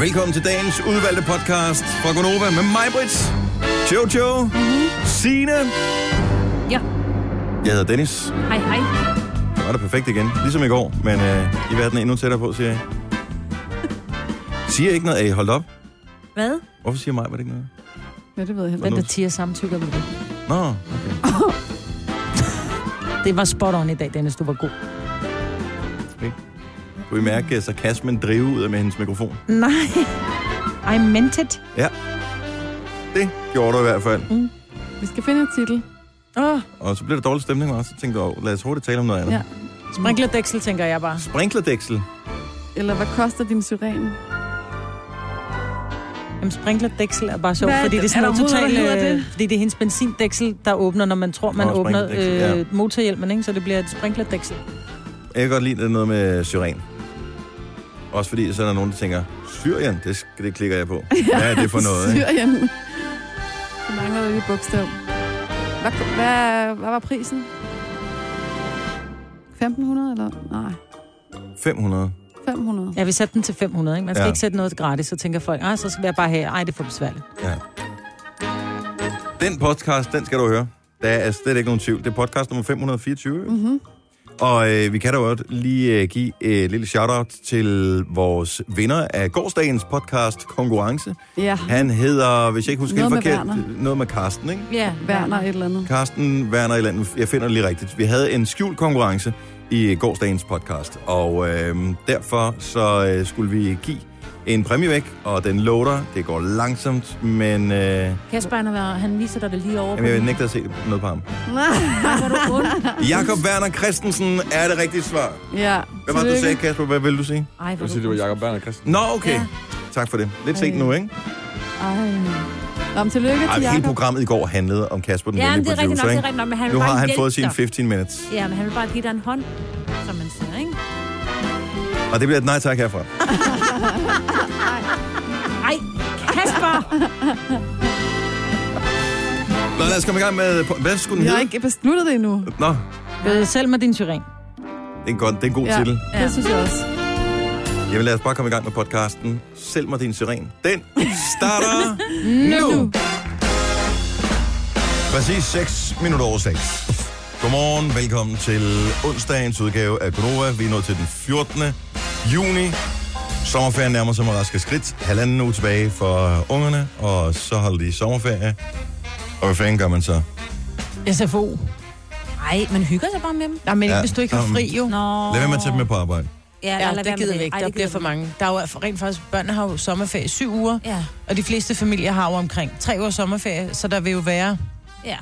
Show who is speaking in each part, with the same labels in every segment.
Speaker 1: Velkommen til dagens udvalgte podcast fra Gonova med mig, Brits, Jojo, mm-hmm. Sine.
Speaker 2: Ja,
Speaker 1: Jeg hedder Dennis.
Speaker 2: hej hej.
Speaker 1: Det var da perfekt igen, ligesom i går, men øh, I verden er endnu tættere på, siger jeg. Siger ikke noget, er I holdt op?
Speaker 2: Hvad?
Speaker 1: Hvorfor siger mig, var det ikke noget?
Speaker 3: Ja, det ved jeg heller
Speaker 1: Hvad
Speaker 2: Den,
Speaker 1: nu?
Speaker 2: der tiger samtykker ved det.
Speaker 1: Nå, okay.
Speaker 2: Det var spot on i dag, Dennis. Du var god.
Speaker 1: Kunne I mærke øh, sarkasmen drive ud af med hendes mikrofon?
Speaker 2: Nej. I meant it.
Speaker 1: Det gjorde du i hvert fald.
Speaker 3: ikke. Vi skal finde en titel.
Speaker 2: Åh, oh,
Speaker 1: Og så blev der dårlig stemning, og så tænkte jeg, "Åh, lad os hurtigt tale om noget andet. Ja.
Speaker 3: Ja.
Speaker 2: sprinklerdæksel, tænker jeg bare.
Speaker 1: Sprinklerdæksel.
Speaker 3: Eller hvad koster din syren?
Speaker 2: Jamen, sprinklerdæksel er bare sjovt,
Speaker 3: Hvad er
Speaker 2: fordi det er
Speaker 3: det?
Speaker 2: sådan
Speaker 3: Er
Speaker 2: noget
Speaker 3: der overhovedet
Speaker 2: totalt...
Speaker 3: noget, der hedder
Speaker 2: Øh,
Speaker 3: det?
Speaker 2: fordi det er hendes benzindæksel, der åbner, når man tror, man
Speaker 1: Nå,
Speaker 2: åbner øh,
Speaker 1: sprinklerdæksel, ja.
Speaker 2: motorhjelmen, ikke? Så det bliver et sprinklerdæksel.
Speaker 1: Jeg kan godt lide det noget med syren. Også fordi, så er der nogen, der tænker, Syrien, det, sk- det klikker jeg på. Hvad er det for noget, ikke?
Speaker 3: Syrien. Så mangler der lige et bogstav. Hvad, hvad, hvad var prisen? 1500 eller? Nej,
Speaker 1: 500.
Speaker 3: 500.
Speaker 2: Ja, vi satte den til 500, ikke? Man skal
Speaker 1: Ja.
Speaker 2: ja. ikke sætte noget gratis, så tænker folk, ah, så skal jeg bare have, ej, det er for besværligt.
Speaker 1: Ja. Den podcast, den skal du høre. Der er slet ikke nogen tvivl. Det er podcast nummer 524.
Speaker 3: Mhm.
Speaker 1: Og øh, vi kan da godt lige øh, give et lille shout-out til vores vinder af gårsdagens podcast konkurrence.
Speaker 3: Ja,
Speaker 1: Han hedder, hvis jeg ikke husker helt
Speaker 3: Noget med
Speaker 1: forkert, noget med Karsten, ikke?
Speaker 2: Ja,
Speaker 3: Werner øh, et eller andet.
Speaker 1: Karsten Werner i landet. Jeg finder det lige rigtigt. Vi havde en skjult konkurrence i gårsdagens podcast, og øh, derfor så øh, skulle vi give en præmie væk, og den loader. Det går langsomt, men øh, jamen,
Speaker 4: Kasper, han, er, han viser dig det lige over.
Speaker 1: jeg vil nægte at se noget på ham. Jakob Werner Christensen er det rigtige svar.
Speaker 3: Ja.
Speaker 1: Hvad var det, du
Speaker 3: tillykke.
Speaker 1: sagde, Kasper? Hvad vil du sige?
Speaker 2: Ej, hvor
Speaker 5: Jeg siger, det var Jacob Berner Christen.
Speaker 1: Nå, okay. Ja.
Speaker 2: Ja.
Speaker 1: Tak for det. Lidt
Speaker 4: Øh,
Speaker 1: sent nu, ikke?
Speaker 3: Ej. Nå, men tillykke
Speaker 1: Ej,
Speaker 3: til
Speaker 1: hele
Speaker 3: Jacob.
Speaker 1: programmet i går handlede om Kasper, den
Speaker 4: Ja, men
Speaker 1: venlige
Speaker 4: det er rigtigt
Speaker 1: producer,
Speaker 4: nok, det
Speaker 1: ikke?
Speaker 4: er rigtigt nok, men han
Speaker 1: Nu
Speaker 4: vil
Speaker 1: har
Speaker 4: bare
Speaker 1: han fået
Speaker 4: hjælpe
Speaker 1: sine
Speaker 4: dig.
Speaker 1: 15 minutes.
Speaker 4: Ja, men han vil bare give dig en hånd, som man siger, ikke?
Speaker 1: Og det bliver et nej tak herfra.
Speaker 4: Ej, Kasper!
Speaker 1: Nå, lad os komme i gang med... Hvad skulle den
Speaker 3: Jeg har
Speaker 1: hedde?
Speaker 3: ikke besluttet det endnu.
Speaker 1: Nå, det
Speaker 2: Øh, selv med din syren.
Speaker 1: er en, god, det er en god
Speaker 3: Ja,
Speaker 1: titel.
Speaker 3: det synes jeg også.
Speaker 1: Jamen lad os bare komme i gang med podcasten. Selv mig din siren. Den starter nu. Præcis 6 minutter over 6. Godmorgen, velkommen til onsdagens udgave af Gonova. Vi er nået til den 14. juni. Sommerferien nærmer sig med raske skridt. Halvanden uge tilbage for ungerne, og så holder de sommerferie. Og hvad fanden gør man så?
Speaker 2: SFO.
Speaker 4: Ej, man hygger sig bare med dem.
Speaker 2: Nej, men
Speaker 1: Ja,
Speaker 2: ja, hvis du ikke har
Speaker 1: jamen,
Speaker 2: fri, jo.
Speaker 4: Nå.
Speaker 1: Lad være med at tage dem med på arbejde.
Speaker 4: Ja,
Speaker 2: Ja,
Speaker 4: lad være
Speaker 2: det
Speaker 4: med
Speaker 2: gider vi ikke.
Speaker 4: Ej,
Speaker 2: Der
Speaker 4: det
Speaker 2: bliver
Speaker 4: gider
Speaker 2: for
Speaker 4: vi ikke.
Speaker 2: mange. Der er jo rent faktisk, børnene har jo sommerferie i syv uger,
Speaker 4: Ja,
Speaker 2: og de fleste familier har jo omkring tre uger sommerferie, så der vil jo være...
Speaker 4: ja.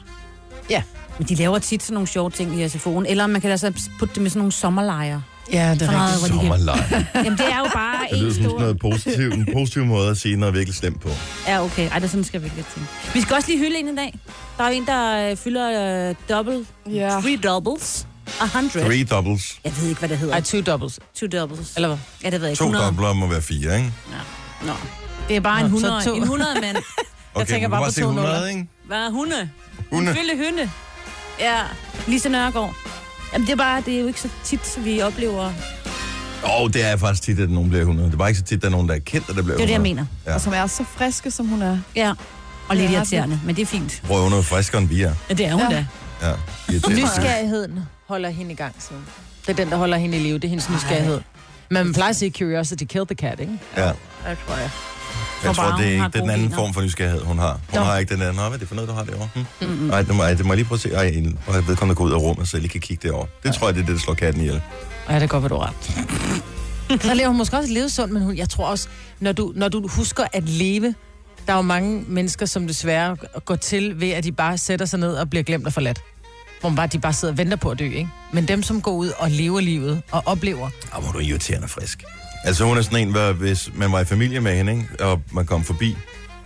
Speaker 2: Ja.
Speaker 4: Men de laver tit sådan nogle sjove ting i SFO'en. Eller man kan altså putte dem i sådan nogle sommerlejre.
Speaker 2: Ja, det
Speaker 4: Sådan noget, hvor de kan...
Speaker 1: Sommerlej.
Speaker 4: Jamen, det er jo bare
Speaker 1: Det lyder
Speaker 4: en
Speaker 1: som
Speaker 4: stor...
Speaker 1: sådan noget positiv, en positiv måde at sige noget virkelig slemt på.
Speaker 4: Ja, okay. Ej, det er sådan skal vi ikke tænke. Vi skal også lige hylde en i dag. Der er jo en, der øh, fylder øh, double.
Speaker 3: Ja.
Speaker 4: Three doubles. A hundred.
Speaker 1: Three doubles.
Speaker 4: Jeg ved ikke, hvad det hedder.
Speaker 2: Ej, two doubles,
Speaker 4: Two doubles.
Speaker 2: eller hvad?
Speaker 4: Ja, det ved jeg ikke.
Speaker 1: To
Speaker 4: 100.
Speaker 1: dobler må være fire, ikke?
Speaker 4: Nå. Det er bare en
Speaker 2: Nå,
Speaker 4: 100.
Speaker 2: så to.
Speaker 4: En 100 mand.
Speaker 1: Okay,
Speaker 2: Jeg tænker
Speaker 1: du kan
Speaker 2: bare på
Speaker 1: sige
Speaker 2: to
Speaker 1: 100,
Speaker 2: nuller.
Speaker 1: ikke?
Speaker 4: Hvad? Hunde?
Speaker 1: Hunde.
Speaker 4: Fylde hunde. Ja. Lise Nørgaard. Jamen, det er, bare, det er jo ikke så tit, vi oplever... Det
Speaker 1: Åh, oh, det er faktisk tit, at nogen bliver 100. Det er bare ikke så tit, at der er nogen, der er kendt, at der bliver
Speaker 4: er jo
Speaker 1: 100.
Speaker 4: det, jeg mener.
Speaker 1: Ja.
Speaker 3: Og som er så friske, som hun er.
Speaker 4: Ja. Og lidt
Speaker 3: Ja,
Speaker 4: irriterende, men det er fint.
Speaker 1: Prøv noget friskere end vi er.
Speaker 4: Ja, det er hun
Speaker 3: Ja.
Speaker 4: da.
Speaker 1: Ja, irriterende.
Speaker 2: Nysgerrigheden holder hende i gang, så. Det er den, der holder hende i live, det er hendes nysgerrighed. Men man plejer at sige curiosity killed the cat, ikke?
Speaker 1: Ja.
Speaker 2: Det tror jeg.
Speaker 1: Jeg
Speaker 4: Og
Speaker 1: tror,
Speaker 4: bare,
Speaker 1: det er
Speaker 4: hun
Speaker 1: ikke
Speaker 4: har
Speaker 1: det er den
Speaker 4: gode
Speaker 1: anden
Speaker 4: gener.
Speaker 1: form for nysgerrighed, hun har. Hun
Speaker 2: Nå.
Speaker 1: har ikke den anden. Nå, hvad er det for noget, du har derovre? Hm? Nej, det må, ej, det må jeg lige prøve at se. Ej, en- og jeg ved, kom der gå ud af rummet, så jeg lige kan kigge derovre. Det tror jeg, det er det, der slår katten ihjel.
Speaker 2: Ja, det kan godt, hvad du har ret. Så lever hun måske også levet sundt, men hun, jeg tror også, når du, når du husker at leve, der er jo mange mennesker, som desværre går til ved, at de bare sætter sig ned og bliver glemt og forladt. Hvor man bare, de bare sidder og venter på at dø, ikke? Men dem, som går ud og lever livet og oplever,
Speaker 1: Ah, hvor er du irriterende frisk. Altså, hun er sådan en, hvor hvis man var i familie med hende, ikke, og man kom forbi,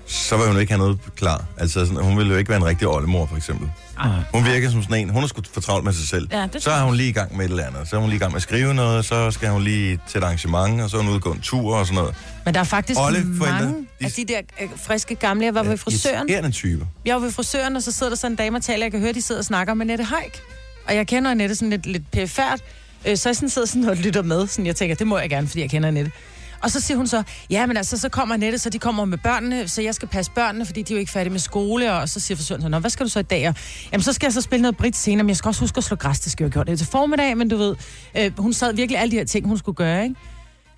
Speaker 1: så vil hun ikke have noget klar. Altså, sådan, hun ville jo ikke være en rigtig oldemor, for eksempel. Hun virker som sådan en, hun er sgu for travlt med sig selv.
Speaker 4: Ja, det
Speaker 1: så er hun lige i gang med et eller andet. Så er hun lige i gang med at skrive noget, og så skal hun lige til et arrangement, og så er hun ude og gå en tur og sådan noget.
Speaker 2: Men der er faktisk
Speaker 1: Olle,
Speaker 2: Olle,
Speaker 1: forældre,
Speaker 2: mange
Speaker 1: de-
Speaker 2: af de der øh, friske gamle. Jeg var ved frisøren.
Speaker 1: Irriterende type.
Speaker 2: Jeg var ved frisøren, og så sidder der sådan en dame og taler. Jeg kan høre, de sidder og snakker med Nette Haik. Og jeg kender Nette sådan lidt, lidt perifært. Øh, Så jeg sådan sidder sådan og lytter med. Sådan, jeg tænker, det må jeg gerne, fordi jeg kender Nette. Og så siger hun så, ja, men altså, så kommer Nette, så de kommer med børnene, så jeg skal passe børnene, fordi de er jo ikke færdige med skole. Og så siger frisøren så, nå, hvad skal du så i dag? Og, Jamen, så skal jeg så spille noget brit senere, men jeg skal også huske at slå græs, det skal jeg jo have gjort det til formiddag, men du ved, øh, hun sad virkelig alle de her ting, hun skulle gøre, ikke?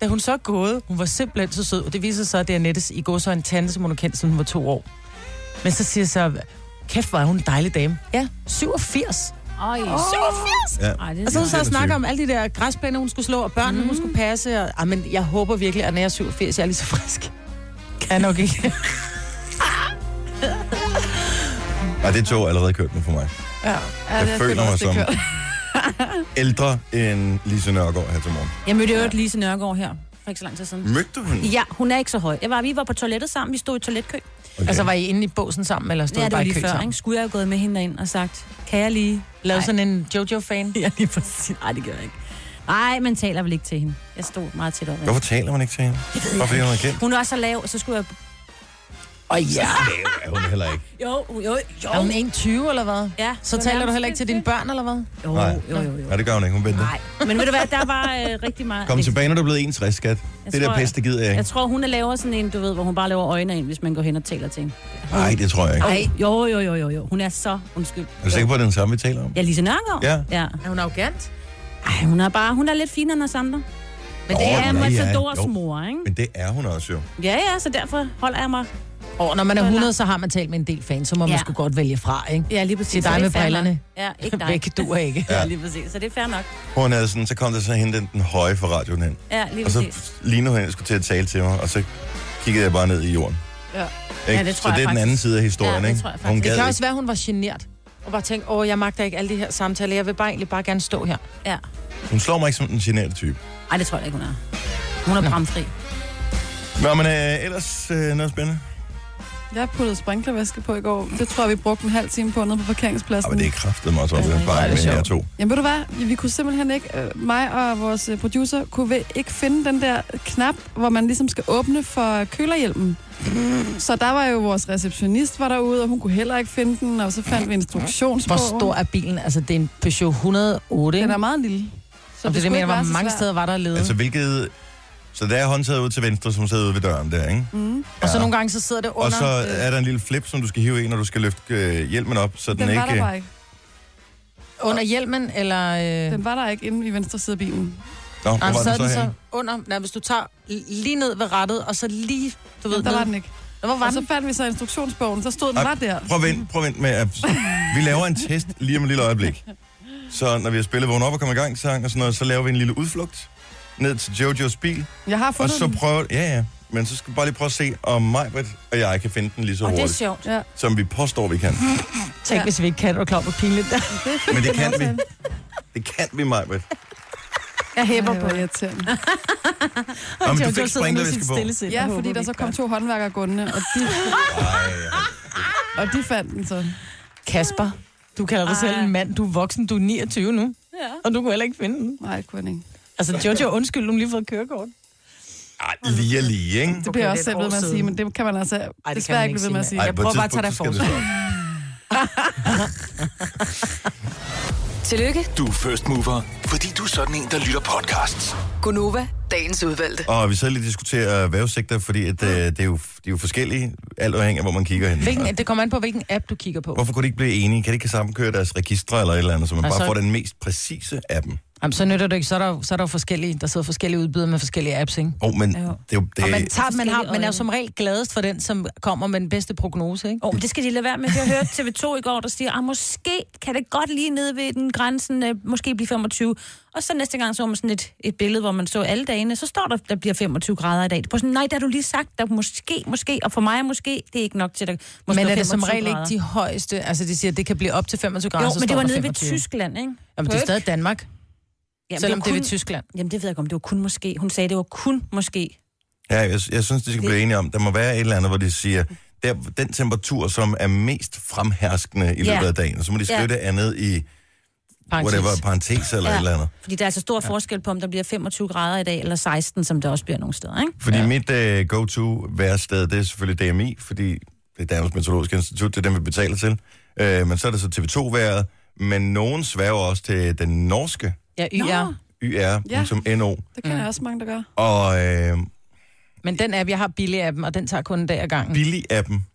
Speaker 2: Da hun så er gået, hun var simpelthen så sød, og det viser sig, at det er Nettes i går så en tante, som hun har kendt, siden hun var to år. Men så siger jeg så, kæft, var hun en dejlig dame. Ja, 87.
Speaker 4: Ej,
Speaker 2: Oh. 87!
Speaker 1: Ja.
Speaker 4: Ej, det
Speaker 2: Og så
Speaker 4: er
Speaker 2: hun så og
Speaker 1: Sindssygt.
Speaker 2: snakker om alle de der græsplæner, hun skulle slå, og børnene, mm. hun skulle passe. Og, ah, men jeg håber virkelig, at når jeg er 87, jeg er lige så frisk. Jeg er nok ikke.
Speaker 1: Nej, det tog allerede kørt nu for mig.
Speaker 3: Ja,
Speaker 1: Jeg
Speaker 3: det
Speaker 1: føler mig
Speaker 3: også,
Speaker 1: som-
Speaker 3: det kører.
Speaker 1: Ældre end Lise Nørgaard her til morgen.
Speaker 4: Jeg mødte jo et Lise Nørgaard her, for ikke så lang tid siden.
Speaker 1: Mødte du hende?
Speaker 4: Ja, hun er ikke så høj. Jeg var, vi var på toilettet sammen, vi stod i toiletkø.
Speaker 1: Okay.
Speaker 2: Altså, var I inde i båsen sammen, eller stod
Speaker 4: Ja,
Speaker 2: ja,
Speaker 4: det var
Speaker 2: bare i
Speaker 4: lige
Speaker 2: kø
Speaker 4: før,
Speaker 2: sammen?
Speaker 4: ikke? Skulle jeg jo gået med hende ind og sagt, kan jeg lige
Speaker 2: Lavede
Speaker 4: Ej.
Speaker 2: sådan en Jojo-fan?
Speaker 4: Ja, lige præcis. Nej, det gør jeg ikke. Nej, man taler vel ikke til hende. Jeg stod meget tæt op. ad hende.
Speaker 1: Hvorfor taler man ikke til hende? Bare fordi hun er kendt?
Speaker 4: Hun er også så lav, så skulle jeg...
Speaker 2: Og ja.
Speaker 1: Det er hun heller ikke.
Speaker 4: Jo, jo, jo.
Speaker 2: Er hun 1,20 eller hvad?
Speaker 4: Ja,
Speaker 2: Så taler du heller ikke til dine børn, eller hvad?
Speaker 4: Jo,
Speaker 1: Nej.
Speaker 4: jo, jo, jo.
Speaker 1: Nej, det gør hun ikke. Hun venter.
Speaker 4: Nej, men ved du hvad, der var øh, rigtig meget...
Speaker 1: Kom tilbage, når du er blevet 61, skat.
Speaker 4: Jeg
Speaker 1: Det
Speaker 4: tror,
Speaker 1: der
Speaker 4: jeg-
Speaker 1: peste det gider jeg
Speaker 4: Jeg
Speaker 1: ikke.
Speaker 4: tror, hun er laver sådan en, du ved, hvor hun bare laver øjne ind, hvis man går hen og taler til hende.
Speaker 1: Nej, det tror jeg ikke.
Speaker 4: Nej. Jo, jo, jo, jo, jo. Hun er så undskyld.
Speaker 1: Er du sikker på, at det er den samme, vi taler om?
Speaker 4: Ja, Lise Nørgaard.
Speaker 1: Ja.
Speaker 4: ja.
Speaker 2: Er hun arrogant?
Speaker 4: Ej, hun er bare, hun er lidt finere end os andre. Men det
Speaker 1: Nå,
Speaker 4: er
Speaker 1: nej, ja,
Speaker 4: Matadors
Speaker 1: jo.
Speaker 4: mor, ikke?
Speaker 1: Men det er hun også jo.
Speaker 4: Ja, ja, så derfor holder jeg mig.
Speaker 2: Og når man er
Speaker 4: Hvor
Speaker 2: 100,
Speaker 4: langt?
Speaker 2: så har man talt med en del fans, så må ja. man
Speaker 4: Ja.
Speaker 2: sgu godt vælge fra, ikke?
Speaker 4: Ja, lige præcis.
Speaker 2: Det er dig
Speaker 4: Så
Speaker 2: med
Speaker 4: fair nok.
Speaker 2: brillerne.
Speaker 4: Ja, ikke dig.
Speaker 2: Væk, du er ikke.
Speaker 4: Ja, lige præcis. Så det er fair nok.
Speaker 1: Hun havde sådan, så kom der så hende, den, den høje fra radioen hen.
Speaker 4: Ja, lige
Speaker 1: Og så
Speaker 4: præcis.
Speaker 1: lige nu hende skulle til at tale til mig, og så kiggede jeg bare ned i jorden.
Speaker 2: Ja.
Speaker 1: Ikke?
Speaker 4: Ja, det
Speaker 1: så
Speaker 4: tror
Speaker 1: det er den
Speaker 4: jeg faktisk.
Speaker 1: anden side af historien,
Speaker 4: Ja, det
Speaker 1: ikke?
Speaker 4: tror jeg
Speaker 1: hun
Speaker 4: faktisk.
Speaker 1: gad
Speaker 2: Det kan
Speaker 1: ikke.
Speaker 2: også være, hun var genert. Og bare tænkte, åh, jeg magter ikke alle de her samtaler. Jeg vil bare egentlig bare gerne stå her.
Speaker 4: Ja.
Speaker 1: Hun slår mig ikke som den generede type.
Speaker 4: Ej, det tror jeg ikke, hun er. Hun er bramfri.
Speaker 1: Nå, men øh, ellers øh, noget spændende.
Speaker 3: Jeg puttede sprinklervæske på i går. Det tror jeg, vi brugte en halv time på nede på parkeringspladsen.
Speaker 1: Ej, men det er kraftet mig også, at
Speaker 4: Ja,
Speaker 1: jeg
Speaker 4: det
Speaker 1: bare
Speaker 4: er
Speaker 1: ikke med
Speaker 4: sjovt.
Speaker 1: jer to.
Speaker 3: Jamen ved du hvad, vi kunne simpelthen ikke, øh, mig og vores øh, producer, kunne vi ikke finde den der knap, hvor man ligesom skal åbne for kølerhjelmen.
Speaker 1: Mm.
Speaker 3: Så der var jo vores receptionist var derude, og hun kunne heller ikke finde den, og så fandt vi instruktionsbogen.
Speaker 2: Hvor stor er bilen? Altså, det er en Peugeot 108, ikke?
Speaker 3: Den er meget lille.
Speaker 2: Så det, det, det
Speaker 3: skulle
Speaker 2: mener,
Speaker 3: ikke
Speaker 2: hvor
Speaker 3: være så
Speaker 2: mange
Speaker 3: svært.
Speaker 2: steder var der ledet.
Speaker 1: Altså, hvilket... Så der er håndtaget ud til venstre, som sidder ude ved døren der, ikke?
Speaker 3: Mm.
Speaker 2: Og så nogle gange, så sidder det under... øh,
Speaker 1: Og så er der en lille flip, som du skal hive i, når du skal løfte øh, hjelmen op, så den,
Speaker 3: Den var der
Speaker 1: ikke...
Speaker 3: bare ikke.
Speaker 2: Under hjelmen, eller... Øh,
Speaker 3: Den var der ikke inde i venstre side af bilen.
Speaker 1: Nå, hvor
Speaker 2: nej,
Speaker 1: var
Speaker 2: så er
Speaker 1: den
Speaker 2: den
Speaker 1: så
Speaker 2: så
Speaker 1: henne?
Speaker 2: under... Nej, hvis du tager l- lige ned ved rattet, og så lige... Du ved,
Speaker 3: Der var
Speaker 2: ned-
Speaker 3: den ikke.
Speaker 2: Nå, hvor var
Speaker 3: Og så
Speaker 2: den?
Speaker 3: fandt vi så instruktionsbogen, så stod den
Speaker 1: Ej,
Speaker 3: bare der.
Speaker 1: Prøv at vent, prøv at vent med, at vi laver en test lige om et lille øjeblik. Så når vi har spillet vågen op og kommer i gang sang og sådan noget, så laver vi en lille udflugt ned til Jojos bil,
Speaker 3: Jeg har
Speaker 1: og
Speaker 3: fundet
Speaker 1: så
Speaker 3: den.
Speaker 1: prøver... Ja, ja. Men så skal vi bare lige prøve at se, om Majbert og jeg kan finde den lige så
Speaker 4: Og det er
Speaker 1: hurtigt,
Speaker 4: sjovt.
Speaker 3: Ja,
Speaker 1: som vi påstår, vi kan.
Speaker 2: Tænk, hvis vi ikke kan, og klar på pinligt.
Speaker 1: Men det kan vi. Det kan vi, Majbert.
Speaker 2: Jeg hæber
Speaker 3: det
Speaker 2: på
Speaker 3: var
Speaker 2: det.
Speaker 3: irriterende.
Speaker 1: Nå, men du
Speaker 2: Jojo
Speaker 1: fik
Speaker 2: sidder med
Speaker 1: sprinklervæske
Speaker 2: sit
Speaker 1: på.
Speaker 2: stille sind
Speaker 3: Ja,
Speaker 2: og håber,
Speaker 3: fordi der
Speaker 2: vi
Speaker 3: så
Speaker 2: ikke gør
Speaker 3: kom to håndværkere gående, og de, og de fandt den så.
Speaker 2: det. Kasper, du kalder dig
Speaker 4: Ej.
Speaker 2: selv en mand. Du er voksen, du er 29 nu.
Speaker 4: Ja.
Speaker 2: Og du kunne heller ikke finde den.
Speaker 3: Nej, det kunne den ikke.
Speaker 2: Altså, Jojo, undskyld, hun har lige fået kørekort.
Speaker 1: Ej, lige og lige, ikke?
Speaker 3: Det bliver
Speaker 2: Okay,
Speaker 3: jeg også
Speaker 2: det er
Speaker 3: selv
Speaker 2: et
Speaker 3: ved
Speaker 2: år
Speaker 3: med at sige,
Speaker 2: siden.
Speaker 3: men det kan man altså Ej,
Speaker 2: man
Speaker 3: det desværre
Speaker 2: ikke
Speaker 3: ikke blive ved med at
Speaker 2: sige,
Speaker 3: sige.
Speaker 2: mand.
Speaker 1: Ej,
Speaker 2: Jeg
Speaker 1: på et
Speaker 2: prøver bare at tage dig
Speaker 1: tidspunkt, så skal det
Speaker 5: Tillykke,
Speaker 6: Du er first mover, fordi du er sådan en, der lytter podcasts.
Speaker 5: Gunova, dagens udvalgte.
Speaker 1: stoppe. Og vi så lige diskuterer vævesektor, fordi at, øh, det er jo, de er jo forskellige, alt afhængig af, hvor man kigger hen.
Speaker 2: Hvilken, det kommer an på, hvilken app du kigger på.
Speaker 1: Hvorfor kunne de ikke blive enige? Kan de ikke sammenkøre deres registre eller et eller andet, så man
Speaker 2: Altså-
Speaker 1: bare får den mest præcise af dem?
Speaker 2: Jamen, så nytter det ikke. Så er der, jo- så er der jo forskellige, der sidder forskellige udbydere med forskellige apps, ikke?
Speaker 1: Åh, oh, men det
Speaker 4: Jo.
Speaker 1: er jo... Det,
Speaker 2: Og man, tager, man, har,
Speaker 4: Forskellige
Speaker 2: man er jo
Speaker 4: øjne.
Speaker 2: som regel gladest for den, som kommer med den bedste prognose, ikke?
Speaker 4: Åh, oh, det skal de lade være med. Jeg hørte TV2 i går, der siger, at måske kan det godt lige nede ved den grænsen, øh, måske blive 25. Og så næste gang så man sådan et, et billede, hvor man så alle dagene, så står der, der bliver 25 grader i dag. På sådan, nej, der har du lige sagt, der måske, måske, og for mig er måske, det er ikke nok til, at der måske
Speaker 2: Men er
Speaker 4: bliver
Speaker 2: det som
Speaker 4: 25
Speaker 2: regel ikke
Speaker 4: grader.
Speaker 2: de højeste? Altså, de siger, at det kan blive op til 25 grader, så
Speaker 4: Jo, men
Speaker 2: står
Speaker 4: det var
Speaker 2: der
Speaker 4: nede ved
Speaker 2: 25.
Speaker 4: Tyskland, ikke?
Speaker 2: Jamen, det er stadig Danmark,
Speaker 4: Jamen,
Speaker 2: selvom
Speaker 4: var
Speaker 2: det er ved
Speaker 4: kun-
Speaker 2: Tyskland.
Speaker 4: Jamen, det ved jeg ikke, om det var kun måske. Hun sagde, det var kun måske.
Speaker 1: ja, jeg, jeg synes, de skal blive enige om, der må være et eller andet, hvor de siger, der, den temperatur, som er mest fremherskende i løbet
Speaker 4: Ja.
Speaker 1: af dagen, og så må de skrive
Speaker 4: Ja.
Speaker 1: det andet i
Speaker 2: Parentes.
Speaker 1: whatever, parentes eller ja.
Speaker 4: Ja.
Speaker 1: et eller andet.
Speaker 4: Fordi der er altså stor forskel på, om der bliver 25 grader i dag, eller 16, som der også bliver nogle steder, ikke?
Speaker 1: Fordi ja. mit øh, go-to værsted, det er selvfølgelig DMI, fordi det er Danmarks Meteorologiske Institut, det er dem, vi betaler til. Øh, men så er det så TV2-været, men nogen sværger også til den norske
Speaker 2: Ja, YR.
Speaker 1: yr.no.
Speaker 3: Det kan jeg også mange, der gør.
Speaker 1: Og øh,
Speaker 2: Men den app, jeg har billig af dem, og den tager kun en dag ad gangen.
Speaker 1: Billig-appen.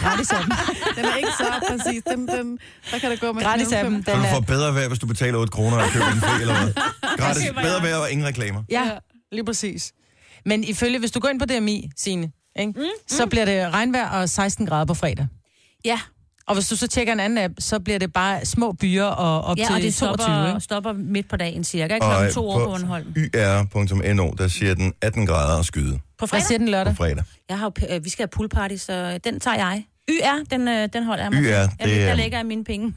Speaker 2: Gratis appen.
Speaker 3: Den er ikke så præcis. Den, den, der kan det gå med
Speaker 2: Gratis appen.
Speaker 3: den.
Speaker 2: Den
Speaker 1: Så du får
Speaker 2: er,
Speaker 1: bedre vejr, hvis du betaler 8 kroner og køber en fri, eller hvad? Gratis.
Speaker 4: køber
Speaker 1: Bedre
Speaker 4: jeg.
Speaker 1: vejr og ingen reklamer.
Speaker 2: ja, lige præcis. Men ifølge, hvis du går ind på DMI, Signe, ikke? Mm, så bliver det regnvejr og 16 grader på fredag.
Speaker 4: Ja,
Speaker 2: Og hvis du så tjekker en anden app, så bliver det bare små byer og op
Speaker 4: ja og
Speaker 2: til
Speaker 4: det
Speaker 2: 22.
Speaker 4: stopper,
Speaker 2: ikke?
Speaker 4: stopper midt på dagen cirka,
Speaker 1: Og
Speaker 4: klokken
Speaker 1: øh,
Speaker 4: to over på Bornholm.
Speaker 1: yr.no, der siger den 18 grader og skyde
Speaker 4: På
Speaker 2: Hvad
Speaker 4: fredag?
Speaker 2: siger den
Speaker 1: på
Speaker 2: lørdag?
Speaker 1: fredag.
Speaker 4: Jeg har, jo p- øh, vi skal have poolparty, så den tager jeg. YR, den, øh, den holder jeg mig
Speaker 1: YR,
Speaker 4: til. Jeg-
Speaker 1: det er-
Speaker 4: Der lægger jeg mine penge.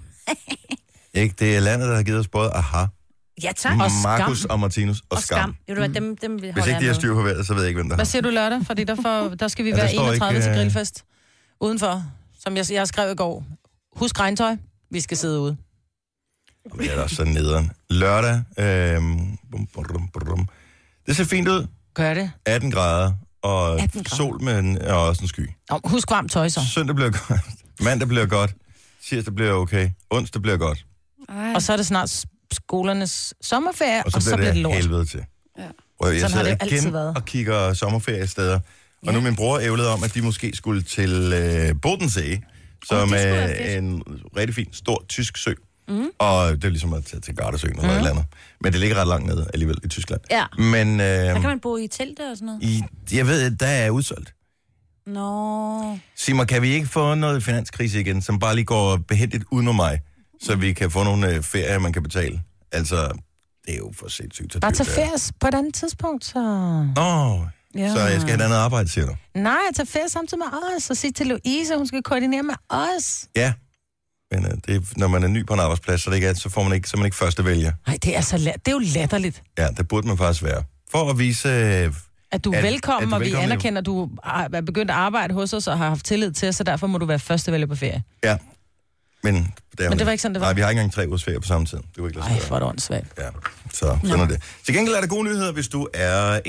Speaker 1: Ikke? Det er landet, der har givet os både aha,
Speaker 4: Ja, tak. Og,
Speaker 2: Og Skam.
Speaker 1: Markus og Martinus og,
Speaker 4: og skam. Jo, du hvad, dem, dem holder
Speaker 1: Hvis ikke de har
Speaker 4: jeg med.
Speaker 1: styr på vejret, så ved jeg ikke, hvem der
Speaker 2: Hvad
Speaker 1: har.
Speaker 2: siger du lørdag? Fordi der, får, der skal vi
Speaker 1: Ja, der
Speaker 2: være
Speaker 1: står
Speaker 2: 31
Speaker 1: ikke,
Speaker 2: til
Speaker 1: øh,
Speaker 2: grillfest. Udenfor, som jeg, jeg skrev i går. Husk regntøj. Vi skal sidde ude.
Speaker 1: Det er da også sådan nederen. Lørdag. Øhm, bum, brum, brum. Det ser fint ud.
Speaker 2: Gør det.
Speaker 1: 18 grader og
Speaker 2: 18 grader.
Speaker 1: sol, men og også en sky.
Speaker 2: Nå, husk varmt tøj så.
Speaker 1: Søndag bliver godt. Mandag bliver godt. Tirsdag bliver okay. Onsdag bliver godt.
Speaker 3: Ej,
Speaker 2: Og så er det snart s- skolernes sommerferie,
Speaker 1: Og så,
Speaker 2: og så bliver det lort.
Speaker 1: helvede til.
Speaker 3: Ja.
Speaker 1: Og jeg
Speaker 2: Sådan har
Speaker 1: sidder
Speaker 2: det jo altid
Speaker 1: igen
Speaker 2: været.
Speaker 1: og kigger sommerferiesteder. Og nu er min bror ævlede om, at de måske skulle til øh, Bodensee, som
Speaker 4: det skulle
Speaker 1: er
Speaker 4: være fedt.
Speaker 1: en rigtig fin, stor tysk sø.
Speaker 2: Mhm.
Speaker 1: Mm. Og det er ligesom at tage til Gardasøen eller mm. et eller andet. Men det ligger ret langt nede alligevel i Tyskland.
Speaker 4: Ja.
Speaker 1: Men
Speaker 4: Der
Speaker 1: øh,
Speaker 4: kan man bo i telte og sådan noget.
Speaker 1: i, jeg ved, at der er udsolgt.
Speaker 4: Nå.
Speaker 1: Sig mig, kan vi ikke få noget finanskrise igen, som bare lige går behendigt udenom mig, så vi kan få nogle øh, ferier, man kan betale? Altså, det er jo for sindssygt. at
Speaker 2: Bare
Speaker 1: dyrt
Speaker 2: tag
Speaker 1: det er.
Speaker 2: ferie s- på et andet tidspunkt, så...
Speaker 1: Åh, oh, ja. så jeg skal have et andet arbejde, siger du?
Speaker 2: Nej, jeg tager ferie samtidig med os, og sig til Louise, at hun skal koordinere med os.
Speaker 1: Ja. Men øh, det, er- når man er ny på en arbejdsplads, så, det ikke er, så får man ikke, så er man ikke første vælger.
Speaker 2: Nej, det er, så la- det er jo latterligt,
Speaker 1: Ja, det burde man faktisk være. For at vise... Øh,
Speaker 2: at du er,
Speaker 1: Er-
Speaker 2: velkommen,
Speaker 1: er du
Speaker 2: og vi
Speaker 1: velkommen, jo?
Speaker 2: anerkender, at du er er begyndt at arbejde hos os og har haft tillid til os, så derfor må du være førstevælger på ferie.
Speaker 1: ja. Men det, er
Speaker 2: det var ikke sådan, det var.
Speaker 1: Nej, vi har ikke engang tre ugers ferie på samme tid. Det var ikke
Speaker 2: Ej,
Speaker 1: lade sig
Speaker 2: hvor er det åndssvagt.
Speaker 1: gøre. Ja, så sådan er det. Til gengæld er der gode nyheder, hvis du er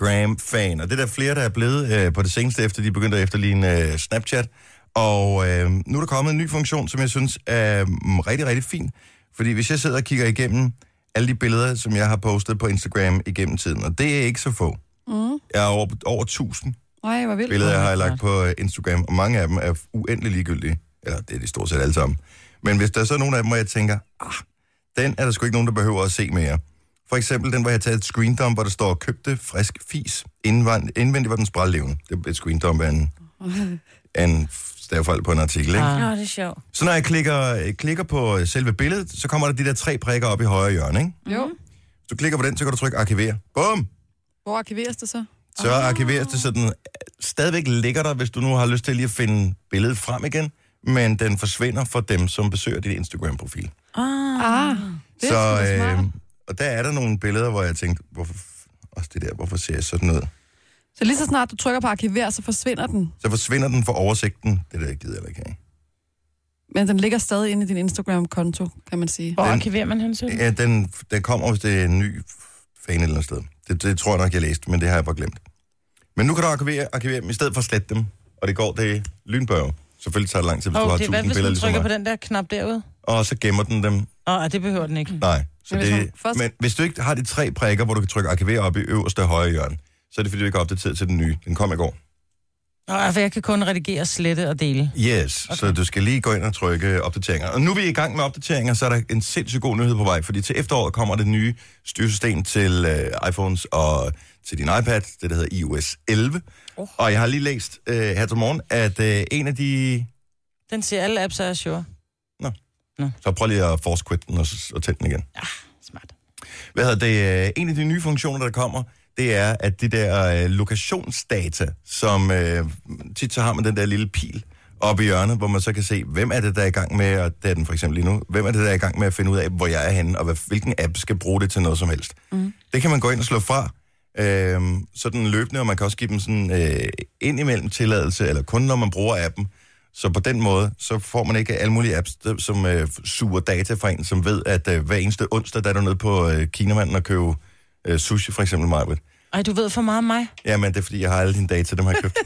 Speaker 1: Instagram-fan. Og det er der flere, der er blevet øh, på det seneste, efter de begyndte at efterligne øh, Snapchat. Og øh, nu er der kommet en ny funktion, som jeg synes er mm, rigtig, rigtig fin. Fordi hvis jeg sidder og kigger igennem alle de billeder, som jeg har postet på Instagram igennem tiden, og det er ikke så få. Mm. Jeg er over, over 1000
Speaker 3: Ej, hvor vildt.
Speaker 1: billeder, jeg har lagt på øh, Instagram, og mange af dem er uendelig ligegyldige. Eller det er de stort set alle sammen. Men hvis der er så nogle af dem, hvor jeg tænker, ah, den er der sgu ikke nogen, der behøver at se mere. For eksempel den, hvor jeg taget et screendump, hvor der står, købte frisk fis. Indvand, indvendigt var den sprællevende. Det er et screendump af en, af en stavefejl på en artikel, ikke?
Speaker 4: Nå, det er sjovt.
Speaker 1: Så når jeg klikker, øh, klikker på øh, selve billedet, så kommer der de der tre prikker op i højre hjørne, ikke?
Speaker 3: Jo.
Speaker 1: Hvis du klikker på den, så kan du trykke arkiver. Bum!
Speaker 3: Hvor arkiveres det så?
Speaker 1: så arkiveres det, så den øh, stadigvæk ligger der, hvis du nu har lyst til lige at finde billedet frem igen, men den forsvinder for dem, som besøger din Instagram-profil.
Speaker 3: Ah, det er
Speaker 1: Så, øhm,
Speaker 3: sgu da smart.
Speaker 1: og der er der nogle billeder, hvor jeg tænkte, hvorfor, f- også det der, hvorfor ser jeg sådan ud?
Speaker 3: Så lige så snart du trykker på arkiver, så forsvinder den.
Speaker 1: Så forsvinder den for oversigten. Det der gider jeg ikke have.
Speaker 3: Men den ligger stadig inde i din Instagram-konto, kan man sige.
Speaker 2: Hvor
Speaker 1: Den-
Speaker 2: arkiverer man hende til?
Speaker 1: Ja, den, den kommer, hvis det er en ny fan et eller andet sted. Det, det tror jeg nok, jeg læste, men det har jeg bare glemt. Men nu kan du arkivere, arkivere dem, i stedet for at slette dem. Og det går, det er lynbørge. Selvfølgelig tager det lang tid, hvis
Speaker 2: Åh,
Speaker 1: du har
Speaker 2: det er hvad,
Speaker 1: 1000
Speaker 2: hvis
Speaker 1: billeder
Speaker 2: man
Speaker 1: ligesom
Speaker 2: trykker på
Speaker 1: mig.
Speaker 2: den der knap derude?
Speaker 1: Og så gemmer den dem
Speaker 2: Åh, oh, det behøver den ikke.
Speaker 1: Nej. Så
Speaker 3: Men
Speaker 1: men,
Speaker 3: hvis
Speaker 1: det,
Speaker 3: man først-
Speaker 1: men hvis du ikke har de tre prikker, hvor du kan trykke arkiver op i øverste højre hjørne, så er det fordi, du ikke har opdateret til den nye. Den kom i går.
Speaker 2: Nå, for jeg kan kun redigere, slette og dele.
Speaker 1: Yes, okay. så du skal lige gå ind og trykke opdateringer. Og nu er vi i gang med opdateringer, så er der en sindssygt god nyhed på vej, fordi til efteråret kommer det nye styresystem til øh, iPhones og til din iPad, det der hedder iOS 11. Oh. Og jeg har lige læst øh, her til morgen, at øh, en af de...
Speaker 2: Den siger, alle apps er sure.
Speaker 1: Så prøv lige at force quit den og, s- og tænd den igen.
Speaker 2: Smart.
Speaker 1: hvad hedder det, øh, en af de nye funktioner, der kommer, det er, at de der øh, lokationsdata, som øh, tit så har man den der lille pil oppe i hjørnet, hvor man så kan se, hvem er det, der er i gang med, og det er den for eksempel lige nu, hvem er det, der er i gang med at finde ud af, hvor jeg er henne, og hvad, hvilken app skal bruge det til noget som helst. Mm. Det kan man gå ind og slå fra, øh, sådan løbende, og man kan også give dem sådan øh, indimellem tilladelse, eller kun når man bruger appen, så på den måde, så får man ikke alle mulige apps, der- som øh, suger data fra en, som ved, at øh, hver eneste onsdag, der er du nede på øh, Kinamanden og købe øh, sushi, for eksempel mig.
Speaker 2: Ej, du ved for meget om mig.
Speaker 1: Jamen, det er fordi, jeg har alle dine data, dem har jeg købt.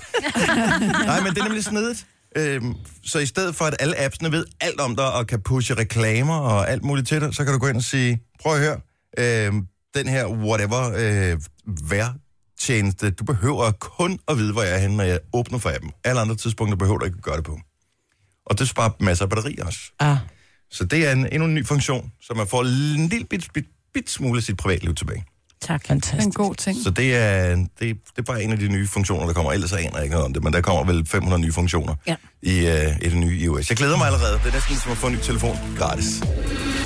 Speaker 1: Nej, men det er nemlig snedigt. Øhm, så i stedet for, at alle appsene ved alt om dig og kan pushe reklamer og alt muligt til dig, så kan du gå ind og sige, prøv at høre, øhm, den her whatever øh, vejr tjeneste. Du behøver kun at vide, hvor jeg er henne, når jeg åbner for appen. Alle andre tidspunkter behøver du ikke at gøre det på. Og det sparer masser af batteri også.
Speaker 2: Ah.
Speaker 1: Så det er en, endnu en ny funktion, så man får en lille bit, bit, bit smule af sit privatliv tilbage.
Speaker 4: Tak.
Speaker 3: en
Speaker 2: Fantastisk.
Speaker 3: god ting.
Speaker 1: Så det er, det, det er bare en af de nye funktioner, der kommer. Ellers aner jeg ikke noget om det, men der kommer vel 500 nye funktioner
Speaker 4: Ja.
Speaker 1: i, øh, i det nye iOS. Jeg glæder mig allerede. Det er næsten som at få en ny telefon gratis.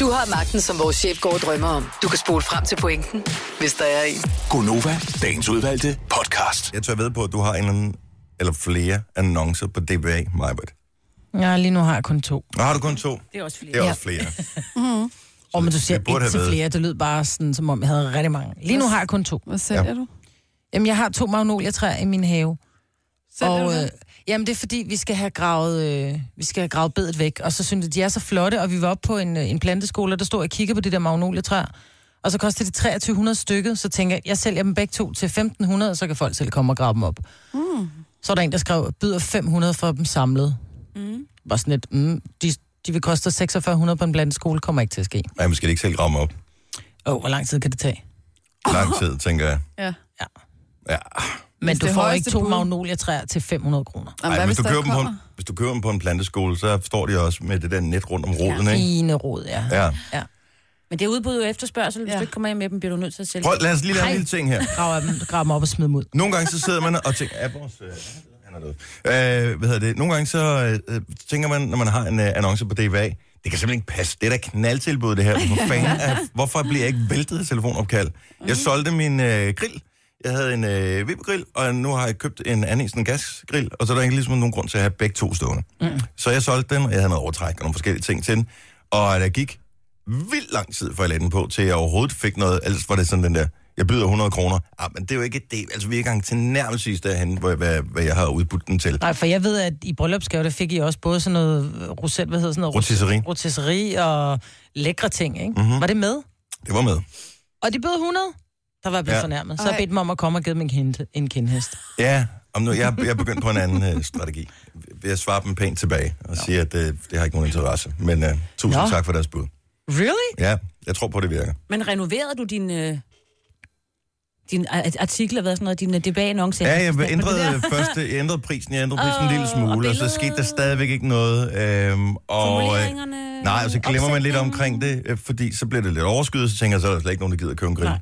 Speaker 5: Du har magten, som vores chef går og drømmer om. Du kan spole frem til pointen, hvis der er en.
Speaker 6: Gonova, dagens udvalgte podcast.
Speaker 1: Jeg tør ved på, at du har en eller anden- eller flere annoncer på DBA, Majbert.
Speaker 2: Ja, lige nu har jeg kun to.
Speaker 1: Og har du kun to?
Speaker 4: Det er også fordi.
Speaker 1: Det er også flere.
Speaker 2: Og men du siger
Speaker 1: det burde
Speaker 2: ikke
Speaker 1: have
Speaker 2: til
Speaker 1: været-
Speaker 2: flere, det lød bare sådan, som om jeg havde rigtig mange. Lige nu har jeg kun to.
Speaker 3: Hvad sælger
Speaker 1: Ja.
Speaker 3: ja. du?
Speaker 2: Jamen, jeg har to magnoliatræer i min have.
Speaker 3: Sælger og, du
Speaker 2: øh,
Speaker 3: det?
Speaker 2: jamen det er fordi, vi skal have gravet, øh, vi skal have gravet bedet væk. Og så synes jeg, de er så flotte, og vi var oppe på en, øh, en planteskole, og der stod jeg og kiggede på de der magnolietræer. Og så koster det 2300 stykket, så tænker jeg, jeg sælger dem begge to til 1500, så kan folk selv komme og grave dem op. Mm. Så er der en, der skrev, byder 500 for dem samlet. Mm. Var sådan lidt, mm, de, de vil koste 4600 på en planteskole, kommer ikke til at ske.
Speaker 1: Nej, man skal det ikke selv ramme op.
Speaker 2: Åh, oh, hvor lang tid kan det tage?
Speaker 1: Lang tid, tænker jeg.
Speaker 3: Ja.
Speaker 1: Ja.
Speaker 2: Men
Speaker 3: Hvis
Speaker 2: du
Speaker 3: det
Speaker 2: får
Speaker 3: højeste
Speaker 2: ikke to
Speaker 3: bud-
Speaker 2: magnolietræer til 500 kroner.
Speaker 3: Jamen,
Speaker 1: Ej,
Speaker 3: hvad
Speaker 1: hvis,
Speaker 3: hvis
Speaker 1: du
Speaker 3: der
Speaker 1: køber dem på en,
Speaker 3: kommer?
Speaker 1: hvis du køber dem på en planteskole, så står de også med det der net rundt om roden, ikke?
Speaker 2: Fine råd, ja.
Speaker 1: Ja.
Speaker 2: ja.
Speaker 4: Men det er udbud og efterspørgsel. Hvis
Speaker 3: Ja.
Speaker 4: du ikke kommer hjem med dem, bliver du nødt til at sælge.
Speaker 1: Prøv, lad os lige lave en
Speaker 2: Hej.
Speaker 1: lille ting her.
Speaker 2: Graver dem, graver dem op og smider dem ud.
Speaker 1: Nogle gange så sidder man og tænker... Ja, vores, øh, han er død. Øh, hvad hedder det? Nogle gange så øh, tænker man, når man har en øh, annonce på DBA, det kan simpelthen ikke passe. Det er da knaldtilbud, det her. Hvor fanden er, hvorfor bliver jeg ikke væltet af telefonopkald? Jeg solgte min øh, grill. Jeg havde en øh, vipgrill, og nu har jeg købt en anden en gasgrill, og så er der ikke ligesom nogen grund til at have begge to stående. Mm. Så jeg solgte den, og jeg havde noget overtræk og nogle forskellige ting til den. Og der gik vildt lang tid, for jeg lagde den på, til jeg overhovedet fik noget. Ellers var det sådan den der, jeg byder 100 kroner. Ah, men det er jo ikke det. Altså, vi er ikke engang til nærmest derhen, hvor, hvad, hvad jeg har udbudt den til.
Speaker 2: Nej, for jeg ved, at i bryllupsgave, der fik I også både sådan noget øh, roset, hvad hedder sådan noget?
Speaker 1: Rotisserie.
Speaker 2: Rotisserie og lækre ting, ikke?
Speaker 1: Mhm.
Speaker 2: Mm-hmm. Var det med?
Speaker 1: Det var med.
Speaker 2: Og de bød 100? Der var jeg blevet
Speaker 1: Ja.
Speaker 2: ja. fornærmet. Så jeg
Speaker 3: Ej.
Speaker 2: bedte dem om at komme og give dem en, hente, en kindhest.
Speaker 1: Ja, om nu, jeg, jeg begyndte på en anden øh, strategi. Jeg svarer dem pænt tilbage og siger, at øh, det har ikke nogen interesse. Men øh, tusind
Speaker 2: Nå.
Speaker 1: tak for deres bud.
Speaker 2: Really?
Speaker 1: Ja, jeg tror på, det virker.
Speaker 4: Men renoverede du din... Øh, din ar- artikler, hvad sådan noget, din øh, DBA-annonce?
Speaker 1: Ja, jeg ændrede, øh, først, jeg ændrede prisen, jeg ændrede prisen en lille
Speaker 4: Åh, og
Speaker 1: smule, og så
Speaker 4: billedet.
Speaker 1: skete der stadigvæk ikke noget. Øhm, og, øh,
Speaker 4: Formuleringerne,
Speaker 1: nej, og så glemmer man lidt
Speaker 4: opsætningen.
Speaker 1: omkring det, øh, fordi så bliver det lidt overskyet, og så tænker jeg, så er der slet ikke nogen, der gider at købe en grill.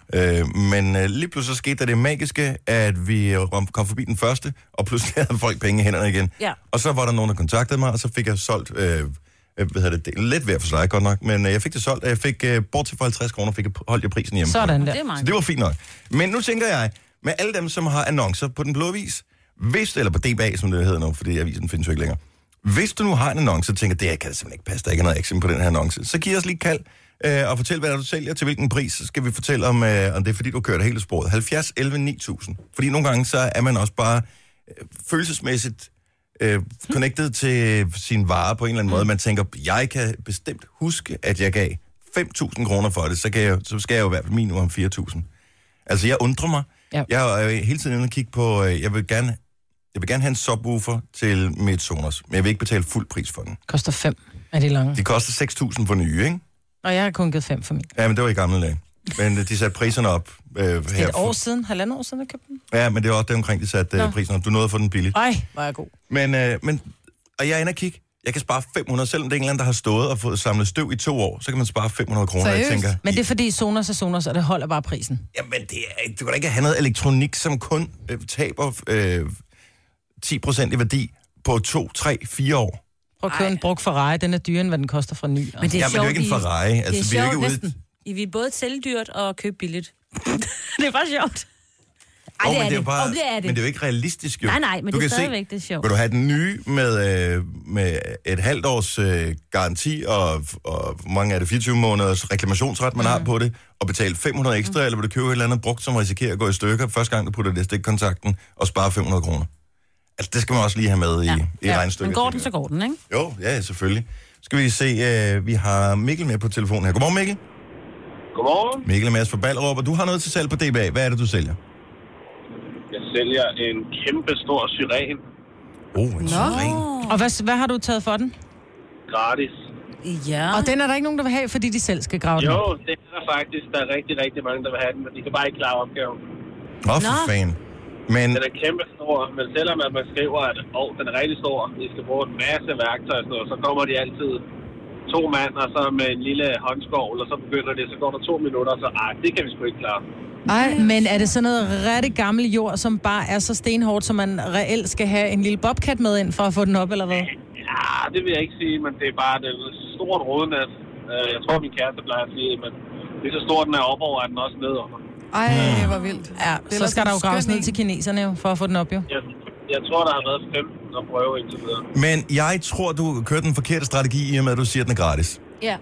Speaker 1: Øh, men øh, lige pludselig så skete der det magiske, at vi øh, rom- kom forbi den første, og pludselig havde folk penge i hænderne igen.
Speaker 4: Ja.
Speaker 1: Og så var der nogen, der kontaktede mig, og så fik jeg solgt... Øh, øh, hvad hedder det, det er lidt ved at forslage, godt nok, men øh, jeg fik det solgt, og jeg fik, øh, bortset fra 50 kroner, fik jeg, holdt jeg prisen hjemme.
Speaker 2: Sådan
Speaker 4: Det
Speaker 2: der.
Speaker 4: er
Speaker 1: Så
Speaker 4: meget.
Speaker 1: det var fint nok. Men nu tænker jeg, med alle dem, som har annoncer på den blå vis, hvis, eller på DBA, som det hedder nu, fordi avisen findes jo ikke længere. Hvis du nu har en annonce og tænker, det her kan simpelthen ikke passe, der er ikke noget action på den her annonce, så giv os lige et kald øh, og fortæl, hvad det er, du sælger, til hvilken pris, så skal vi fortælle om, øh, om det er, fordi du kører det hele sporet. 70, 11, 9000. Fordi nogle gange, så er man også bare øh, følelsesmæssigt øh, connected til sin vare på en eller anden måde.
Speaker 2: Mm.
Speaker 1: Man tænker, jeg kan bestemt huske, at jeg gav 5.000 kroner for det, så, kan jeg, så skal jeg jo i hvert fald minimum 4.000. Altså, jeg undrer mig. Ja.
Speaker 2: Ja.
Speaker 1: Jeg er jo hele tiden inde og kigge på, øh, jeg vil gerne, jeg vil gerne have en subwoofer til mit Sonos, men jeg vil ikke betale fuld pris for den.
Speaker 2: Koster fem af de lange.
Speaker 1: De koster 6.000 for nye, ikke?
Speaker 2: Og jeg har kun givet fem for min.
Speaker 1: Ja, men det var i gamle dage. Men øh, de satte priserne op. Øh, her
Speaker 2: Et år siden, halvandet år siden, jeg købte den.
Speaker 1: Ja, men det var også det omkring, de satte øh, priserne op. Du nåede at få den billigt.
Speaker 2: Ej, var jeg god.
Speaker 1: Men, øh, men, og jeg er inde og kigge. Jeg kan spare 500, selvom det er en eller anden, der har stået og fået samlet støv i to år, så kan man spare 500 kroner. Jeg
Speaker 3: Seriøst?
Speaker 1: tænker,
Speaker 2: Men det er fordi Sonos er Sonos, og det holder bare prisen.
Speaker 1: Jamen, det er, ikke- du kan da ikke have noget elektronik, som kun øh, taber øh, 10% i værdi på 2, 3, 4 år.
Speaker 2: Prøv at købe en brugt Ferrari, den er dyrere, end hvad den koster fra ny.
Speaker 4: Men det er
Speaker 1: Ja, men det er jo
Speaker 4: sjovt,
Speaker 1: ikke en
Speaker 4: I-
Speaker 1: Ferrari. Altså,
Speaker 4: det er
Speaker 1: vi er
Speaker 4: sjovt,
Speaker 1: ikke ude...
Speaker 4: næsten. I vil både sælge dyrt og købe billigt. det er bare sjovt. Ej,
Speaker 1: Jo,
Speaker 4: det
Speaker 1: men
Speaker 4: er
Speaker 1: jo
Speaker 4: det.
Speaker 1: bare,
Speaker 4: Åh, det er det.
Speaker 1: Men det er jo ikke realistisk, jo.
Speaker 4: Nej, nej, men
Speaker 1: du
Speaker 4: det er
Speaker 1: kan
Speaker 4: stadigvæk,
Speaker 1: se,
Speaker 4: det er sjovt.
Speaker 1: Vil du have den nye med, øh, med et halvt års øh, garanti og, og hvor mange er det, 24 måneders reklamationsret, man mm. har på det, og betale 500 ekstra, mm. eller vil du købe et eller andet brugt, som risikerer at gå i stykker første gang, du putter det i stikkontakten og spare 500 kroner? Altså, det skal man også lige have med i, ja. i ja. regnstykket.
Speaker 4: Men
Speaker 1: tænker
Speaker 4: går den,
Speaker 1: jeg.
Speaker 4: så går den, ikke?
Speaker 1: Jo, ja, selvfølgelig. Skal vi se, øh, vi har Mikkel med på telefonen her. Godmorgen, Mikkel.
Speaker 7: Godmorgen.
Speaker 1: Mikkel er med os fra Ballerup, og du har noget til salg på DBA. Hvad er det, du sælger?
Speaker 7: Jeg sælger en kæmpe stor syren
Speaker 1: Oh, en syren.
Speaker 2: Og hvad, hvad har du taget for den?
Speaker 7: gratis.
Speaker 4: Ja.
Speaker 2: Og den er der ikke nogen, der vil have, fordi de selv skal grave den.
Speaker 7: Jo,
Speaker 2: op.
Speaker 7: det er der faktisk. Der er rigtig, rigtig mange, der vil have den, men de kan bare ikke klare opgaven.
Speaker 1: Åh, for
Speaker 4: Nå.
Speaker 1: fanden. Men
Speaker 7: Den er kæmpe stor, men selvom at man skriver, at oh, den er rigtig stor, vi skal bruge en masse værktøj, og sådan noget, så kommer de altid to mand, og så med en lille håndskovl, og så begynder det, så går der to minutter, og så, ej, det kan vi sgu ikke klare.
Speaker 3: Ej,
Speaker 2: Men er det sådan noget rigtig gammel jord, som bare er så stenhårdt, så man reelt skal have en lille bobcat med ind for at få den op, eller hvad?
Speaker 7: Ja, det vil jeg ikke sige, men det er bare det er et stort rådnet. Øh, Jeg tror, min kæreste plejer at sige, men det er så stort, den er opover, er den også nedover.
Speaker 3: ej, hvor vildt.
Speaker 2: Ja,
Speaker 3: Det er
Speaker 2: så
Speaker 3: ellers
Speaker 2: skal der
Speaker 3: en
Speaker 2: jo graves
Speaker 3: skøn
Speaker 2: ned
Speaker 3: en.
Speaker 2: til kineserne jo, for at få den op, jo.
Speaker 7: Jeg, jeg tror, der har været 15 at prøve indtil videre.
Speaker 1: Men jeg tror, du kører den forkerte strategi i og med, at du siger, at den er gratis.
Speaker 4: Ja.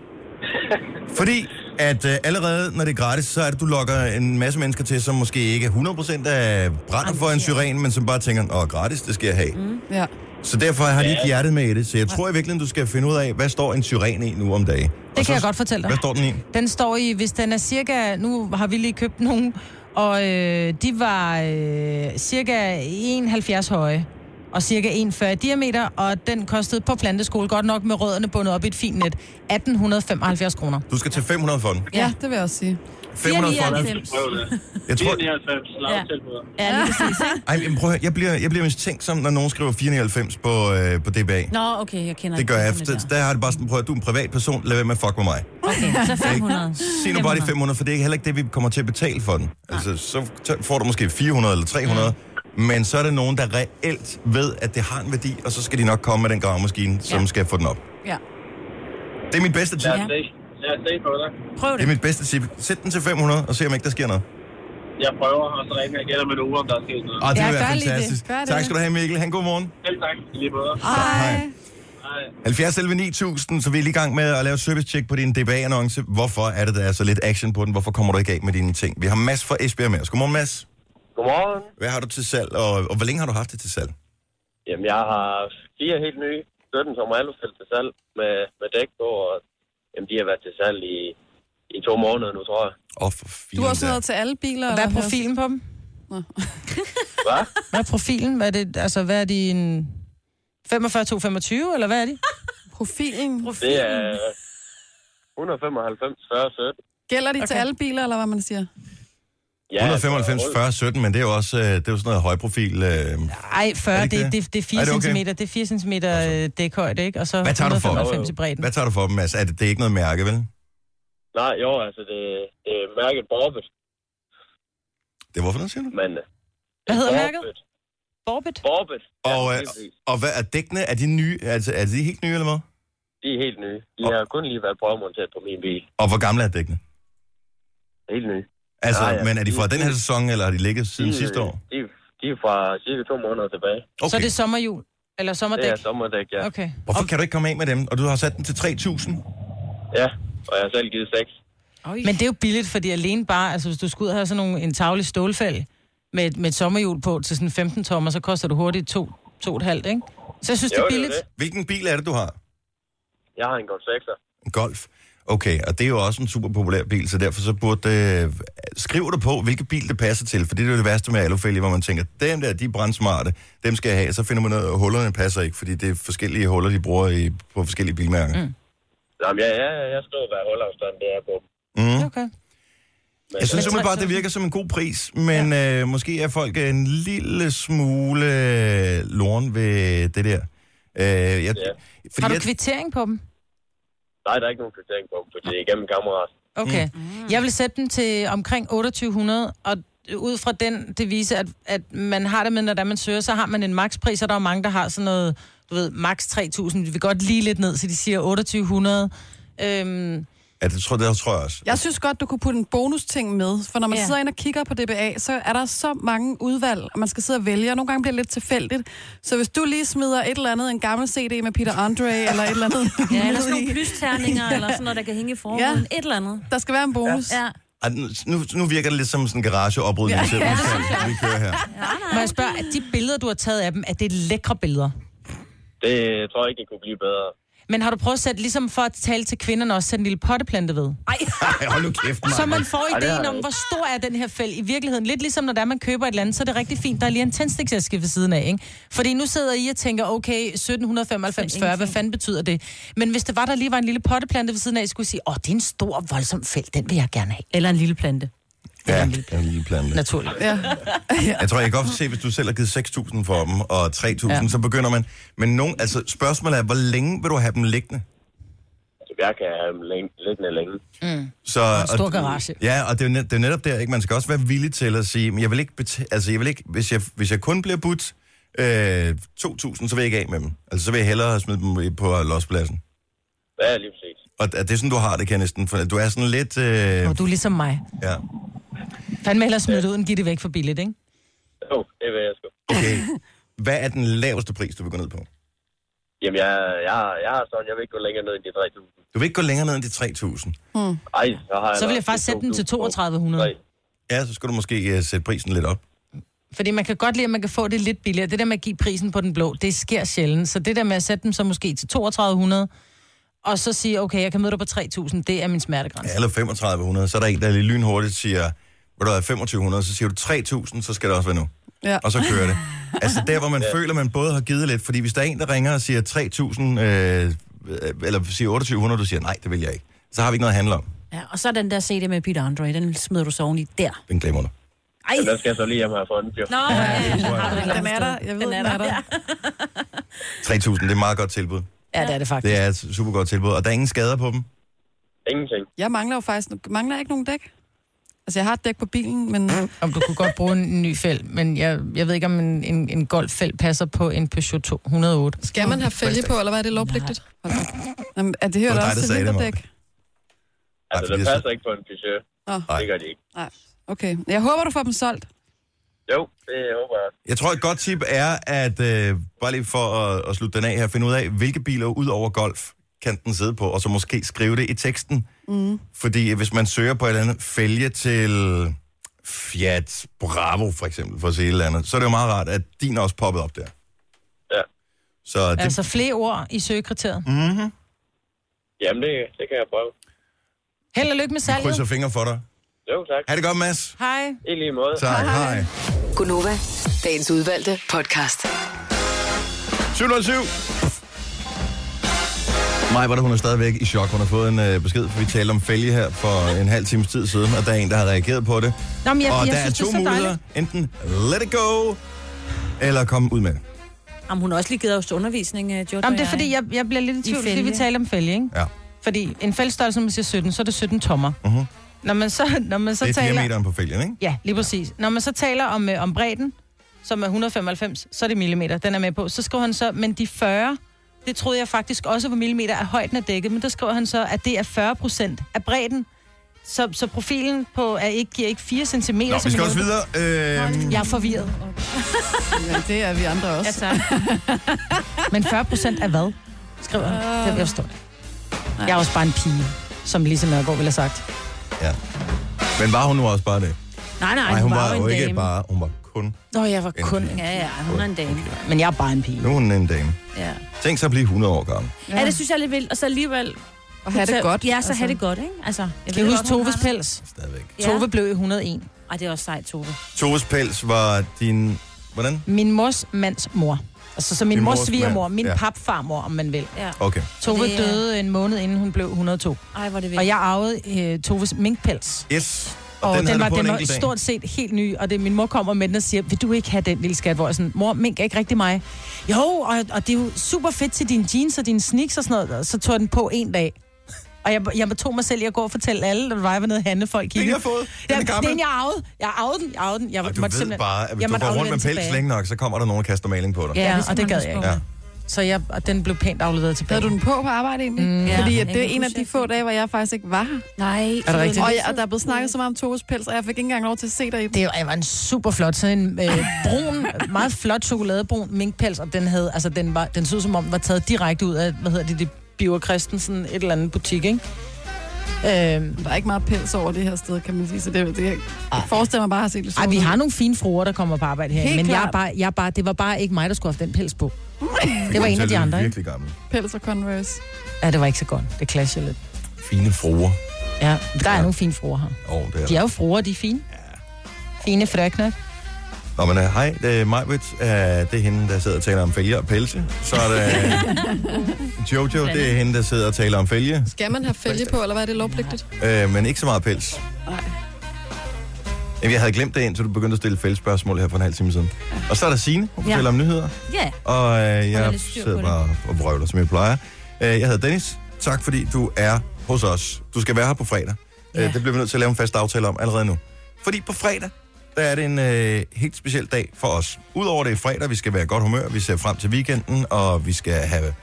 Speaker 1: Fordi at øh, allerede, når det er gratis, så er det, du lokker en masse mennesker til, som måske ikke er 100% af brænder for en syren, men som bare tænker, åh, gratis, det skal jeg have. Mm.
Speaker 3: Ja.
Speaker 1: Så derfor har de ikke hjertet med i det. Så jeg tror i virkeligheden, du skal finde ud af, hvad står en syren i nu om dagen?
Speaker 2: Det kan jeg godt fortælle dig.
Speaker 1: Hvad står den i?
Speaker 2: Den står i, hvis den er cirka, nu har vi lige købt nogle, og øh, de var øh, cirka 71 høje og cirka 1,40 i diameter, og den kostede på planteskole godt nok med rødderne bundet op i et fint net. 1875 kroner.
Speaker 1: Du skal tage 500 for den.
Speaker 3: ja, det vil jeg også sige.
Speaker 1: 500 for den.
Speaker 4: 94.
Speaker 7: Prøv det.
Speaker 1: Jeg tror,
Speaker 7: 99 slagtilbud.
Speaker 4: Ja, lige præcis.
Speaker 1: ej, men prøv at høre, jeg bliver, jeg bliver mistænkt som, når nogen skriver 94 på, øh, på DBA.
Speaker 4: Nå, okay, jeg kender
Speaker 1: Det gør jeg.
Speaker 4: ikke
Speaker 1: Der, der har det bare sådan, prøv at du er en privatperson, lad være med at fuck med mig.
Speaker 4: Okay, så 500.
Speaker 1: Sig nu bare de 500, for det er heller ikke det, vi kommer til at betale for den. Altså, så t- får du måske 400 eller 300, men så er det nogen, der reelt ved, at det har en værdi, og så skal de nok komme med den gravemaskine, som
Speaker 4: Ja.
Speaker 1: skal få den op.
Speaker 3: Ja.
Speaker 1: Det er mit bedste tip.
Speaker 7: Lad os se. Lad os se på det.
Speaker 4: Prøv
Speaker 1: Det
Speaker 4: det.
Speaker 1: er mit bedste tip. Sæt den til 500, og se om ikke der sker noget.
Speaker 7: Jeg prøver, og så ringer jeg igen om en uge, om der er sket noget.
Speaker 1: Ah, det
Speaker 2: Ja,
Speaker 1: vil være
Speaker 2: gør lige det.
Speaker 1: fantastisk.
Speaker 3: Gør det.
Speaker 1: Tak skal du have, Mikkel. Han god morgen.
Speaker 7: Selv tak. I Lige måde.
Speaker 1: Hej.
Speaker 3: Ej.
Speaker 1: 70 11 9000, så vi er lige i gang med at lave et service-check på din DBA-annonce. Hvorfor er det, der er så lidt action på den? Hvorfor kommer du ikke af med dine ting? Vi har Mads fra Esbjerg med os. Godmorgen, Mads.
Speaker 8: Godmorgen.
Speaker 1: Hvad har du til salg, og, og hvor længe har du haft det til salg?
Speaker 8: Jamen, jeg har fire helt nye 17 som er stillet til salg med, med dæk på, og jamen, de har været til salg i, i to måneder nu, tror jeg.
Speaker 1: Åh, oh, for fint.
Speaker 3: Du har sådan noget til alle biler?
Speaker 2: Hvad er
Speaker 3: eller
Speaker 2: profilen på dem?
Speaker 8: Hvad?
Speaker 2: Hvad er profilen? Hvad er det, altså, hvad er de en 45 225 eller hvad er de?
Speaker 3: Profilen?
Speaker 8: Det er 195, 40, 17.
Speaker 3: Gælder de okay. til alle biler, eller hvad man siger?
Speaker 8: Ja,
Speaker 1: 195,
Speaker 8: altså,
Speaker 1: 40, 17, men det er jo også øh, det er jo sådan noget højprofil. Øh.
Speaker 2: Ej, 40,
Speaker 1: Er det
Speaker 2: det,
Speaker 1: ikke det?
Speaker 2: det, det, det er 4
Speaker 1: Er det okay?
Speaker 2: det
Speaker 1: Altså,
Speaker 2: okay? cm, det er øh, 4 cm dækhøjde, ikke? Og så
Speaker 1: Hvad tager du for?
Speaker 2: 195 i bredden.
Speaker 1: Hvad tager du for dem, Mads? Er det, det er ikke noget mærke, vel?
Speaker 8: Nej, jo, altså, det, det er mærket Borbet,
Speaker 1: Det er hvorfor, der siger du?
Speaker 8: men... øh,
Speaker 2: Hvad hedder
Speaker 8: Borbet.
Speaker 2: mærket? Borbet?
Speaker 8: Borbet.
Speaker 1: Og,
Speaker 8: ja,
Speaker 1: øh,
Speaker 8: lige præcis.
Speaker 1: og hvad er dækkene? Er de nye? Altså, er de helt nye, eller hvad?
Speaker 8: de er helt nye. De
Speaker 1: Og-
Speaker 8: har kun lige været prøvemonteret på min bil.
Speaker 1: Og hvor gamle er dækkene?
Speaker 8: Helt nye.
Speaker 1: Altså,
Speaker 8: Ja, Øh, ja.
Speaker 1: men er de fra den her sæson, eller har de ligget siden
Speaker 8: de,
Speaker 1: sidste år?
Speaker 8: De, de er fra cirka to måneder tilbage.
Speaker 1: Okay.
Speaker 2: Så er det sommerhjul? Eller
Speaker 8: Det
Speaker 2: sommerdæk?
Speaker 8: er sommerdæk, ja.
Speaker 2: Okay.
Speaker 1: Hvorfor kan du ikke komme af med dem? Og du har sat den til 3.000.
Speaker 8: Ja, og jeg har selv givet seks.
Speaker 2: Men det er jo billigt, fordi alene bare, altså hvis du skulle ud og have sådan nogle, en tavlig stålfælde med, et- med et sommerhjul på til sådan 15 tommer, så koster du hurtigt to, to og et halvt, ikke? Så jeg synes,
Speaker 8: Jo,
Speaker 2: det
Speaker 8: det
Speaker 2: er
Speaker 8: er
Speaker 2: billigt.
Speaker 8: det.
Speaker 1: Hvilken bil er det, du har?
Speaker 8: Jeg har en Golf 6'er.
Speaker 1: En Golf. Okay, og det er jo også en super populær bil, så derfor så burde... Øh, skriv du på, hvilken bil det passer til, for det er jo det værste med alufælge, hvor man tænker, dem der, de er brandsmarte, dem skal jeg have, og så finder man ud af, at hullerne passer ikke, fordi det er forskellige huller, de bruger i, på forskellige bilmærker. Mm.
Speaker 8: Jamen, ja, ja, jeg skriver, hvad hulafstanden det er på. dem.
Speaker 2: Okay.
Speaker 1: Mm. Jeg synes
Speaker 2: Men
Speaker 1: simpelthen bare,
Speaker 2: 3.000.
Speaker 1: det virker som en god pris, men ja. øh, måske er folk en lille smule øh, lorn ved det der. Øh, jeg, ja. fordi
Speaker 2: Har du
Speaker 1: jeg,
Speaker 2: kvittering på dem?
Speaker 8: Nej, der er ikke nogen kvittering på, dem, for det er igennem kammerat.
Speaker 2: Okay. Mm. Jeg vil sætte den til omkring 2800, og ud fra den devise, at, at man har det med, når det er, man søger, så har man en makspris, og der er jo mange, der har sådan noget, du ved, maks 3000. Vi vil godt lige lidt ned, så de siger 2800. Øhm,
Speaker 1: ja, det, tror, det tror jeg også.
Speaker 3: Jeg synes godt, du kunne putte en bonus-ting med, for når man
Speaker 2: Ja.
Speaker 3: ja. sidder ind og kigger på DBA, så er der så mange udvalg, og man skal sidde og vælge, og nogle gange bliver det lidt tilfældigt. Så hvis du lige smider et eller andet, en gammel CD med Peter Andre, eller et eller andet,
Speaker 4: Ja, eller sådan
Speaker 3: ned i,
Speaker 4: nogle plysterninger, eller sådan noget, der kan hænge i forruden. Et eller andet.
Speaker 3: der skal være en bonus. Ja.
Speaker 4: Ja.
Speaker 1: Ej, nu- Nu, nu virker det lidt som sådan en garageoprydning ja. til udkald, vi kører her.
Speaker 2: må jeg spørge, at de billeder, du har taget af dem, er det lækre billeder?
Speaker 8: Det tror jeg ikke, det kunne blive bedre.
Speaker 2: Men har du prøvet at sætte, ligesom for at tale til kvinderne, også sætte en lille potteplante ved?
Speaker 1: Ej, hold nu kæft, man.
Speaker 2: Så man får
Speaker 8: Ej, det har
Speaker 2: ideen
Speaker 8: jeg
Speaker 2: om,
Speaker 8: ikke.
Speaker 2: hvor stor er den her fæld i virkeligheden. Lidt ligesom når der man køber et eller andet, så er det rigtig fint, der er lige en tændstiksæske ved siden af. Ikke? Fordi nu sidder I og tænker, okay, 1795-40, hvad fanden betyder det? Men hvis det var, der lige var en lille potteplante ved siden af, I skulle sige, åh, det er en stor, voldsom fæld, den vil jeg gerne have.
Speaker 4: Eller en lille plante.
Speaker 1: Ja, en lille plante.
Speaker 2: Naturligt.
Speaker 3: Ja.
Speaker 1: Jeg tror, jeg kan godt se, hvis du selv har givet 6.000 for dem, og 3.000, ja.
Speaker 2: Ja.
Speaker 1: så begynder man. Men nogen, altså, spørgsmålet er, hvor længe vil du have dem liggende?
Speaker 8: Altså, Jeg kan have dem længe, liggende længe.
Speaker 1: Så, og
Speaker 2: en stor garage.
Speaker 1: Ja, og det er, jo net, det er netop der, ikke? Man skal også være villig til at sige, men jeg vil ikke, beta- altså, jeg vil ikke hvis, jeg, hvis jeg kun bliver budt øh, 2.000, så vil jeg ikke af med dem. Altså, så vil jeg hellere smide dem i- på lospladsen.
Speaker 8: Ja, lige præcis.
Speaker 1: Og er det sådan, du har det, kan jeg næsten? For du er sådan lidt... Øh, ja.
Speaker 2: Og du er ligesom mig. Fandme hellere smide det ud, end give det væk for billigt, ikke?
Speaker 8: Jo, det vil jeg sgu.
Speaker 1: Okay. Hvad er den laveste pris, du vil gå ned på?
Speaker 8: Jamen, jeg, jeg, jeg har sådan, jeg vil ikke gå længere ned end de 3.000.
Speaker 1: Du vil ikke gå længere ned end de 3.000.
Speaker 8: Ej, så har jeg...
Speaker 2: Så vil
Speaker 8: nok
Speaker 2: jeg faktisk sætte den til
Speaker 8: 3.
Speaker 2: 3200.
Speaker 1: Ja, så skulle du måske øh, sætte prisen lidt op.
Speaker 2: Fordi man kan godt lide, at man kan få det lidt billigere. Det der med at give prisen på den blå, det sker sjældent. Så det der med at sætte dem så måske til 3200, og så sige, okay, jeg kan møde dig på 3000, det er min smertegrænse.
Speaker 1: Ja, eller 3500, så er der en, der lige lynhurtigt siger, ved du hvad, 2500, så siger du 3000, så skal det også være nu.
Speaker 3: Ja.
Speaker 1: Og så kører det. Altså der, hvor man ja. føler, man både har givet lidt, fordi hvis der er en, der ringer og siger 3000, øh, eller siger 2800, du siger, nej, det vil jeg ikke. Så har vi ikke noget at handle om.
Speaker 4: Ja, og så den der CD med Peter Andre, den smider du så oven i der.
Speaker 1: Den glemmer du.
Speaker 4: Ej!
Speaker 8: Den skal jeg så lige hjem og have fundet, jo.
Speaker 4: Nå, ja,
Speaker 3: Den er der. Jeg ved, den er der. Den er der.
Speaker 1: 3000, det er et meget godt tilbud.
Speaker 2: Ja, det er det faktisk.
Speaker 1: Det er et super godt tilbud, og der er ingen skader på dem.
Speaker 8: Ingenting.
Speaker 3: Jeg mangler jo faktisk mangler ikke nogen dæk. Altså, jeg har et dæk på bilen, men
Speaker 1: Mm.
Speaker 2: Om du kunne godt bruge en ny fæld, men jeg, jeg ved ikke, om en, en, en golffæld passer på en Peugeot 208.
Speaker 9: Skal man have fælge på, eller hvad er det lovpligtigt?
Speaker 3: hold da. Jamen, er det her
Speaker 1: Det var dig,
Speaker 3: også
Speaker 1: der
Speaker 3: til
Speaker 1: sagde det, Maja.
Speaker 3: vinterdæk?
Speaker 1: fordi
Speaker 8: Altså, den
Speaker 1: jeg så-
Speaker 8: passer ikke på en Peugeot.
Speaker 3: Nå,
Speaker 8: Det gør de ikke.
Speaker 3: nej. Okay. Jeg håber, du får dem solgt.
Speaker 8: Jo, det håber jeg.
Speaker 1: Jeg tror, et godt tip er, at øh, bare lige for at, at slutte den af her, finde ud af, hvilke biler ud over golf kan den sidde på, og så måske skrive det i teksten. Mm. Fordi hvis man søger på et eller andet fælge til Fiat Bravo, for eksempel, for at sige et eller andet, så er det jo meget rart, at din er også poppet op der.
Speaker 8: Ja.
Speaker 1: Så det,
Speaker 2: Altså flere ord i søgekriteriet. Mm.
Speaker 8: Jamen, det, det kan jeg prøve.
Speaker 2: Held og lykke med
Speaker 1: jeg krydser
Speaker 2: salget.
Speaker 1: fingre for dig.
Speaker 8: Jo, tak.
Speaker 1: Ha' det godt, Mads.
Speaker 2: Hej.
Speaker 8: I lige måde.
Speaker 1: Tak. Hej.
Speaker 5: Gunova, dagens udvalgte podcast.
Speaker 1: 707. Maja var der, hun er stadigvæk i chok. Hun har fået en øh, besked, for vi talte om fælge her for en halv times tid siden, og der er en, der har reageret på det.
Speaker 2: Nå, men jeg,
Speaker 1: og
Speaker 2: jeg
Speaker 1: der
Speaker 2: synes,
Speaker 1: er to
Speaker 2: det er så
Speaker 1: muligheder.
Speaker 2: dejligt.
Speaker 1: Enten let it go, eller komme ud med det.
Speaker 4: Jamen, hun har også lige givet os undervisning, øh, Jojo.
Speaker 2: Jamen, det er fordi, jeg, jeg bliver lidt i tvivl, fordi vi
Speaker 4: fælge.
Speaker 2: taler om fælge, ikke?
Speaker 1: Ja,
Speaker 2: Fordi en fældstørrelse, når man siger 17, så er det 17 tommer.
Speaker 1: Mhm.
Speaker 2: Når man så, når man så
Speaker 1: det er
Speaker 2: taler...
Speaker 1: diameteren på fælgen, ikke?
Speaker 2: Ja, lige præcis. Når man så taler om, øh, om bredden, som er 195, så er det millimeter, den er med på. Så skriver han så, men de 40, det troede jeg faktisk også var millimeter af højden af dækket, men der skriver han så, at det er 40 procent af bredden. Så, så profilen på er ikke, giver ikke 4 cm.
Speaker 1: Nå, vi skal også videre. Øhm,
Speaker 2: Jeg er forvirret.
Speaker 3: Ja, det er vi andre også.
Speaker 4: Altså,
Speaker 2: Men 40 procent af hvad? Skriver han. Det, jeg forstår det. Jeg er også bare en pige, som Lise Nørgaard ville have sagt.
Speaker 1: ja. Men var hun nu også bare det?
Speaker 4: nej, nej,
Speaker 1: Nej, hun var
Speaker 4: jo
Speaker 1: jo
Speaker 4: en
Speaker 1: ikke
Speaker 4: dame.
Speaker 1: bare, hun var kun...
Speaker 2: Nå, jeg var
Speaker 1: En
Speaker 2: kun...
Speaker 1: pige.
Speaker 4: Ja, ja, hun er en dame.
Speaker 2: Men jeg er bare en pige.
Speaker 1: Nu er hun en dame.
Speaker 4: Ja.
Speaker 1: Tænk så at blive 100 år gammel.
Speaker 4: ja, det synes jeg er lidt vildt. Og så alligevel...
Speaker 3: Og have det
Speaker 4: så,
Speaker 3: godt.
Speaker 4: Ja, så altså. have det godt, ikke? Altså, jeg
Speaker 2: Kan
Speaker 4: ved
Speaker 2: I huske
Speaker 4: godt, hun har
Speaker 2: Toves
Speaker 4: det.
Speaker 2: pels?
Speaker 1: Stadigvæk.
Speaker 4: Ja.
Speaker 2: Tove blev i 101.
Speaker 4: Ej, det er også sejt, Tove.
Speaker 1: Toves pels var din... Hvordan?
Speaker 2: Min mors mands mor. Altså så min
Speaker 1: Din
Speaker 2: mors
Speaker 1: mors
Speaker 2: svigermor,
Speaker 1: mand,
Speaker 2: min
Speaker 1: ja.
Speaker 2: papfarmor, om man vil.
Speaker 4: Ja.
Speaker 1: Okay.
Speaker 2: Tove
Speaker 4: Det er-
Speaker 2: døde en måned inden hun blev 102.
Speaker 4: Ej, hvor er det vildt.
Speaker 2: Og jeg arvede øh, Toves minkpels.
Speaker 1: Yes.
Speaker 2: Og, og den,
Speaker 1: havde du
Speaker 2: den var,
Speaker 1: på en
Speaker 2: den var
Speaker 1: enkelt dag.
Speaker 2: stort set helt ny, og det, min mor kommer med den og siger, vil du ikke have den lille skat? Hvor jeg sådan, mor, mink er ikke rigtig mig. Jo, og, og det er jo super fedt til dine jeans og dine sneaks og sådan noget. Og så tog jeg den på en dag. Og jeg, jeg tog mig selv i at gå og fortælle alle, der var nede og handle folk
Speaker 1: Den,
Speaker 2: kiggede.
Speaker 1: jeg har fået. Den
Speaker 2: Ja,
Speaker 1: er gammel.
Speaker 2: den jeg arvede. Jeg arvede den, jeg arvede den. Jeg
Speaker 1: Og du
Speaker 2: måtte
Speaker 1: ved
Speaker 2: simpelthen-
Speaker 1: bare, at hvis
Speaker 2: jeg
Speaker 1: du
Speaker 2: måtte
Speaker 1: går
Speaker 2: aflevere
Speaker 1: rundt med
Speaker 2: den
Speaker 1: pels
Speaker 2: tilbage.
Speaker 1: længe nok, så kommer der nogen og kaster maling på dig.
Speaker 2: Ja,
Speaker 4: Ja,
Speaker 2: ja
Speaker 4: det
Speaker 2: og
Speaker 4: skal
Speaker 2: det
Speaker 4: man
Speaker 2: gad
Speaker 4: huske
Speaker 2: jeg
Speaker 4: på.
Speaker 2: ikke.
Speaker 1: Ja.
Speaker 2: Ja. Så jeg, og den blev pænt afleveret tilbage.
Speaker 3: Havde du den på på arbejde egentlig? Mm,
Speaker 4: Ja.
Speaker 3: Fordi at
Speaker 4: Jeg
Speaker 3: det
Speaker 4: kan
Speaker 3: er en af
Speaker 4: huske,
Speaker 3: de
Speaker 4: jeg
Speaker 3: få dage, hvor jeg faktisk ikke var her.
Speaker 4: Nej.
Speaker 2: Er det rigtigt?
Speaker 3: Og, jeg, og der er blevet snakket så meget om Toves pels, og jeg fik ikke engang lov til at se dig i den.
Speaker 2: Det var- var en super flot, sådan en øh, brun, meget flot chokoladebrun minkpels, og den havde, altså den var, den så ud som om, den var taget direkte ud af, hvad hedder det, det Biver Christensen, et eller andet butik, ikke? Øh,
Speaker 3: Der er ikke meget pels over det her sted, kan man sige. Så det, det jeg forestiller mig bare at have set det
Speaker 2: ej,
Speaker 3: sådan
Speaker 2: vi
Speaker 3: ud.
Speaker 2: har nogle fine fruer, der kommer på arbejde her,
Speaker 3: Helt
Speaker 2: men jeg er
Speaker 3: klart.
Speaker 2: bare, jeg er bare, det var bare ikke mig, der skulle have den pels på. Det var
Speaker 1: Så
Speaker 2: en af de
Speaker 1: er
Speaker 2: andre, ikke?
Speaker 1: virkelig gammel.
Speaker 3: pels og Converse.
Speaker 2: Ja, det var ikke så godt. Det clasher lidt.
Speaker 1: Fine fruer.
Speaker 2: Ja, der er
Speaker 1: Ja.
Speaker 2: nogle fine fruer her.
Speaker 1: Oh, det er
Speaker 2: De er
Speaker 1: der.
Speaker 2: jo fruer, de er fine. Fine frøkner.
Speaker 1: Nå, men uh, hej, det er Majbrit. Uh, det er hende, der sidder og taler om fælge og pelse. Så er der Jojo, det er hende, der sidder og taler om fælge, øh,
Speaker 9: Skal man have fælge på, eller hvad er det lovpligtigt?
Speaker 1: uh, men ikke så meget pels. Jamen, jeg havde glemt det indtil du begyndte at stille fællespørgsmål her for en halv time siden. Og så er der Signe, hun
Speaker 4: Ja.
Speaker 1: fortæller om nyheder.
Speaker 4: Ja.
Speaker 1: Og øh,
Speaker 4: er
Speaker 1: jeg
Speaker 4: lidt styr på
Speaker 1: sidder
Speaker 4: det.
Speaker 1: bare og vrøvler, som jeg plejer. Øh, jeg hedder Dennis. Tak fordi du er hos os. Du skal være her på fredag. Ja. Øh, det bliver vi nødt til at lave en fast aftale om allerede nu. Fordi på fredag, der er det en øh, helt speciel dag for os. Udover det er fredag, vi skal være i godt humør, vi ser frem til weekenden, og vi skal have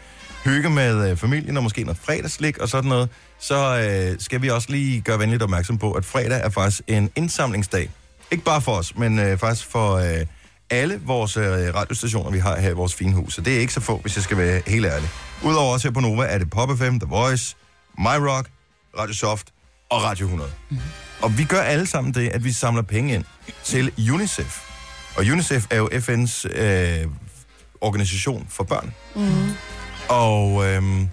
Speaker 1: hygge med øh, familien, og måske noget fredagslik og sådan noget, så øh, skal vi også lige gøre venligt opmærksom på, at fredag er faktisk en indsamlingsdag. Ikke bare for os, men øh, faktisk for øh, alle vores øh, radiostationer, vi har her i vores fine hus. Så det er ikke så få, hvis jeg skal være helt ærlig. Udover os her på Nova, er det Pop FM, The Voice, My Rock, Radio Soft og Radio 100. Og vi gør alle sammen det, at vi samler penge ind til UNICEF. Og UNICEF er jo FN's øh, organisation for børn.
Speaker 10: Mm.
Speaker 1: Og øhm,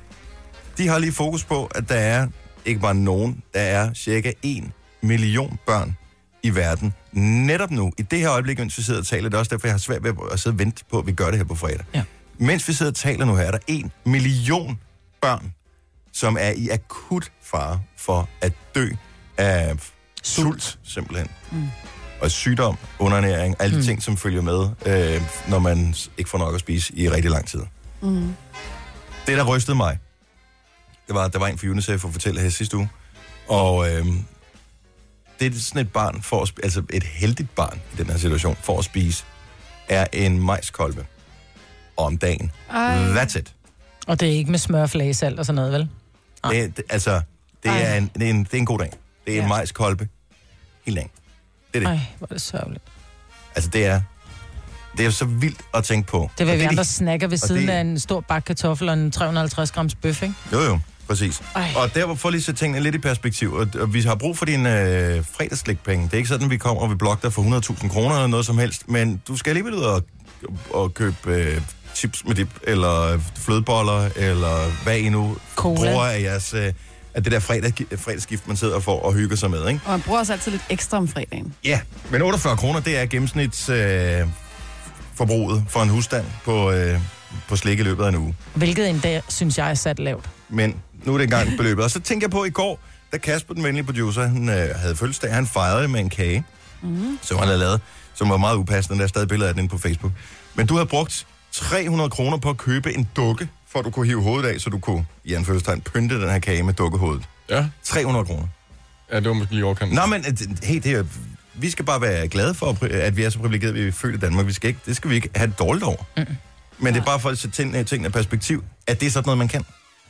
Speaker 1: de har lige fokus på, at der er ikke bare nogen, der er cirka 1 million børn i verden netop nu. I det her øjeblik, mens vi sidder og taler, det er også derfor, jeg har svært ved at sidde og vente på, at vi gør det her på fredag.
Speaker 2: Ja.
Speaker 1: Mens vi sidder og taler nu her, er der 1 million børn, som er i akut fare for at dø af sult, sult simpelthen
Speaker 10: Mm.
Speaker 1: og sygdom, underernæring, alle de
Speaker 10: Mm.
Speaker 1: ting, som følger med, øh, når man s- ikke får nok at spise i rigtig lang tid.
Speaker 10: Mm.
Speaker 1: Det, der rystede mig, det var, at der var en fra UNICEF for at fortælle her sidste uge, og øh, det er sådan et barn, for at, sp- altså et heldigt barn i den her situation, for at spise, er en majskolbe om dagen.
Speaker 2: Ej.
Speaker 1: That's it.
Speaker 2: Og det er ikke med smør, flage, salt og sådan noget, vel?
Speaker 1: Det, er- det, altså, det
Speaker 2: Ah. Ej.
Speaker 1: er, en, det, er en, det er en god dag. Det er
Speaker 2: Ja.
Speaker 1: en majskolbe hele dagen. Det er det.
Speaker 2: Ej, hvor er det sørgeligt.
Speaker 1: Altså, det er, det er så vildt at tænke på.
Speaker 2: Det
Speaker 1: Og
Speaker 2: vil vi
Speaker 1: er
Speaker 2: andre
Speaker 1: de-
Speaker 2: snakker ved
Speaker 1: og
Speaker 2: siden
Speaker 1: det-
Speaker 2: af en stor bakke kartoffel og en 350 grams bøf, ikke?
Speaker 1: Jo, jo, præcis.
Speaker 2: Ej.
Speaker 1: Ej. Og der for lige at sætte tingene lidt i perspektiv, og, og vi har brug for dine øh, fredagslægpenge. Det er ikke sådan, at vi kommer og vi blokker dig for 100.000 kroner eller noget som helst, men du skal alligevel ud og, og købe øh, chips med dip, eller øh, flødeboller, eller hvad I nu
Speaker 3: Cola.
Speaker 1: bruger af jeres... Øh, af det der fredag, fredagsgift, man sidder for og hygger sig med, ikke?
Speaker 3: Og man bruger også altid lidt ekstra om fredagen.
Speaker 1: Ja, men 48 kroner, det er gennemsnits øh, forbruget for en husstand på, øh, på slik i løbet af en uge.
Speaker 2: Hvilket en dag, synes jeg, er sat lavt.
Speaker 1: men nu er det engang beløbet. Og så tænker jeg på i går, da Kasper, den venlige producer, han øh, havde fødselsdag, han fejrede det med en kage,
Speaker 10: Mm.
Speaker 1: som han havde lavet, som var meget upassende, der er stadig billeder af den inde på Facebook. Men du havde brugt 300 kroner på at købe en dukke, for at du kunne hive hovedet af, så du kunne, i anførselstegn, pynte den her kage med dukkehovedet.
Speaker 11: Ja.
Speaker 1: 300 kroner.
Speaker 11: Ja, det var måske lige overkant.
Speaker 1: Nå, men øh, hey, det er, vi skal bare være glade for, at vi er så privilegerede, at vi er født i Danmark. Vi skal ikke, det skal vi ikke have det dårligt over. Mm. Men det er bare for at sætte tingene, tingene i perspektiv, at det er sådan noget, man kan.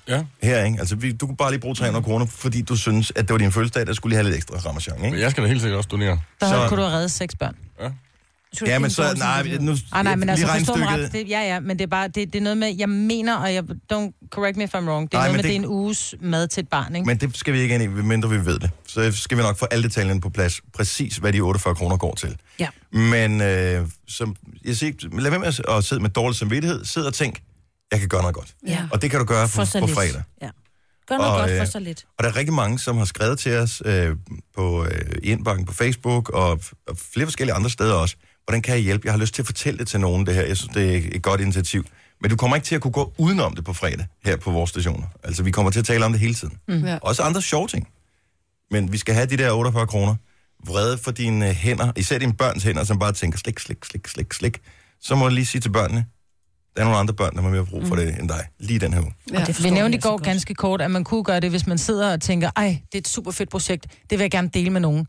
Speaker 11: Ja.
Speaker 1: Her, ikke? Altså, vi, du kunne bare lige bruge 300 kroner, fordi du synes, at det var din fødselsdag, der skulle lige have lidt ekstra ramachan, ikke?
Speaker 11: Men jeg skal da helt sikkert også donere.
Speaker 2: Der så...
Speaker 1: Så-
Speaker 2: kunne du have reddet seks børn.
Speaker 11: Ja.
Speaker 2: Så du
Speaker 1: Ja,
Speaker 2: fik
Speaker 1: men
Speaker 2: en
Speaker 1: så-
Speaker 2: dårlig
Speaker 1: nej,
Speaker 2: samvittighed.
Speaker 1: nu-
Speaker 2: Ah, nej, men
Speaker 1: lige
Speaker 2: altså, forstå mig ret.
Speaker 1: regnestykket-
Speaker 2: Det, ja, ja, men det er bare, det, det er noget med, jeg mener, og jeg, don't correct me if I'm wrong, det er
Speaker 1: Nej,
Speaker 2: nej, noget
Speaker 1: men
Speaker 2: med, det...
Speaker 1: det-
Speaker 2: det er en uges mad til et barn, ikke?
Speaker 1: Men det skal vi ikke ind i, mindre vi ved det. Så skal vi nok få alle detaljerne på plads, præcis hvad de 48 kroner går til.
Speaker 2: Ja.
Speaker 1: Men øh, som, jeg siger, ikke- lad være med at- at sidde med dårlig samvittighed. Sid og tænk, jeg kan gøre noget godt.
Speaker 4: Ja.
Speaker 1: Og det kan du gøre på,
Speaker 4: For så
Speaker 1: på
Speaker 4: lidt.
Speaker 1: fredag.
Speaker 4: Ja. Gør noget
Speaker 1: Og,
Speaker 4: godt for
Speaker 1: øh,
Speaker 4: så lidt.
Speaker 1: Og der er rigtig mange, som har skrevet til os øh, på øh, i indbakken på Facebook og, og flere forskellige andre steder også. Hvordan kan jeg hjælpe? Jeg har lyst til at fortælle det til nogen, det her. Jeg synes, det er et godt initiativ. Men du kommer ikke til at kunne gå udenom det på fredag her på vores stationer. Altså, vi kommer til at tale om det hele tiden.
Speaker 10: Mm. Ja.
Speaker 1: Også andre sjove ting. Men vi skal have de der 48 kroner vrede for dine øh, hænder, især dine børns hænder, som bare tænker slik, slik, slik, slik, slik. Så må jeg lige sige til børnene, der er nogle andre børn, der har mere brug for det end dig. Lige den her uge.
Speaker 2: Ja, det vi nævnte i
Speaker 4: altså
Speaker 2: går ganske kort, at man kunne gøre det, hvis man sidder og tænker, ej, det er et super fedt projekt, det vil jeg gerne dele med nogen.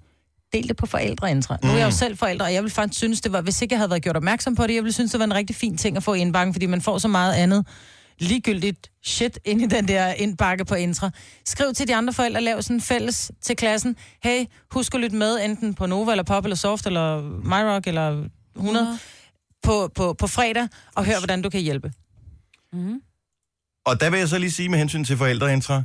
Speaker 2: Del det på forældreintra. Mm. Nu er jeg jo
Speaker 4: Mm.
Speaker 2: selv forældre, og jeg ville faktisk synes, det var, hvis ikke jeg havde været gjort opmærksom på det, jeg ville synes, det var en rigtig fin ting at få i indbakken, fordi man får så meget andet ligegyldigt shit ind i den der indbakke på intra. Skriv til de andre forældre, lav sådan en fælles til klassen. Hey, husk at lytte med enten på Nova, eller Pop, eller Soft, eller MyRock, eller 100 mm. på, på, på fredag, og hør, hvordan du kan hjælpe.
Speaker 1: Og der vil jeg så lige sige med hensyn til forældreintra,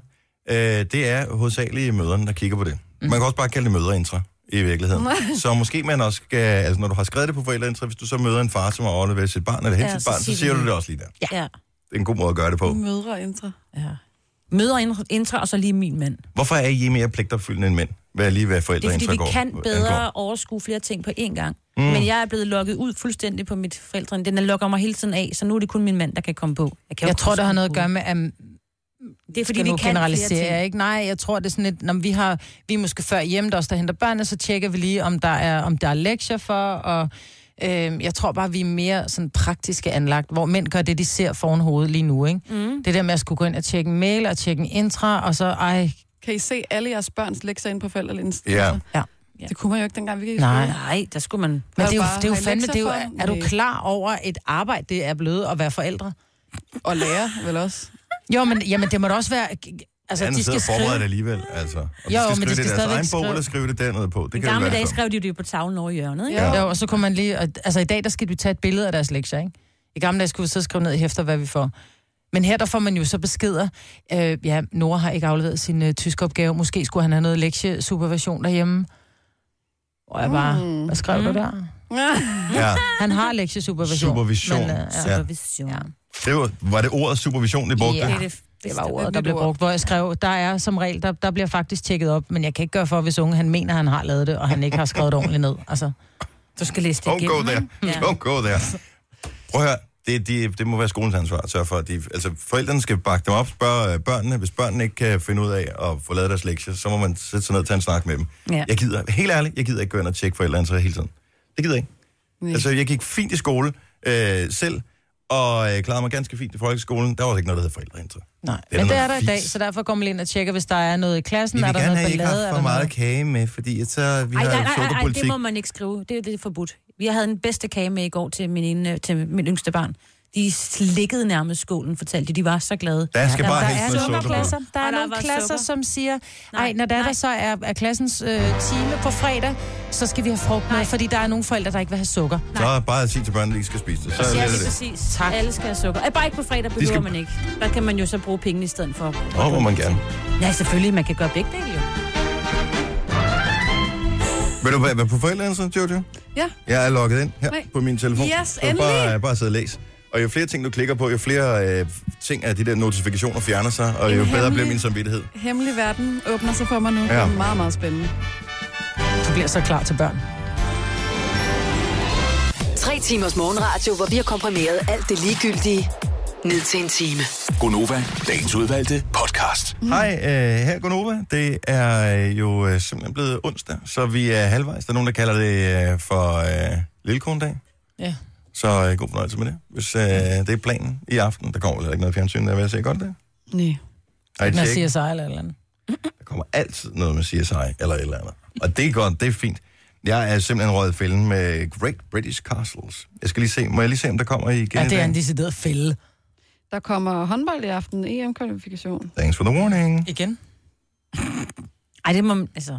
Speaker 1: øh, det er hovedsageligt møderne, der kigger på det.
Speaker 4: Mhm.
Speaker 1: Man kan også bare kalde det mødreintra i virkeligheden.
Speaker 10: Nej.
Speaker 1: så måske man også skal, altså når du har skrevet det på forældreintra, hvis du så møder en far, som har overleveret sit barn eller hentet
Speaker 4: Ja,
Speaker 1: sit
Speaker 4: så
Speaker 1: barn, så
Speaker 4: siger vi
Speaker 1: siger du
Speaker 4: det.
Speaker 1: det også lige der.
Speaker 4: Ja. Mhm. ja.
Speaker 1: Det er en god måde at gøre det på.
Speaker 3: Mødre intra.
Speaker 4: Ja. Møder ind- intra, og så lige min mand.
Speaker 1: Hvorfor er I mere pligtopfyldende end mænd? Hvad er lige hvad
Speaker 4: Det er fordi,
Speaker 1: forældreintra
Speaker 4: vi
Speaker 1: går?
Speaker 4: kan bedre
Speaker 1: angår?
Speaker 4: overskue flere ting på én gang.
Speaker 1: Mm.
Speaker 4: Mm. Men jeg er blevet lukket ud fuldstændig på mit forældre. Den lokker mig hele tiden af, så nu er det kun min mand, der kan komme på. Jeg, kan jo
Speaker 2: Jeg
Speaker 4: kun
Speaker 2: tror, det har
Speaker 4: skue
Speaker 2: noget at
Speaker 4: på.
Speaker 2: gøre med, at
Speaker 4: Det er fordi,
Speaker 2: Skal
Speaker 4: vi
Speaker 2: nu
Speaker 4: kan flere
Speaker 2: generalisere,
Speaker 4: ting.
Speaker 2: ikke? Nej, jeg tror, det er sådan lidt, når vi, har, vi er måske før hjemme, der også der henter børnene, så tjekker vi lige, om der er, om der er lektier for, og øh, jeg tror bare, vi er mere sådan praktiske anlagt, hvor mænd gør det, de ser foran hovedet lige nu, ikke?
Speaker 3: Mm.
Speaker 2: Det der med at skulle gå ind og tjekke en mail og tjekke en intra, og så, ej,
Speaker 3: Kan I se alle jeres børns lektier ind på forældrelinsen?
Speaker 2: Ja.
Speaker 4: Altså,
Speaker 2: ja.
Speaker 3: Det kunne man jo ikke, dengang vi gik i
Speaker 2: Nej.
Speaker 3: skole.
Speaker 4: Nej, der skulle man... Men
Speaker 2: Men det er jo,
Speaker 3: bare
Speaker 2: det er jo
Speaker 3: have
Speaker 2: fandme, det er, jo,
Speaker 3: lektier
Speaker 2: er,
Speaker 3: for?
Speaker 2: er du
Speaker 3: Nej.
Speaker 2: klar over et arbejde, det er blevet at være forældre?
Speaker 3: Og lærer vel også?
Speaker 2: Jo, men jamen, det må da også være... Altså, de skal
Speaker 1: forberede det
Speaker 2: skrive...
Speaker 1: alligevel, altså. Og
Speaker 2: Jo,
Speaker 1: de skal
Speaker 2: men de
Speaker 1: skrive det
Speaker 2: skal
Speaker 1: i deres
Speaker 2: stadigvæk
Speaker 1: egen bog,
Speaker 2: skrive-
Speaker 1: eller skrive det dernede på.
Speaker 4: I
Speaker 1: Det kan jo
Speaker 4: gamle
Speaker 1: være
Speaker 4: dage
Speaker 1: det samme.
Speaker 4: skrev de det jo på tavlen over i hjørnet, ikke?
Speaker 2: Ja. Jo, og så kunne man lige... og- Altså, i dag, der skal vi tage et billede af deres lektier, ikke? I gamle dage skulle vi sidde og skrive ned i hæfter, hvad vi får. Men her, der får man jo så beskeder. Øh, ja, Nora har ikke afleveret sin øh, tysk opgave. Måske skulle han have noget lektiesupervision derhjemme. Og jeg bare, hvad skrev mm. du der?
Speaker 1: Ja.
Speaker 2: Han har lektiesupervision.
Speaker 1: Supervision,
Speaker 2: Men, øh, ja.
Speaker 1: ja.
Speaker 2: Supervision. Ja.
Speaker 1: Det var, var det ordet supervision, det brugte?
Speaker 2: Ja, det var ordet, der blev brugt, hvor jeg skrev, der er som regel, der, der bliver faktisk tjekket op, men jeg kan ikke gøre for, hvis unge han mener, han har lavet det, og han ikke har skrevet det ordentligt ned. Altså, du skal læse det
Speaker 1: Don't go there.
Speaker 2: ikke?
Speaker 1: Don't go there. Prøv at høre, det, de, det må være skolens ansvar at sørge for. At de, altså, forældrene skal bakke dem op, spørge øh, børnene. Hvis børnene ikke kan finde ud af at få lavet deres lektier, så må man sætte sig ned og tage en snak med dem.
Speaker 4: Ja.
Speaker 1: Jeg gider, helt ærligt, jeg gider ikke gå ind og tjekke forældrene så hele tiden. Det gider jeg ikke. Altså, jeg gik fint i skole øh, selv, og øh, klarede mig ganske fint i folkeskolen. Der var ikke noget, der hed forældreintra.
Speaker 2: Nej,
Speaker 1: da
Speaker 2: Men det
Speaker 1: noget
Speaker 2: er der i dag,
Speaker 1: fis.
Speaker 2: så derfor går man ind og tjekker, hvis der er noget i klassen,
Speaker 1: Vi
Speaker 2: er
Speaker 1: vil
Speaker 2: der
Speaker 1: gerne
Speaker 2: noget
Speaker 1: have, at I ikke har
Speaker 2: ballade,
Speaker 1: haft for
Speaker 2: er der
Speaker 1: meget
Speaker 2: noget...
Speaker 1: kage med, fordi så, vi
Speaker 4: Ej,
Speaker 1: har
Speaker 4: nej,
Speaker 1: jo
Speaker 4: nej, nej,
Speaker 1: sukkerpolitik.
Speaker 4: det må man ikke skrive. Det, er- det er forbudt. Jeg havde en bedstekage med i går til min, ene, til min yngste barn. De slikkede nærmest skålen, fortalte de. De var så glade.
Speaker 1: Der skal
Speaker 4: Ja,
Speaker 1: bare
Speaker 2: Der
Speaker 1: helst
Speaker 2: er
Speaker 1: noget
Speaker 2: nogle
Speaker 1: sukker på.
Speaker 2: klasser, der er
Speaker 4: Og der
Speaker 2: nogle
Speaker 4: var
Speaker 2: klasser,
Speaker 4: sukker.
Speaker 2: som siger, nej, når der, er der så er, er klassens øh, time på fredag, så skal vi have frugt med, fordi der er nogle forældre, der ikke vil have sukker.
Speaker 1: Så er bare at sige til børnene, at de ikke skal spise det. Så
Speaker 2: Altså,
Speaker 4: Ja,
Speaker 1: er
Speaker 4: lige
Speaker 1: det det.
Speaker 4: præcis. Tak. Alle skal have sukker. Ej, bare ikke på fredag behøver
Speaker 1: skal-
Speaker 4: skal... man ikke. Der kan man jo så bruge pengene i stedet for.
Speaker 1: Og må man gerne.
Speaker 4: Ja, selvfølgelig. Man kan gøre begge dele jo.
Speaker 1: Vil du være være på forældreintra, Jojo?
Speaker 3: Ja.
Speaker 1: Jeg er logget ind her
Speaker 3: Nej.
Speaker 1: på min telefon.
Speaker 3: Yes,
Speaker 1: så
Speaker 3: endelig.
Speaker 1: bare, bare sidde og læs. Og jo flere ting, du klikker på, jo flere øh, ting af de der notifikationer fjerner sig, og
Speaker 3: En
Speaker 1: jo bedre
Speaker 3: hemmelig-
Speaker 1: bliver min samvittighed.
Speaker 3: Hemmelig verden åbner sig for mig nu. Ja. Det
Speaker 1: Ja.
Speaker 3: er meget, meget spændende.
Speaker 2: Du bliver så klar til børn.
Speaker 5: Tre timers morgenradio, hvor vi har komprimeret alt det ligegyldige ned til en time.
Speaker 6: Gonova, dagens udvalgte podcast.
Speaker 1: Mm. Hej, øh, her er Gunova. Det er øh, jo øh, simpelthen blevet onsdag, så vi er halvvejs. Der er nogen, der kalder det øh, for øh, Lillekorndag.
Speaker 2: Ja.
Speaker 1: Så øh, god fornøjelse med det, hvis øh, det er planen i aften. Der kommer vel ikke noget fjernsyn, der vil jeg se godt det.
Speaker 3: Nej.
Speaker 1: Ej,
Speaker 2: Når
Speaker 1: tjek.
Speaker 2: siger sig eller et eller andet.
Speaker 1: Der kommer altid noget med CSI eller et eller andet. Og det er godt, det er fint. Jeg er simpelthen røget i fælden med Great British Castles. Jeg skal lige se, må jeg lige se, om der kommer igen
Speaker 2: Ja,
Speaker 1: i
Speaker 2: det er
Speaker 1: dag?
Speaker 2: en decideret fælde.
Speaker 3: Der kommer håndbold i aften, EM-kvalifikation.
Speaker 1: Thanks for the warning.
Speaker 2: Igen?
Speaker 4: Ej, det må man... Altså...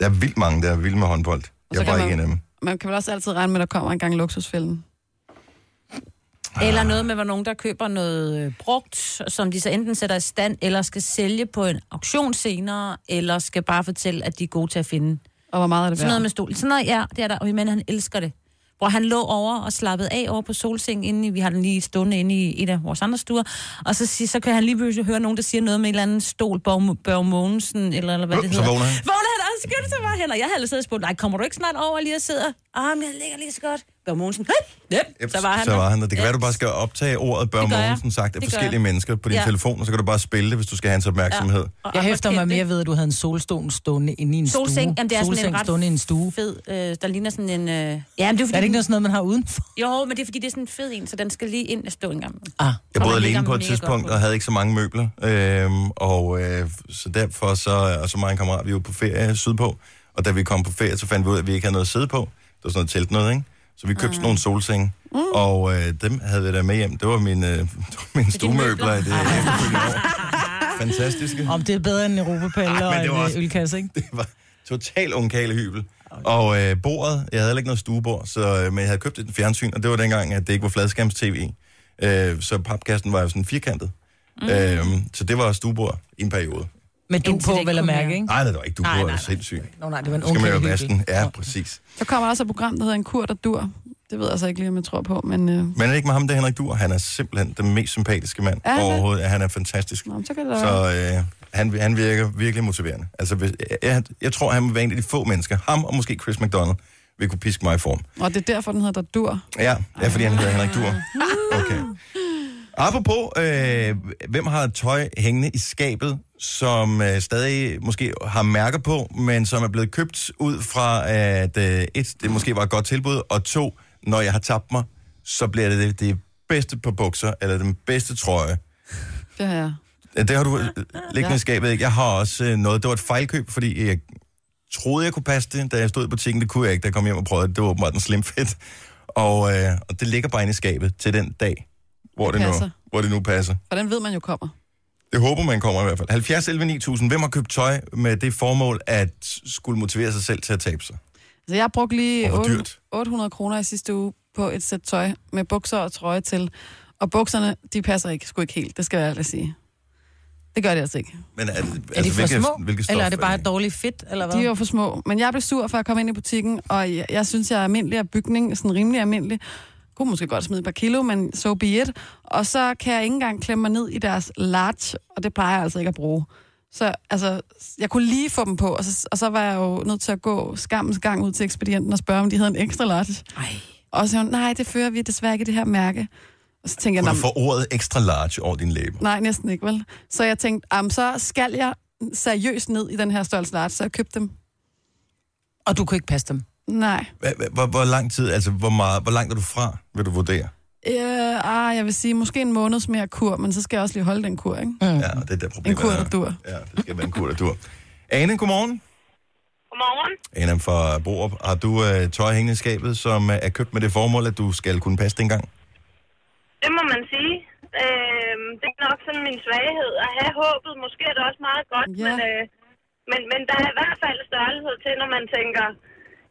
Speaker 1: Der er vildt mange, der er vilde med håndbold.
Speaker 3: så
Speaker 1: Jeg
Speaker 3: kan
Speaker 1: var ikke en
Speaker 3: man-
Speaker 1: af dem.
Speaker 3: Man kan vel også altid regne med, at der kommer en gang luksusfælden.
Speaker 1: Ah.
Speaker 4: Eller noget med, hvor nogen, der køber noget øh, brugt, som de så enten sætter i stand, eller skal sælge på en auktion senere, eller skal bare fortælle, at de er gode til at finde.
Speaker 3: Og hvor meget er det
Speaker 4: Sådan noget med
Speaker 3: værd?
Speaker 4: stol. Sådan noget, ja, det er der. Og min mand, han elsker det. Hvor han lå over og slappede af over på solsengen inde i, vi har den lige stående inde i et af vores andre stuer, og så, sig, så kan han lige pludselig høre nogen, der siger noget med en eller anden stol, Børge Børge Mogensen, eller, eller hvad det
Speaker 1: Så
Speaker 4: hedder.
Speaker 1: vågner han.
Speaker 4: Vågner han også, skyndte sig bare hen, og jeg havde siddet og spurgt, nej, kommer du ikke snart over lige og sidder? Ah, men jeg ligger lige så godt. Børge Mogensen, hey, yep, så var han
Speaker 1: Så
Speaker 4: der.
Speaker 1: var han der. Det kan være, du bare skal optage ordet Børge
Speaker 4: Det gør jeg.
Speaker 1: Mogensen sagt af
Speaker 4: Det gør
Speaker 1: forskellige
Speaker 4: jeg.
Speaker 1: mennesker på din
Speaker 4: Ja.
Speaker 1: telefon, og så kan du bare spille det, hvis du skal have hans opmærksomhed.
Speaker 4: Og
Speaker 2: Jeg
Speaker 4: andre
Speaker 2: hæfter mig
Speaker 4: kendte.
Speaker 2: mere ved, at du havde en solstol stående inde i en stue.
Speaker 4: Solseng, jamen det er sådan en
Speaker 2: Solseng
Speaker 4: ret
Speaker 2: stående i en stue.
Speaker 4: fed, øh, der ligner sådan en... Øh, ja, men det er, fordi,
Speaker 2: Er det ikke noget sådan noget, man har udenfor?
Speaker 4: Jo, men det er fordi, det er sådan en fed en, så den skal lige ind og stå en gang.
Speaker 2: Ah.
Speaker 1: Jeg
Speaker 4: Kommer
Speaker 1: boede
Speaker 4: mega,
Speaker 1: alene på et
Speaker 4: mega
Speaker 1: tidspunkt
Speaker 4: godt på.
Speaker 1: og havde ikke så mange møbler, øhm, og øh, så derfor så, og så mig og en kammerat, vi var på ferie sydpå, og da vi kom på ferie, så fandt vi ud af, at vi ikke havde noget at sidde på. Det var sådan noget telt noget, ikke? Så vi købte
Speaker 4: Ah.
Speaker 1: sådan nogle solsenge, mm. og øh, dem havde vi da med hjem. Det var mine, øh, det var mine stuemøbler i det efterfølgende år. Fantastiske.
Speaker 2: Om det er bedre end en europapelle
Speaker 1: Ej, men
Speaker 2: og
Speaker 1: det
Speaker 2: en
Speaker 1: var også-
Speaker 2: også... ølkasse, ikke?
Speaker 1: Det var total ungkale hybel. Og øh, bordet, jeg havde heller ikke noget stuebord, så, øh, men jeg havde købt et fjernsyn, og det var dengang, at det ikke var fladskærms-tv. Øh, så papkassen var jo sådan firkantet. Mm. Øh, så det var stuebord i en periode.
Speaker 2: Med du
Speaker 4: Indtil
Speaker 2: på,
Speaker 4: det ikke
Speaker 2: vel at
Speaker 4: kunne
Speaker 2: mærke,
Speaker 4: mere.
Speaker 2: ikke?
Speaker 1: Nej, det var ikke
Speaker 2: Nej,
Speaker 1: duebord, det
Speaker 2: nej,
Speaker 1: var
Speaker 2: nej.
Speaker 1: sindssygt.
Speaker 2: Nå nej, det var en
Speaker 1: Så skal man jo
Speaker 2: ungkale
Speaker 1: vaske den.
Speaker 2: hygge.
Speaker 1: Ja, præcis.
Speaker 3: Så kommer der også et program, der hedder En kur, der dur. Det ved jeg så ikke lige, om jeg tror på, men øh,
Speaker 1: Men er det ikke med ham, der Henrik Duer? Han er simpelthen den mest sympatiske mand
Speaker 3: Er han det?
Speaker 1: overhovedet. Han er fantastisk.
Speaker 3: nå, men så kan det så...
Speaker 1: Så øh, han, han virker virkelig motiverende. Altså, hvis, jeg, jeg, jeg tror, han vil være en af de få mennesker, ham og måske Chris McDonald, vil kunne piske mig i form.
Speaker 3: Og det er derfor, den hedder der dur.
Speaker 1: Ja, ja fordi han hedder Henrik Dur. Okay. Apropos, øh, hvem har tøj hængende i skabet, som øh, stadig måske har mærker på, men som er blevet købt ud fra, at øh, et, det måske var et godt tilbud, og to, når jeg har tabt mig, så bliver det det, det bedste på bukser, eller den bedste trøje.
Speaker 3: Det har jeg.
Speaker 1: Ja, Det har du øh, liggende ja. i skabet, ikke? Jeg har også øh, noget. Det var et fejlkøb, fordi jeg troede, jeg kunne passe det, da jeg stod i butikken. Det kunne jeg ikke, da jeg kom hjem og prøvede det. Det var åbenbart en slim fit. Og, øh, og det ligger bare inde i skabet til den dag, hvor det,
Speaker 3: Det
Speaker 1: det nu,
Speaker 3: passer.
Speaker 1: hvor det nu passer.
Speaker 3: For den ved man jo kommer.
Speaker 1: Det håber man kommer i hvert fald. 70 11 9000. Hvem har købt tøj med det formål at skulle motivere sig selv til at tabe sig?
Speaker 3: Altså, jeg brugte lige
Speaker 1: Og hvor
Speaker 3: 8
Speaker 1: dyrt.
Speaker 3: 800 kroner i sidste uge på et sæt tøj med bukser og trøje til. Og bukserne, de passer ikke, sgu ikke helt, det skal jeg ærligt sige. Det gør det altså ikke.
Speaker 1: Men er, er altså,
Speaker 2: Er de for
Speaker 1: hvilke,
Speaker 2: små,
Speaker 1: hvilke stof,
Speaker 2: eller er det bare et dårligt fedt, eller hvad?
Speaker 3: De var for små. Men jeg blev sur for at komme ind i butikken, og jeg, jeg synes, jeg er almindelig af bygning, sådan rimelig almindelig. Kunne måske godt smide et par kilo, men so be it. Og så kan jeg ikke engang klemme mig ned i deres large, og det plejer jeg altså ikke at bruge. Så altså, jeg kunne lige få dem på, og så, og så var jeg jo nødt til at gå skammens gang ud til ekspedienten og spørge, om de havde en ekstra large. Ej. Og så sagde hun, nej, det fører vi desværre ikke i det her mærke. Og så tænkte jeg,
Speaker 1: Kunne
Speaker 3: "Nå,
Speaker 1: du få ordet extra large over din læbe?
Speaker 3: Nej, næsten ikke, vel? Så jeg tænkte, jamen, så skal jeg seriøst ned i den her størrelse large, så jeg købte dem.
Speaker 2: Og du kunne ikke passe dem?
Speaker 3: Nej.
Speaker 1: Hva- hva- Hvor, hvor lang tid, altså hvor, meget, hvor langt er du fra, vil du vurdere?
Speaker 3: Øh, ah, jeg vil sige, måske en måneds mere kur, men så skal jeg også lige holde den kur, ikke?
Speaker 1: Mm. Ja, det er der problemet
Speaker 3: En kur,
Speaker 1: er.
Speaker 3: der dur.
Speaker 1: Ja, det skal være en kur, der dur. Ane, godmorgen.
Speaker 10: Godmorgen.
Speaker 1: Ane fra Borup. Har du øh, tøj hængende i skabet, som øh, er købt med det formål, at du skal kunne passe det engang?
Speaker 10: Det må man sige. Øh, det er nok sådan min svaghed. At have håbet, måske er det også meget godt,
Speaker 3: Ja.
Speaker 10: men, øh, men, men der er i hvert fald størrelse til, når man tænker,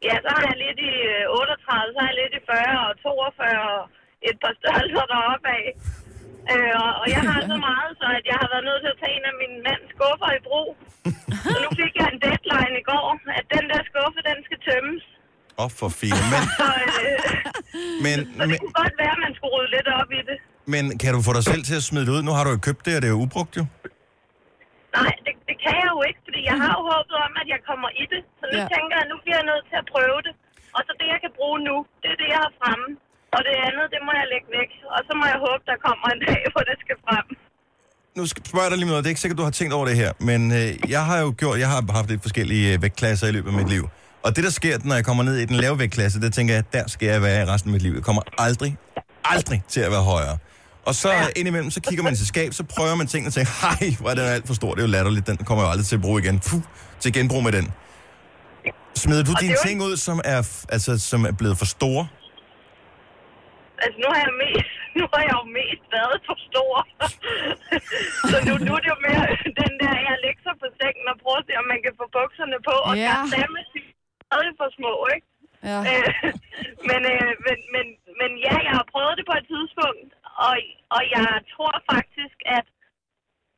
Speaker 10: ja, så har jeg lidt i øh, 38, så har jeg lidt i 40 og 42 og et par størrelser deroppe af. Øh, og, og jeg har så meget, så at jeg har været nødt til at tage en af min mands skuffer i brug. Så nu fik jeg en deadline i går, at den der skuffe, den skal tømmes.
Speaker 1: Åh, oh, for fint. Men,
Speaker 10: Så, øh,
Speaker 1: men,
Speaker 10: så det
Speaker 1: men,
Speaker 10: kunne godt være, at man skulle rydde lidt op i det.
Speaker 1: men kan du få dig selv til at smide det ud? Nu har du jo købt det, og det er jo ubrugt jo.
Speaker 10: Nej, det, det kan jeg jo ikke, fordi jeg har jo håbet om, at jeg kommer i det. Så nu
Speaker 3: Ja.
Speaker 10: ja. tænker jeg, at nu bliver jeg nødt til at prøve det. Og så det, jeg kan bruge nu, det er det, jeg har fremme. Og det andet, det må jeg lægge væk. Og så må jeg håbe, der kommer en dag, hvor det skal frem.
Speaker 1: nu skal spørge dig lige om noget. Det er ikke sikkert, du har tænkt over det her, men øh, jeg har jo gjort, jeg har haft lidt forskellige øh, vægtklasser i løbet af mit liv. Og det, der sker, når jeg kommer ned i den lave vægtklasse, der tænker jeg, der skal jeg være i resten af mit liv. Jeg kommer aldrig, aldrig til at være højere. Og så ja. indimellem, så kigger man til skab, så prøver man tingene og tænker, hej, hvor er den alt for stor, det er jo latterligt, den kommer jeg jo aldrig til at bruge igen. Puh, til genbrug med den. Smider du
Speaker 10: Og
Speaker 1: dine
Speaker 10: det er jo
Speaker 1: ting ud, som er, f- altså, som er blevet for store?
Speaker 10: Altså, nu har jeg, mest, nu har jeg jo mest været for stor. så nu, nu er det jo mere den der, jeg lægger sig på sengen og prøver at se, om man kan få bukserne på. Og
Speaker 3: Ja.
Speaker 10: ja. der er stadig for små, ikke?
Speaker 3: Ja.
Speaker 10: Øh, men, øh, men, men, men ja, jeg har prøvet det på et tidspunkt, og, og jeg tror faktisk, at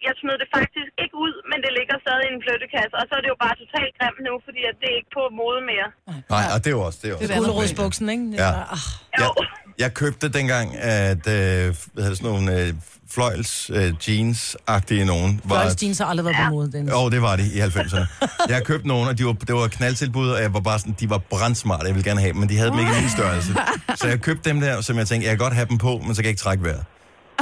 Speaker 10: jeg smed det faktisk ikke ud, men det ligger stadig i en flyttekasse, og så er det jo bare totalt grimt nu, fordi at det er ikke på mode mere.
Speaker 1: Nej, og det er jo også... Det er, også
Speaker 2: Det er gulerodsbuksen, ikke? Det er
Speaker 1: Ja.
Speaker 2: bare, ah.
Speaker 1: Jeg, jeg købte dengang, at øh, hvad hedder det, sådan nogle øh, fløjls øh, jeans-agtige nogen. var-
Speaker 2: Fløjls jeans har aldrig været på mode, Dennis.
Speaker 1: Jo, det var de i 90'erne. Jeg købte nogle, og de var, det var knaldtilbud, og jeg var bare sådan, de var brandsmarte, jeg ville gerne have dem, men de havde dem ikke i min størrelse. Så jeg købte dem der, som jeg tænkte, jeg kan godt have dem på, men så kan jeg ikke trække vejret.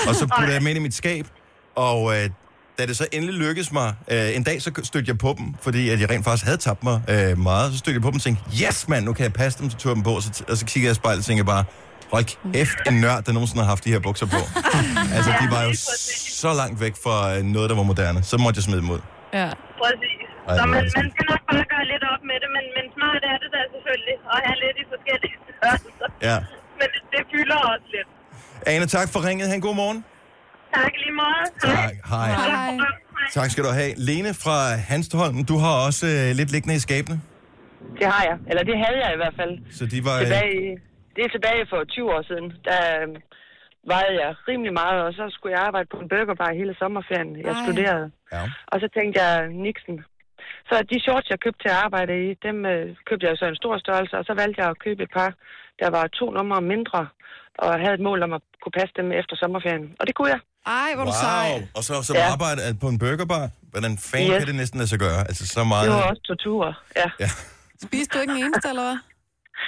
Speaker 1: Og så puttede jeg dem ind i mit skab, og øh, da det så endelig lykkedes mig, øh, en dag så stødte jeg på dem, fordi at jeg rent faktisk havde tabt mig øh, meget, så stødte jeg på dem og tænkte, yes mand, nu kan jeg passe dem, så tog jeg dem på, og så, og så kiggede jeg i spejlet og tænkte jeg bare, hold kæft, en nørd, der nogensinde har haft de her bukser på. Altså, de var jo så langt væk fra øh, noget, der var moderne, så måtte jeg smide dem ud.
Speaker 3: Ja.
Speaker 10: Præcis.
Speaker 1: Ej,
Speaker 10: Så
Speaker 1: hvor er
Speaker 10: man,
Speaker 1: det
Speaker 10: man skal nok bare gøre lidt op med det, men, men smart er det da selvfølgelig, at have lidt i forskellige størrelser.
Speaker 1: Ja.
Speaker 10: Men det, det fylder også lidt.
Speaker 1: Ane, tak for ringet. Han god morgen.
Speaker 10: Tak i lige meget.
Speaker 1: Tak. Hej. Tak skal du have. Lene fra Hanstholm, du har også øh, lidt liggende i skabene.
Speaker 12: Det har jeg. Eller det havde jeg i hvert fald.
Speaker 1: Så de var... Øh,
Speaker 12: Tilbage, i- det er tilbage for 20 år siden. Der øhm, vejede jeg rimelig meget, og så skulle jeg arbejde på en burgerbar hele sommerferien. Jeg
Speaker 13: Ej.
Speaker 12: studerede.
Speaker 1: Ja.
Speaker 12: Og så tænkte jeg, Nixon. Så de shorts, jeg købte til at arbejde i, dem øh, købte jeg jo så en stor størrelse, og så valgte jeg at købe et par, der var to numre mindre, og havde et mål om at kunne passe dem efter sommerferien. Og det kunne jeg.
Speaker 3: Ej, hvor
Speaker 1: wow.
Speaker 3: wow. du sej.
Speaker 1: Og så, som
Speaker 12: Ja.
Speaker 1: ja. arbejde øh, på en burgerbar. Hvordan fanden
Speaker 12: Yes.
Speaker 1: yes. kan det næsten lade sig gøre? Altså, så meget...
Speaker 12: Det var også tortur, ja.
Speaker 1: ja.
Speaker 3: Spiste du ikke en eneste, eller hvad?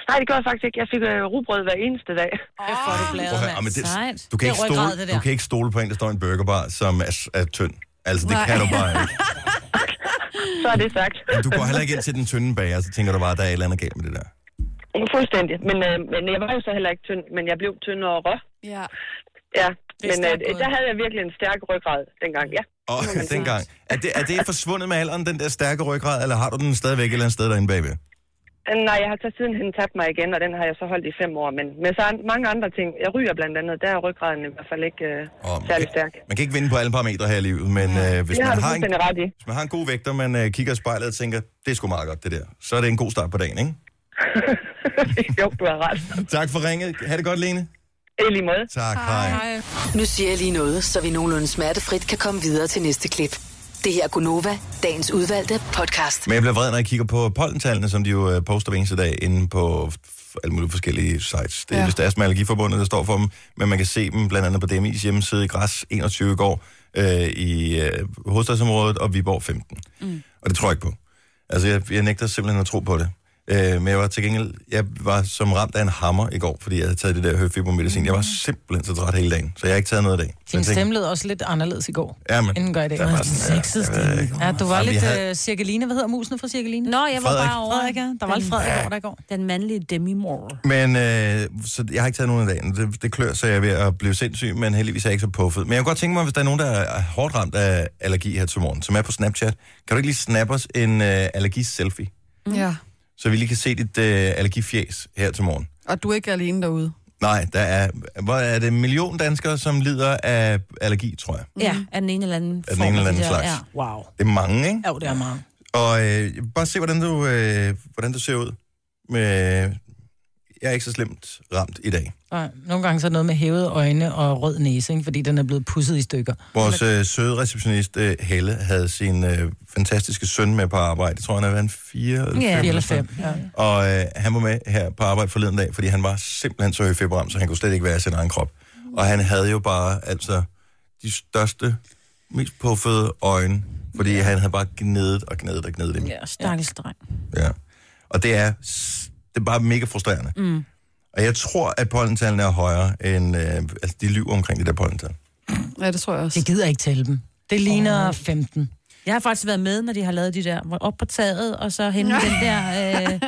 Speaker 12: Nej, det gør jeg faktisk ikke. Jeg fik øh, rugbrød hver eneste dag.
Speaker 4: Det får du
Speaker 1: Prøv at høre, Ah, men det, du, kan ikke stole, du kan ikke stole på en, der står i en burgerbar, som er, er tynd. Altså, det
Speaker 12: Nej.
Speaker 1: kan du bare ikke.
Speaker 12: Så er det sagt.
Speaker 1: Men du går heller ikke ind til den tynde bager, så tænker du bare, at der er et eller andet galt med det der.
Speaker 12: Fuldstændig. Men, øh, men jeg var jo så heller ikke tynd, men jeg blev tynd og rå.
Speaker 3: Ja.
Speaker 12: Ja,
Speaker 3: er
Speaker 12: men øh,
Speaker 3: stærkt gået.
Speaker 12: der havde jeg virkelig en stærk ryggrad dengang, ja.
Speaker 1: Og dengang, er det, er det forsvundet med alderen, den der stærke ryggrad, eller har du den stadigvæk et eller andet sted derinde bagved?
Speaker 12: Øh, Nej, jeg har så siden hen tabt mig igen, og den har jeg så holdt i fem år. Men med så an- mange andre ting, jeg ryger blandt andet, der er ryggraden i hvert fald ikke øh, særlig stærk.
Speaker 1: Man kan ikke vinde på alle parametre her i livet, men øh, hvis,
Speaker 12: det har
Speaker 1: man
Speaker 12: du
Speaker 1: har en,
Speaker 12: fuldstændig ret i.
Speaker 1: hvis man har en god vægter, man øh, kigger i spejlet og tænker, det er sgu meget godt det der, så er det en god start på dagen, ikke?
Speaker 12: jo, du har ret.
Speaker 1: tak for ringet. Ha' det godt, Lene.
Speaker 12: I lige måde.
Speaker 1: Tak, hej.
Speaker 5: Nu siger jeg lige noget, så vi nogenlunde smertefrit kan komme videre til næste klip. Det her er Gunova, dagens udvalgte podcast.
Speaker 1: Men jeg bliver vred, når jeg kigger på pollentallene, som de jo øh, poster hver eneste dag inde på f- alle mulige forskellige sites. Det er
Speaker 13: Ja.
Speaker 1: ja. vist Astma Allergiforbundet, der står for dem, men man kan se dem blandt andet på DMI's hjemmeside i Græs 21 i går øh, i øh, hovedstadsområdet og Viborg 15.
Speaker 13: Mm.
Speaker 1: Og det tror jeg ikke på. Altså, jeg, jeg nægter simpelthen at tro på det. Øh, men jeg var til gengæld, jeg var som ramt af en hammer i går, fordi jeg havde taget det der høfibomedicin. Jeg var simpelthen så træt hele dagen, så jeg har ikke taget noget i dag. Så
Speaker 2: Din
Speaker 1: jeg tænkte,
Speaker 2: stemme lød også lidt anderledes i går,
Speaker 1: Ja, men
Speaker 2: inden den gør i dag.
Speaker 1: der var sådan, ja,
Speaker 2: Sexet
Speaker 1: jeg ved
Speaker 2: stemme.
Speaker 1: ikke.
Speaker 2: Ja, du var
Speaker 1: Jamen,
Speaker 2: lidt
Speaker 1: jeg
Speaker 2: havde... Cirkeline. Hvad hedder musen fra Cirkeline?
Speaker 4: Nå, jeg var
Speaker 1: Frederik.
Speaker 4: bare over.
Speaker 2: Frederik, ja. Der var lidt Frederik over der i går.
Speaker 4: Den mandlige demi-mor.
Speaker 1: Men øh, så jeg har ikke taget nogen af dagen. Det, det klør, så jeg er ved at blive sindssyg, men heldigvis er jeg ikke så puffet. Men jeg kunne godt tænke mig, hvis der er nogen, der er hårdt ramt af allergi her til morgen, som er på Snapchat, kan du ikke lige snappe os en øh, allergi-selfie,
Speaker 3: Ja.
Speaker 1: så vi lige kan se dit øh, allergifjæs her til morgen?
Speaker 3: Og du er ikke alene derude.
Speaker 1: Nej, der er, hvor er det en million danskere, som lider af allergi, tror jeg.
Speaker 4: Ja, Mm. af den ene eller anden
Speaker 1: Af den
Speaker 4: form
Speaker 1: ene eller
Speaker 4: det
Speaker 1: anden
Speaker 4: der.
Speaker 1: slags.
Speaker 4: Ja. Wow.
Speaker 1: Det er mange, ikke?
Speaker 2: Jo, det er meget.
Speaker 1: Og øh, bare se, hvordan du, øh, hvordan du ser ud. Med, jeg er ikke så slemt ramt i dag.
Speaker 2: Nej, nogle gange så er det noget med hævede øjne og rød næse, ikke? fordi den er blevet pudset i stykker.
Speaker 1: Vores øh, søde receptionist øh, Helle havde sin øh, fantastiske søn med på arbejde. Jeg tror, han havde været en fire eller
Speaker 2: Ja,
Speaker 1: fem.
Speaker 2: eller
Speaker 1: sådan.
Speaker 2: fem. Ja.
Speaker 1: Og øh, han var med her på arbejde forleden dag, fordi han var simpelthen så højfeberamt, så han kunne slet ikke være i sin egen krop. Og han havde jo bare altså de største, mest puffede øjne, fordi ja. han havde bare gnedet og gnedet og gnedet dem.
Speaker 4: Ja, stakkels dreng.
Speaker 1: Ja. Og det er, s- det er bare mega frustrerende.
Speaker 4: Mm.
Speaker 1: Og jeg tror, at pollentallene er højere end... Øh, altså, de lyver omkring det der pollental.
Speaker 3: Ja, det tror jeg også.
Speaker 2: Det gider jeg ikke tælle dem. Det ligner oh. 15.
Speaker 4: Jeg har faktisk været med, når de har lavet de der, hvor op på taget, og så hente den der... Øh,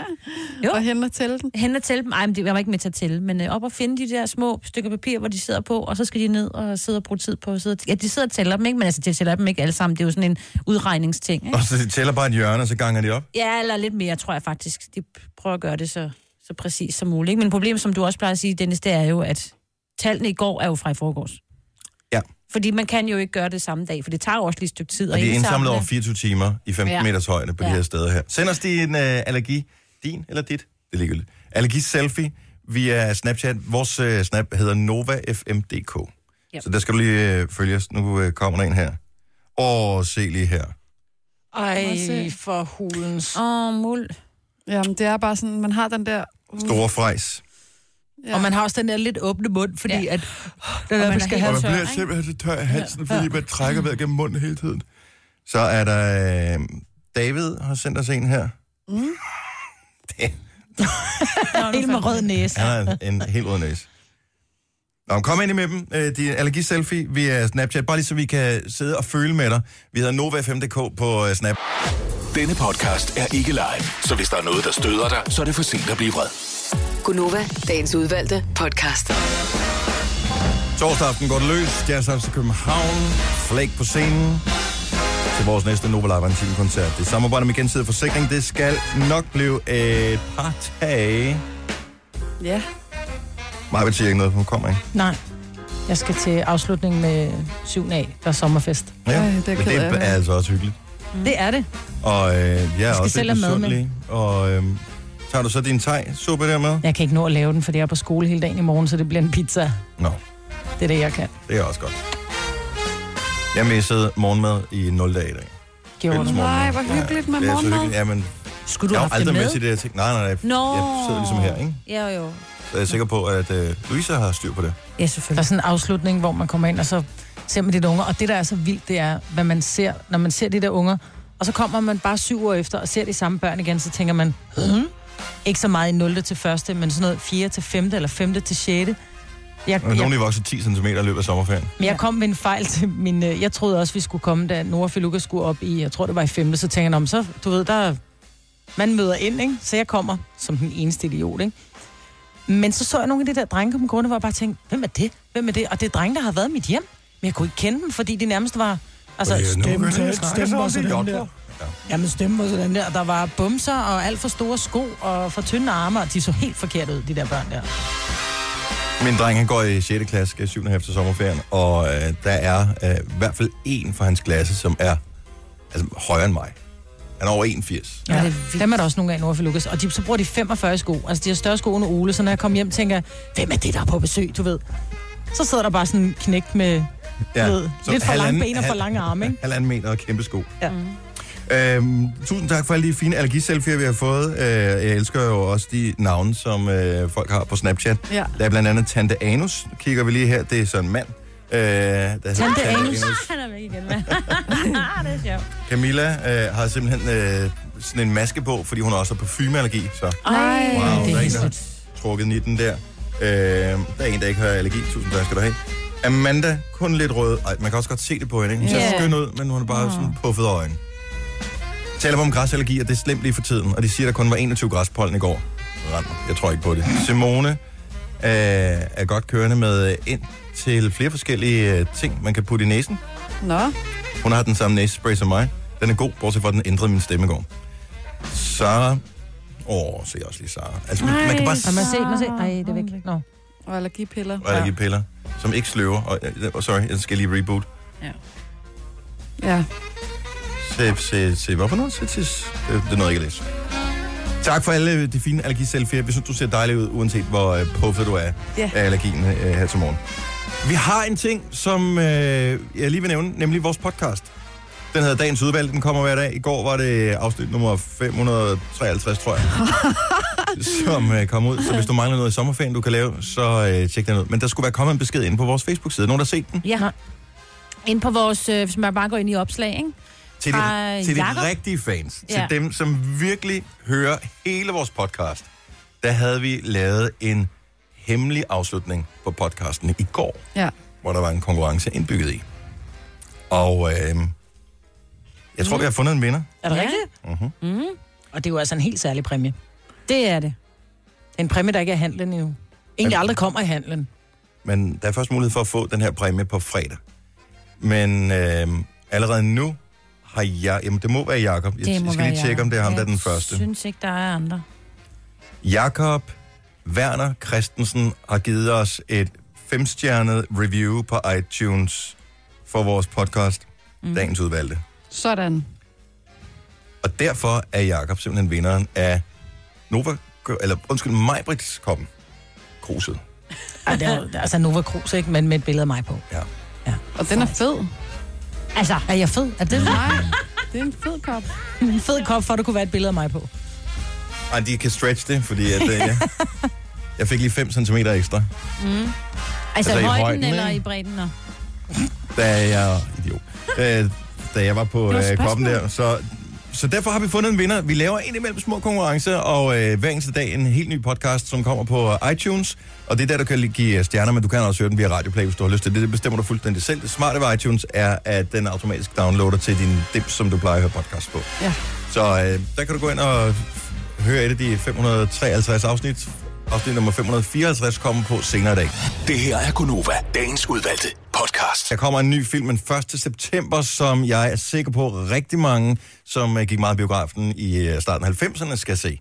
Speaker 4: jo. Og
Speaker 3: hende og tælle den?
Speaker 4: Hende og tælle dem. Ej, men det, jeg var ikke med til at tælle, men øh, op og finde de der små stykker papir, hvor de sidder på, og så skal de ned og sidde og bruge tid på. at Sidde, ja, de sidder og tæller dem, ikke? Men altså, de tæller dem ikke alle sammen. Det er jo sådan en udregningsting, ikke?
Speaker 1: Og så de tæller bare et hjørne, og så ganger de op.
Speaker 4: Ja, eller lidt mere, tror jeg faktisk. De prøver at gøre det så, så præcis som muligt. Ikke? Men problemet, som du også plejer at sige, Dennis, det er jo, at tallene i går er jo fra i forgårs.
Speaker 1: Ja.
Speaker 4: Fordi man kan jo ikke gøre det samme dag, for det tager jo også lige et stykke tid.
Speaker 1: Og de er indsamlet
Speaker 4: indsamle.
Speaker 1: over 24 timer i 15
Speaker 4: Ja.
Speaker 1: ja. meters højde på ja.
Speaker 4: Ja.
Speaker 1: de her steder her. Send os din øh, allergi, din eller dit, det er ligegyldigt. Allergi-selfie via Snapchat. Vores øh, snap hedder NovaFMDK.
Speaker 2: Yep.
Speaker 1: Yep. Så der skal du lige øh, følge os. Nu øh, kommer der en her. Åh, se lige her.
Speaker 2: Ej, for hulens.
Speaker 4: Åh, oh, mul.
Speaker 3: Jamen, det er bare sådan, man har den der... uh,
Speaker 1: Store frejs.
Speaker 3: Ja.
Speaker 2: Og man har også den der lidt åbne mund, fordi ja. at... Oh, den der, man skal have
Speaker 1: og man bliver
Speaker 2: tør, ikke?
Speaker 1: simpelthen så tør i halsen,
Speaker 2: Ja.
Speaker 1: fordi man trækker vejret gennem munden hele tiden. Så er der... Øh, David har sendt os en her.
Speaker 3: Mm.
Speaker 2: Helt med rød næse.
Speaker 1: Han har en helt rød næse. Nå, kom ind med dem. Øh, Din allergi-selfie via Snapchat. Bare lige så vi kan sidde og føle med dig. Vi hedder Nova5.dk på øh, Snap.
Speaker 6: Denne podcast er ikke live, så hvis der er noget, der støder dig, så er det for sent at blive vred.
Speaker 5: Gunova, dagens udvalgte podcast.
Speaker 1: Torsdag aften går det løs. Jazz House i København. Flake på scenen. Til vores næste Nova Live Antime koncert. Det er samarbejde med gensidig forsikring. Det skal nok blive et par tage.
Speaker 3: Ja.
Speaker 1: Maja vil sige ikke noget, hun kommer ikke.
Speaker 2: Nej. Jeg skal til afslutning med 7. A, der er sommerfest.
Speaker 1: Ej, det er, Men det er altså også hyggeligt.
Speaker 2: Det er det.
Speaker 1: Og øh, jeg er
Speaker 2: skal
Speaker 1: også
Speaker 2: selv
Speaker 1: lidt
Speaker 2: have mad med.
Speaker 1: misundelig. Og øh, tager du så din thai-suppe der med?
Speaker 2: Jeg kan ikke nå at lave den, for jeg er på skole hele dagen i morgen, så det bliver en pizza.
Speaker 1: Nå.
Speaker 2: Det er det, jeg kan.
Speaker 1: Det er også godt. Jeg missede morgenmad i 0 dage i dag.
Speaker 2: Gjorde
Speaker 1: Fælles
Speaker 2: du?
Speaker 1: morgenmad.
Speaker 2: Nej, hvor hyggeligt med
Speaker 1: det er så
Speaker 2: morgenmad.
Speaker 1: hyggeligt. Ja, men
Speaker 2: Skulle du
Speaker 1: jeg
Speaker 2: have
Speaker 1: er jo
Speaker 2: haft det
Speaker 1: aldrig med
Speaker 2: med?
Speaker 1: til det, jeg tænkte. Nej, nej, nej.
Speaker 4: Nå.
Speaker 1: Jeg sidder ligesom her, ikke?
Speaker 4: Ja, jo.
Speaker 1: Så jeg er sikker på, at øh, Louise har styr på det.
Speaker 4: Ja, selvfølgelig.
Speaker 2: Der er sådan en afslutning, hvor man kommer ind, og så ser man de der unger. Og det, der er så vildt, det er, hvad man ser, når man ser de der unger. Og så kommer man bare syv år efter og ser de samme børn igen, så tænker man, hmm, Ikke så meget i 0. til 1., men sådan noget 4. til 5. eller 5. til 6. Jeg,
Speaker 1: Og Nogle
Speaker 2: jeg,
Speaker 1: de vokser 10 cm i løbet af sommerferien.
Speaker 2: men jeg kom med en fejl til min... øh, Jeg troede også, vi skulle komme, da Nora Filuka skulle op i... Jeg tror, det var i 5. Så tænker jeg, "Nå, men så, du ved, der... Man møder ind, ikke? Så jeg kommer som den eneste idiot, ikke? Men så så jeg nogle af de der drenge komme gående, hvor jeg bare tænkte, hvem er det? Hvem er det? Og det er drenge, der har været i mit hjem. Men jeg kunne ikke kende dem, fordi de nærmest var... Altså,
Speaker 13: Fordi, øh, nu begynder de at
Speaker 2: til-
Speaker 13: snakke som om de er jordbrugere.
Speaker 2: Jamen stemmen var sådan der. Der var bumser og alt for store sko og for tynde arme, og de så helt forkert ud, de der børn der.
Speaker 1: Min dreng, han går i 6. klasse, skal i 7. efter sommerferien, og øh, der er øh, i hvert fald en fra hans klasse, som er altså, højere end mig. Han er over 81.
Speaker 2: Ja, det er Dem er der også nogle gange over for Lukas. Og de, så bruger de 45 sko. Altså, de har større sko end Ole, så når jeg kommer hjem, tænker jeg, hvem er det, der er på besøg, du ved? Så sidder der bare sådan en knægt med, ja, ved,
Speaker 1: så
Speaker 2: lidt for lange
Speaker 1: halvanden-
Speaker 2: ben og for
Speaker 1: hal-
Speaker 2: lange arme, ikke?
Speaker 1: Halvanden meter og kæmpe sko.
Speaker 2: Ja.
Speaker 1: Øhm, tusind tak for alle de fine allergiselfier, vi har fået. Øh, jeg elsker jo også de navne, som øh, folk har på Snapchat.
Speaker 3: Ja.
Speaker 1: Der er blandt andet Tante Anus, kigger vi lige her. Det er så en mand. Øh, der hedder
Speaker 4: Tante Anus. Han er væk igen, mand. det er sjovt.
Speaker 1: Camilla øh, har simpelthen øh, sådan en maske på, fordi hun også har parfumeallergi. Så.
Speaker 4: Ej,
Speaker 1: wow,
Speaker 4: det er
Speaker 1: der er en,
Speaker 4: helt
Speaker 1: der har trukket 19 der. Øh, der er en, der ikke har allergi. Tusind tak skal du have. Amanda, kun lidt rød. Ej, man kan også godt se det på hende, ikke? Hun ser
Speaker 14: Ja.
Speaker 1: skøn ud, men hun har bare
Speaker 14: Åh.
Speaker 1: sådan puffet øjne. Taler om græsallergi, og det er slemt lige for tiden. Og de siger, der kun var 21 græspollen i går. Rand mig. Jeg tror ikke på det. Simone øh, er godt kørende med øh, ind til flere forskellige øh, ting, man kan putte i næsen.
Speaker 3: Nå.
Speaker 1: Hun har den samme næsespray som mig. Den er god, bortset fra, at den ændrede min stemme i går. Sara... Åh, se også lige Sara. Altså, man, man kan bare
Speaker 2: Og man se, man se. Ej, det er
Speaker 4: Ah,
Speaker 2: væk. Nå.
Speaker 3: Og allergipiller.
Speaker 1: Og allergipiller, som ikke sløver. Og, øh, og sorry, jeg skal lige reboot.
Speaker 3: Ja.
Speaker 1: Se, se, se. Hvorfor noget? Se, se. Det, det nåede jeg ikke at læse. Tak for alle øh, de fine allergiselfier. Vi synes, du ser dejlig ud, uanset hvor øh, puffet du er
Speaker 14: Ja.
Speaker 1: af allergien øh, her til morgen. Vi har en ting, som øh, jeg lige vil nævne, nemlig vores podcast. Den hedder Dagens Udvalg, den kommer hver dag. I går var det afsnit nummer 553, tror jeg, som øh, kom ud. Så hvis du mangler noget i sommerferien, du kan lave, så øh, tjek den ud. Men der skulle være kommet en besked ind på vores Facebook-side. Nogen, der har set den?
Speaker 4: Ja. Ind på vores, øh, hvis man bare går ind i opslag, ikke?
Speaker 1: Til de,
Speaker 4: Fra
Speaker 1: til de
Speaker 4: Jakob.
Speaker 1: rigtige fans. Ja.
Speaker 4: Ja.
Speaker 1: Til dem, som virkelig hører hele vores podcast. Der havde vi lavet en hemmelig afslutning på podcasten i går,
Speaker 3: Ja.
Speaker 1: hvor der var en konkurrence indbygget i. Og øh, jeg tror, vi har fundet en vinder.
Speaker 2: Er det ja. rigtigt?
Speaker 1: Mhm.
Speaker 2: Mm. Og det er jo altså en helt særlig præmie. Det er det. En præmie, der ikke er i handlen endnu. Egentlig aldrig kommer i handlen.
Speaker 1: Men der er først mulighed for at få den her præmie på fredag. Men øh, allerede nu har jeg... Jamen, det må være Jakob. Jeg
Speaker 4: må
Speaker 1: skal
Speaker 4: være
Speaker 1: lige tjekke, om det er ham,
Speaker 4: Jacob.
Speaker 1: der er den
Speaker 4: Jeg
Speaker 1: første.
Speaker 4: synes ikke, der er andre.
Speaker 1: Jakob Werner Christensen har givet os et femstjernet review på iTunes for vores podcast, mm. Dagens Udvalgte.
Speaker 3: Sådan.
Speaker 1: Og derfor er Jakob simpelthen vinderen af Nova, eller undskyld, Majbrits koppen. Kruset.
Speaker 2: Ej, det er, jo- det er altså Nova Cruz, ikke? Men med et billede af mig på.
Speaker 1: Ja.
Speaker 2: ja.
Speaker 3: Og den er fed.
Speaker 2: Altså, er jeg fed? Er det
Speaker 3: Nej, det er en fed kop.
Speaker 2: En fed kop, for at der kunne være et billede af mig på.
Speaker 1: Ej, de kan stretch det, fordi at, øh, jeg, jeg fik lige 5 cm ekstra,
Speaker 4: Mm. Altså, altså i højden, højden eller i bredden? Nå.
Speaker 1: da jeg... Idiot. Øh, da jeg var på
Speaker 4: Det var et
Speaker 1: øh, koppen
Speaker 4: spørgsmål.
Speaker 1: der. Så, så derfor har vi fundet en vinder. Vi laver indimellem små konkurrencer, og øh, hver eneste dag en helt ny podcast, som kommer på øh, iTunes. Og det er der, du kan lige give øh, stjerner, men du kan også høre den via radioplay, hvis du har lyst til det. Det bestemmer du fuldstændig selv. Det smarte ved iTunes er, at den automatisk downloader til din dims, som du plejer at høre podcast på.
Speaker 3: Ja.
Speaker 1: Så øh, der kan du gå ind og høre et af de 553 afsnit. Afsnit nummer 554 kommer på senere i dag.
Speaker 6: Det her er Gunova, dagens udvalgte podcast.
Speaker 1: Der kommer en ny film den 1. september, som jeg er sikker på rigtig mange, som øh, gik meget i biografen i øh, starten af 90'erne, skal se.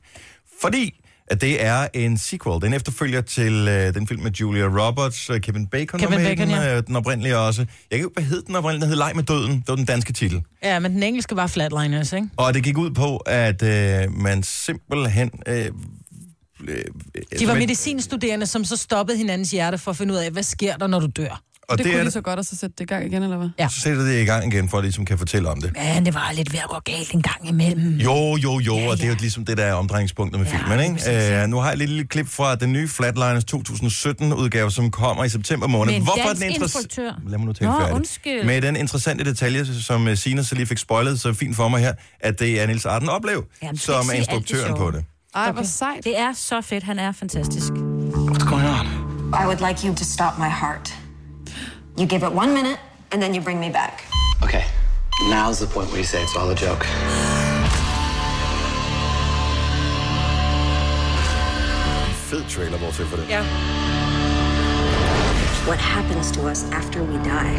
Speaker 1: Fordi at det er en sequel. Den efterfølger til øh, den film med Julia Roberts, øh, Kevin Bacon,
Speaker 2: Kevin
Speaker 1: var med i
Speaker 2: Bacon,
Speaker 1: den,
Speaker 2: ja.
Speaker 1: øh, den oprindelige også. Jeg kan ikke hvad hed den oprindelige? Den hed Leg med døden. Det var den danske titel.
Speaker 2: Ja, men den engelske var flatliners, ikke?
Speaker 1: Og det gik ud på, at øh, man simpelthen... Øh, øh,
Speaker 2: De var medicinstuderende, som så stoppede hinandens hjerte for at finde ud af, hvad sker der, når du dør?
Speaker 1: Og Det det kunne er de det.
Speaker 3: så godt at så sætte det i gang igen, eller hvad?
Speaker 2: Ja.
Speaker 1: Så sætter det i gang igen, for at ligesom kan fortælle om det.
Speaker 4: Ja, det var lidt ved at gå galt en gang imellem.
Speaker 1: Jo, jo, jo, og det er jo ligesom det, der er omdrejningspunktet med ja, filmen, ikke? Øh, nu har jeg et lille klip fra den nye Flatliners 2017-udgave, som kommer i september måned.
Speaker 4: Med en
Speaker 1: Hvorfor er
Speaker 4: dansk
Speaker 1: den
Speaker 4: instruktør.
Speaker 1: Lad mig nu tale
Speaker 4: Nå,
Speaker 1: færdigt.
Speaker 4: undskyld.
Speaker 1: Med den interessante detalje, som øh, Sina så lige fik spoilet så fint for mig her, at det er Niels Arden Oplev,
Speaker 4: Jamen, du kan
Speaker 1: som
Speaker 4: ikke
Speaker 1: er
Speaker 4: sige alt det
Speaker 1: instruktøren
Speaker 4: sjove.
Speaker 1: på det.
Speaker 3: Ej, hvor sejt.
Speaker 4: Det er så fedt. Han er fantastisk.
Speaker 13: What's going on? I would like you to stop my heart. You give it one minute, and then you bring me back.
Speaker 14: Okay, now's the point where you say it's all a joke.
Speaker 1: Fed trailer, hvor til for det.
Speaker 13: Yeah.
Speaker 9: What happens to us after we die?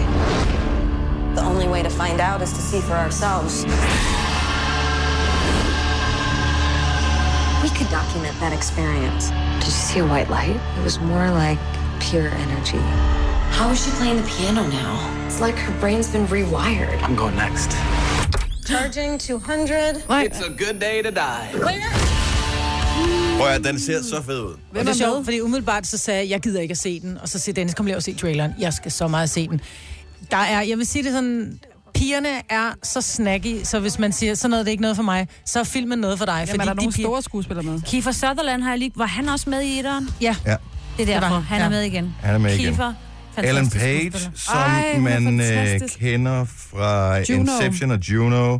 Speaker 13: The only way to find out is to see for ourselves. We could document that experience.
Speaker 15: Did you see a white light? It was more like pure energy.
Speaker 13: How is she playing the piano now?
Speaker 15: It's like her brain's been rewired.
Speaker 14: I'm going next.
Speaker 15: Charging 200.
Speaker 14: It's a good day to die.
Speaker 1: Prøv at den ser så fed ud.
Speaker 2: Hvem det er sjovt, fordi umiddelbart så sagde jeg, jeg gider ikke at se den. Og så siger Dennis, kom lige og se traileren. Jeg skal så meget se den. Der er, jeg vil sige det sådan, pigerne er så snacky, så hvis man siger, sådan noget det er ikke noget for mig, så er filmen noget for dig.
Speaker 3: Jamen, er der nogle store skuespillere med?
Speaker 4: Kiefer Sutherland har jeg lige... Var han også med i etteren?
Speaker 2: Ja.
Speaker 1: Ja.
Speaker 4: Det er
Speaker 2: Det var
Speaker 4: derfor.
Speaker 2: han.
Speaker 4: Han er
Speaker 2: Ja.
Speaker 4: med igen.
Speaker 1: Han er med igen.
Speaker 4: Kiefer,
Speaker 1: Ellen
Speaker 4: fantastisk
Speaker 1: Page,
Speaker 4: skuespiller.
Speaker 1: som
Speaker 4: Ej,
Speaker 1: Ej,
Speaker 4: hun er
Speaker 1: man øh,
Speaker 4: fantastisk.
Speaker 1: kender fra
Speaker 2: Juno.
Speaker 1: Juno. Inception og Juno,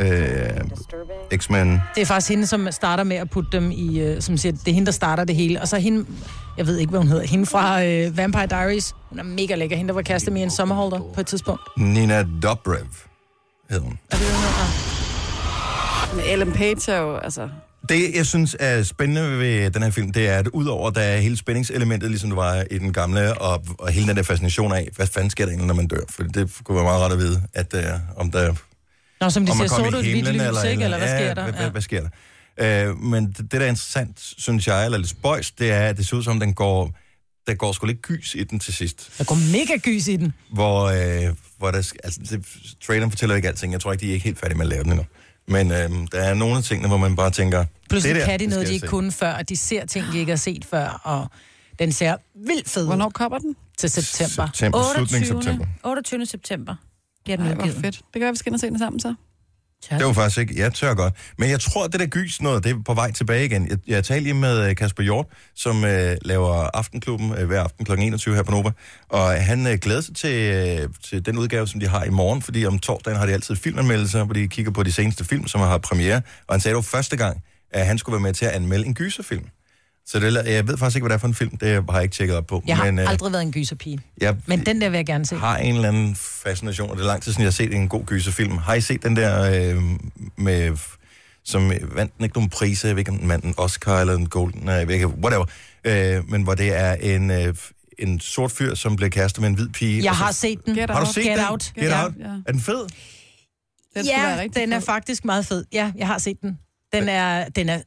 Speaker 1: øh, X-Men.
Speaker 2: Det er faktisk hende, som starter med at putte dem i, øh, som siger, det er hende, der starter det hele. Og så er hende, jeg ved ikke, hvad hun hedder, hende fra øh, Vampire Diaries. Hun er mega lækker. Hende, der var kastet med en sommerholder på et tidspunkt.
Speaker 1: Nina Dobrev hed hun.
Speaker 3: Men Ellen Page er jo, altså...
Speaker 1: Det, jeg synes er spændende ved den her film, det er, at udover der er hele spændingselementet, ligesom det var i den gamle, og, og hele den der fascination af, hvad fanden sker der egentlig, når man dør? For det kunne være meget rart at vide, at uh, om der...
Speaker 2: Nå, som de
Speaker 1: om
Speaker 2: siger,
Speaker 1: man kom
Speaker 2: så
Speaker 1: i
Speaker 2: du et hvidt
Speaker 1: himlen
Speaker 2: lys, eller, ikke? Eller hvad
Speaker 1: ja,
Speaker 2: sker der?
Speaker 1: Hvad,
Speaker 2: Ja.
Speaker 1: hvad, hvad sker der? Uh, men det, det, der er interessant, synes jeg, eller lidt spøjs, det er, at det ser ud som, den går... Der går sgu lidt gys i den til sidst.
Speaker 2: Der går mega gys i den.
Speaker 1: hvor, øh, hvor der, sk- altså, det, traileren fortæller ikke alting. Jeg tror ikke, de er ikke helt færdige med at lave den endnu. Men øh, der er nogle af tingene, hvor man bare tænker...
Speaker 2: Pludselig
Speaker 1: det der,
Speaker 2: kan de
Speaker 1: det skal
Speaker 2: noget, de
Speaker 1: jeg
Speaker 2: ikke
Speaker 1: se.
Speaker 2: kunne før, og de ser ting, de ikke har set før, og den ser vildt fed ud.
Speaker 3: Hvornår kommer den?
Speaker 2: Til september.
Speaker 1: September, slutningen af september.
Speaker 4: 28. september. Bliver den
Speaker 3: Ej, hvor
Speaker 4: udgivet.
Speaker 3: fedt. Det kan være, vi skal ind og se den sammen så.
Speaker 1: Mm. Det var faktisk ikke... Jeg tør godt. Men jeg tror, at det der gys noget, det er på vej tilbage igen. Jeg, jeg talte lige med øh, Kasper Hjort, som øh, laver Aftenklubben øh, hver aften kl. 21 her på Nova. Og han øh, glæder sig til, øh, til den udgave, som de har i morgen, fordi om torsdagen har de altid filmanmeldelser, hvor de kigger på de seneste film, som har premiere. Og han sagde, det var første gang, at han skulle være med til at anmelde en gyserfilm. Så det, la- jeg ved faktisk ikke, hvad det er for en film. Det har jeg ikke tjekket op på.
Speaker 2: Jeg har
Speaker 1: men, øh,
Speaker 2: aldrig været en gyserpige.
Speaker 1: jeg
Speaker 2: Men den der vil jeg gerne se.
Speaker 1: har en eller anden fascination, og det er lang tid siden, jeg har set en god gyserfilm. Har I set den der øh, med som vandt den ikke nogen priser, jeg ved ikke om den vandt en Oscar eller en Golden, nej, jeg ved ikke, whatever, øh, men hvor det er en, øh, en sort fyr, som bliver kærester med en hvid pige.
Speaker 2: Jeg
Speaker 1: og så-
Speaker 2: har set den.
Speaker 1: Har du set
Speaker 2: Get
Speaker 1: den?
Speaker 2: Out.
Speaker 1: Get Out.
Speaker 2: Ja.
Speaker 1: Er den fed?
Speaker 2: Den,
Speaker 3: skulle være
Speaker 2: ja,
Speaker 3: rigtig
Speaker 2: den er
Speaker 3: fed.
Speaker 2: faktisk meget fed. Ja, jeg har set den. Den er, den er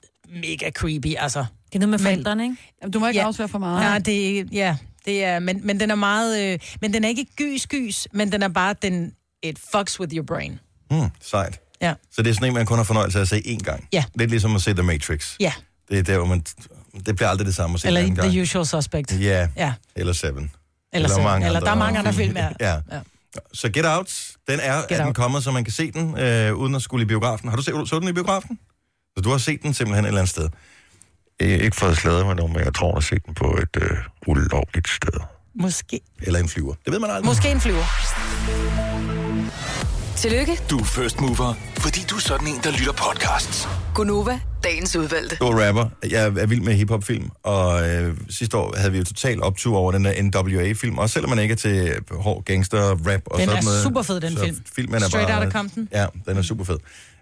Speaker 2: mega creepy, altså.
Speaker 4: Det er noget med forældrene, ikke?
Speaker 3: Jamen, du må ikke ja. afsløre for meget.
Speaker 2: Nej, det er, ja, det er, men, men den er meget, øh, men den er ikke gys-gys, men den er bare, den, it fucks with your brain.
Speaker 1: Hmm, sejt.
Speaker 2: Ja.
Speaker 1: Så det er sådan en, man kun har fornøjelse af at se én gang.
Speaker 2: Ja.
Speaker 1: Lidt ligesom at se The Matrix.
Speaker 2: Ja,
Speaker 1: Det er der, hvor man... Det bliver aldrig det samme at se
Speaker 2: eller
Speaker 1: en anden gang.
Speaker 2: The Usual Suspect.
Speaker 1: Ja.
Speaker 2: Ja.
Speaker 1: Eller Seven.
Speaker 2: Eller, eller, mange eller der er mange andre film,
Speaker 1: ja.
Speaker 2: ja.
Speaker 1: ja. Så Get Out, den er,
Speaker 2: Get
Speaker 1: er den
Speaker 2: Out.
Speaker 1: kommet, så man kan se den, øh, uden at skulle i biografen. Har du set, så den i biografen? Så du har set den simpelthen et eller andet sted? Ikke fået slæde med nogen, men jeg tror, at har set den på et øh, ulovligt sted.
Speaker 2: Måske.
Speaker 1: Eller en flyver. Det ved man aldrig.
Speaker 2: Måske en flyver.
Speaker 5: Tillykke,
Speaker 6: Du er first mover, fordi du er sådan en, der lytter podcasts.
Speaker 5: Gunova, dagens udvalgte.
Speaker 1: Stor rapper. Jeg er vild med hiphop-film, og øh, sidste år havde vi jo total optur over den der NWA-film, også selvom man ikke er til øh, hård gangster-rap og
Speaker 2: Den
Speaker 1: sådan
Speaker 2: er
Speaker 1: noget.
Speaker 2: superfed, den
Speaker 1: så
Speaker 2: film.
Speaker 1: Filmen er
Speaker 2: Straight
Speaker 1: bare,
Speaker 2: Outta Compton.
Speaker 1: Ja, den er super fed.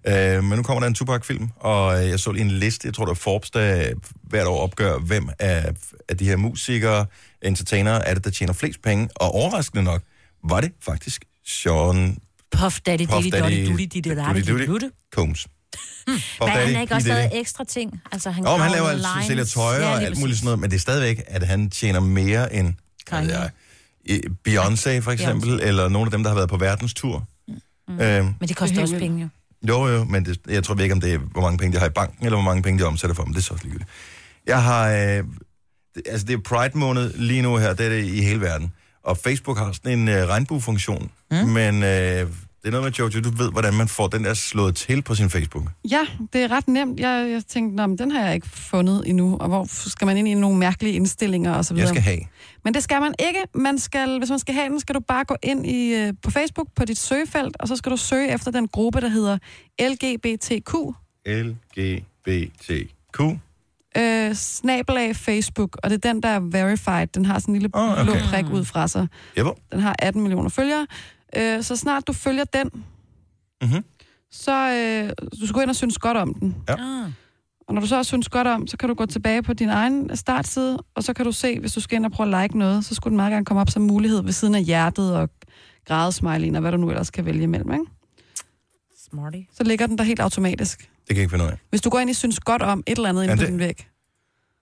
Speaker 1: Øh, men nu kommer der en Tupac-film, og øh, jeg så lige en liste, jeg tror det er Forbes, der hvert år opgør, hvem af, af de her musikere, entertainere, er det, der tjener flest penge. Og overraskende nok, var det faktisk Sean
Speaker 4: Puff Daddy,
Speaker 1: Puff
Speaker 4: Dilly
Speaker 1: Daddy,
Speaker 4: Dolly, Dully, Ditte, Datte,
Speaker 1: Dully,
Speaker 4: Ditte,
Speaker 1: Dully.
Speaker 4: Dutte.
Speaker 1: Combs.
Speaker 4: Hm. Hvad, han har
Speaker 1: Daddy,
Speaker 4: ikke også
Speaker 1: Ditte.
Speaker 4: lavet ekstra ting? Altså, han,
Speaker 1: Nå, men han
Speaker 4: graver
Speaker 1: laver
Speaker 4: lines.
Speaker 1: altså, sælger tøj
Speaker 4: Ja,
Speaker 1: og
Speaker 4: lige
Speaker 1: alt
Speaker 4: præcis.
Speaker 1: muligt sådan noget, men det er stadigvæk, at han tjener mere end hvad ved
Speaker 4: Kanye.
Speaker 1: jeg, eh, Beyoncé for eksempel, eller nogle af dem, der har været på verdenstur. Mm. Øhm,
Speaker 4: Men det koster også penge, jo.
Speaker 1: jo, jo, men det, jeg tror ikke, om det er, hvor mange penge de har i banken, eller hvor mange penge de omsætter for, men det er så også ligegyldigt. Jeg har, øh, det- altså det er Pride måned lige nu her, det er det i hele verden, og Facebook har sådan en øh, regnbuefunktion, mm. men øh, det er noget med, Jojo, du ved, hvordan man får den der slået til på sin Facebook.
Speaker 3: Ja, det er ret nemt. Jeg, jeg tænkte, Nå, men den har jeg ikke fundet endnu, og hvor skal man ind i nogle mærkelige indstillinger og så videre.
Speaker 1: Jeg skal have.
Speaker 3: Men det skal man ikke. Man skal, hvis man skal have den, skal du bare gå ind i, øh, på Facebook på dit søgefelt, og så skal du søge efter den gruppe, der hedder LGBTQ.
Speaker 1: LGBTQ.
Speaker 3: øh, snabelag Facebook, og det er den, der er verified. Den har sådan en lille oh, okay. blå prik ud fra sig.
Speaker 1: Yep.
Speaker 3: Den har 18 millioner følgere. Øh, så snart du følger den,
Speaker 1: Mm-hmm.
Speaker 3: så øh, du skal gå ind og synes godt om den. Ah.
Speaker 1: Ja.
Speaker 3: Og når du så har synes godt om, så kan du gå tilbage på din egen startside, og så kan du se, hvis du skal ind og prøve at like noget, så skulle den meget gerne komme op som mulighed ved siden af hjertet og grædesmileyen og hvad du nu ellers kan vælge imellem, ikke?
Speaker 2: Smarty.
Speaker 3: Så ligger den der helt automatisk.
Speaker 1: Det kan jeg ikke finde ud af.
Speaker 3: Hvis du går ind i synes godt om et eller andet inde
Speaker 1: Ja,
Speaker 3: på
Speaker 1: det-
Speaker 3: din væg,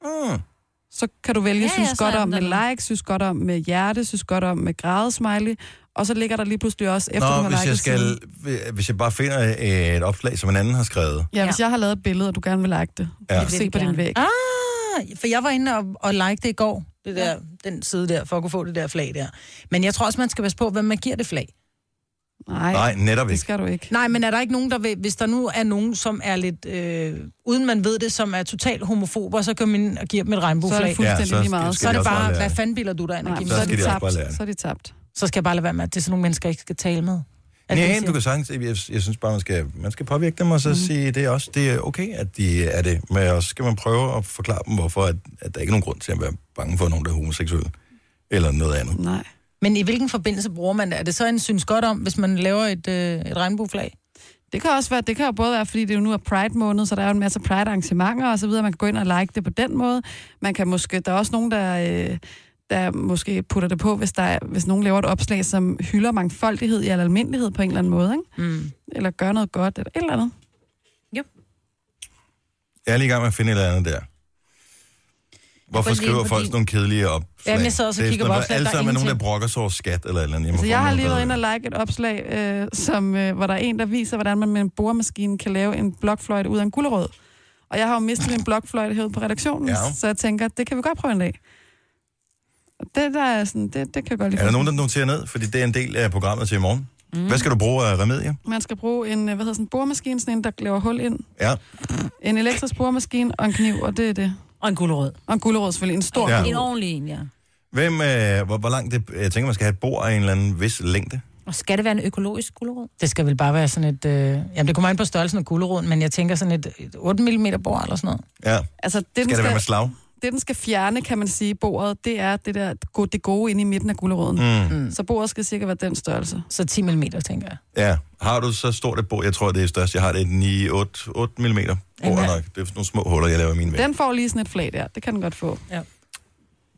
Speaker 1: Mm.
Speaker 3: så kan du vælge
Speaker 1: Ja,
Speaker 3: ja,
Speaker 1: ja,
Speaker 3: synes
Speaker 1: så
Speaker 3: godt
Speaker 1: er
Speaker 3: om
Speaker 1: den
Speaker 3: med like, synes godt om med hjerte, synes godt om med grædesmiley, og så ligger der lige pludselig også, efter Nå, du
Speaker 1: Nå,
Speaker 3: har
Speaker 1: hvis jeg,
Speaker 3: liket siden-
Speaker 1: skal, hvis jeg bare finder øh, et opslag, som en anden har skrevet.
Speaker 3: Ja, hvis jeg har lavet et billede, og du gerne vil like det,
Speaker 1: Ja.
Speaker 3: ja.
Speaker 1: Det vil
Speaker 3: se
Speaker 1: vi
Speaker 3: på din væg.
Speaker 2: Ah, for jeg var inde og, og like det i går, det der, ja. den side der, for at kunne få det der flag der. Men jeg tror også, man skal passe på, hvem man giver det flag.
Speaker 3: Nej,
Speaker 1: Nej, netop
Speaker 3: det
Speaker 1: ikke.
Speaker 3: skal du ikke.
Speaker 2: Nej, men er der ikke nogen, der vil, hvis der nu er nogen, som er lidt, øh, uden man ved det, som er totalt homofober, så kan man ind og give dem et regnbueflag.
Speaker 3: Så er det fuldstændig Ja, så lige meget. skal
Speaker 2: Så er
Speaker 3: de
Speaker 2: det
Speaker 3: også bare
Speaker 2: bare,
Speaker 3: lære
Speaker 2: hvad
Speaker 3: det.
Speaker 2: fanden biler du dig ind og
Speaker 3: Nej,
Speaker 2: giver
Speaker 3: så
Speaker 2: dem?
Speaker 3: er de
Speaker 1: også bare lære
Speaker 2: tabt.
Speaker 1: det.
Speaker 2: Så
Speaker 3: er de tabt.
Speaker 2: Så skal jeg bare lade være med, at det er sådan nogle mennesker, jeg ikke skal tale med. Altså, Er det,
Speaker 1: Nej,
Speaker 2: jeg siger? Mhm.
Speaker 1: du kan sagtens, jeg, jeg synes bare, man skal, man skal påvirke dem, og så mm. sige, det er også det er okay, at de er det. Men også skal man prøve at forklare dem, hvorfor at, at der ikke er nogen grund til at være bange for nogen, der er homoseksuelle. Eller noget andet.
Speaker 3: Nej.
Speaker 2: Men i hvilken forbindelse bruger man det? Er det så en synes godt om, hvis man laver et, øh, et regnbueflag?
Speaker 3: Det kan også være, det kan jo både være, fordi det jo nu er Pride måned, så der er jo en masse Pride arrangementer og så videre. Man kan gå ind og like det på den måde. Man kan måske, der er også nogen, der, øh, der måske putter det på, hvis, der er, hvis nogen laver et opslag, som hylder mangfoldighed i al almindelighed på en eller anden måde, ikke?
Speaker 2: Mm.
Speaker 3: Eller gør noget godt, eller et eller andet.
Speaker 1: Jeg er lige i gang med at finde et eller andet der. Hvorfor
Speaker 2: Jeg går lige
Speaker 1: skriver
Speaker 2: ind på
Speaker 1: folk
Speaker 2: din-
Speaker 1: sådan nogle kedelige opslag?
Speaker 2: Jamen, jeg sad også og
Speaker 1: Det er
Speaker 2: kiggede
Speaker 1: sådan,
Speaker 2: på
Speaker 1: hvor
Speaker 2: opslag,
Speaker 1: Alle
Speaker 2: der er
Speaker 1: sammen er nogen, der
Speaker 2: ingenting. Altså,
Speaker 1: brokker sig over skat eller et eller andet. må
Speaker 3: Så
Speaker 1: få
Speaker 3: jeg har
Speaker 1: nogle
Speaker 3: lige været
Speaker 1: bedre-
Speaker 3: inde og like et opslag, øh, som, øh, hvor der er en, der viser, hvordan man med en boremaskine kan lave en blokfløjte ud af en gulerod. Og jeg har jo mistet min blokfløjte herude på redaktionen,
Speaker 1: Ja.
Speaker 3: ja. så jeg tænker, det kan vi godt prøve en dag. Og det, der er sådan, det, det kan jeg godt lide.
Speaker 1: Er der nogen, der noterer ned? Fordi det er en del af programmet til i morgen.
Speaker 2: Mhm.
Speaker 1: Mm. Hvad skal du bruge af remedier?
Speaker 3: Man skal bruge en, øh, hvad hedder sådan, en boremaskine, sådan en, der laver hul ind.
Speaker 1: Ja.
Speaker 3: En elektrisk boremaskine og en kniv, og det er det.
Speaker 2: Og en gulerod.
Speaker 3: Og en gulerod selvfølgelig, en stor
Speaker 1: Ja.
Speaker 3: ja.
Speaker 1: En
Speaker 3: gulerod.
Speaker 4: ordentlig en, ja.
Speaker 1: Hvem, øh, hvor, hvor langt det, jeg tænker, man skal have et bord af en eller anden vis længde.
Speaker 4: Og skal det være en økologisk gulerod?
Speaker 2: Det skal vel bare være sådan et... Øh... Jamen, det kommer an på størrelsen af guleroden, men jeg tænker sådan et, et 8 mm bord eller sådan noget.
Speaker 1: Ja.
Speaker 3: Altså, det, den
Speaker 1: skal det være med slag?
Speaker 3: det, den skal fjerne, kan man sige, bordet, det er det der go- det gode inde i midten af guleroden.
Speaker 1: Mm.
Speaker 3: Mm. Så bordet skal cirka være den størrelse.
Speaker 2: Så 10 mm, tænker jeg.
Speaker 1: Ja. Har du så stort et bord? Jeg tror, det er størst. Jeg har det et 9, 8, 8 mm bord nok. Det er sådan nogle små huller, jeg laver i mine væg.
Speaker 3: Den får lige sådan et flag der. Det kan den godt få.
Speaker 2: Ja.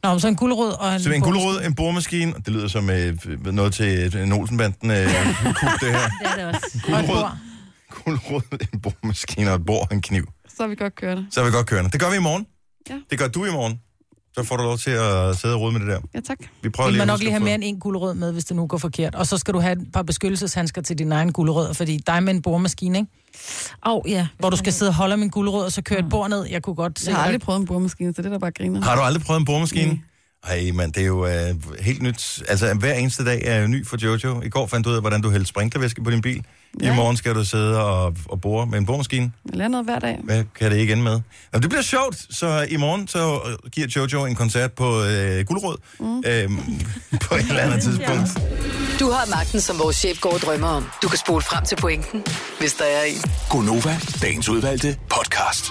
Speaker 2: Nå, men så en gulerod og en...
Speaker 1: Så en gulerod, en boremaskine, det lyder som øh, noget til en Olsenbanden øh, kub, det her.
Speaker 4: Det er det også.
Speaker 1: Gulerod, gulerod, en boremaskine og et bord og en kniv.
Speaker 3: Så er vi godt kørende.
Speaker 1: Så er vi godt kørende. Det gør vi i morgen.
Speaker 3: Ja.
Speaker 1: Det gør du i morgen. Så får du lov til at sidde og rode med det der.
Speaker 3: Ja, tak.
Speaker 1: Vi prøver
Speaker 2: Vil
Speaker 1: lige
Speaker 2: man
Speaker 1: at
Speaker 2: nok
Speaker 1: huske
Speaker 2: lige
Speaker 1: at
Speaker 2: have
Speaker 1: få-
Speaker 2: mere end en gulerod med, hvis det nu går forkert. Og så skal du have et par beskyttelseshandsker til din egen gulerødder, fordi dig med en boremaskine, ikke?
Speaker 4: Åh, oh, ja.
Speaker 2: Hvor du skal sidde og holde min gulerød, og så køre et bord ned. Jeg kunne godt se...
Speaker 3: Jeg har aldrig prøvet en boremaskine, så det er der bare griner.
Speaker 1: Har du aldrig prøvet en boremaskine? Mm. Nej, mm. mand, det er jo øh, helt nyt. Altså, hver eneste dag er jo ny for Jojo. I går fandt du ud af, hvordan du hældte sprinklervæske på din bil. I morgen skal du sidde og, og bore med en boremaskine.
Speaker 3: Jeg lærer noget hver dag.
Speaker 1: Hvad kan det ikke ende med? Jamen, det bliver sjovt. Så i morgen så øh, giver Jojo en koncert på øh, Guldråd. Mm. Øhm, på et eller andet tidspunkt.
Speaker 5: Du har magten, som vores chef går og drømmer om. Du kan spole frem til pointen, hvis der er en.
Speaker 6: Gonova, dagens udvalgte podcast.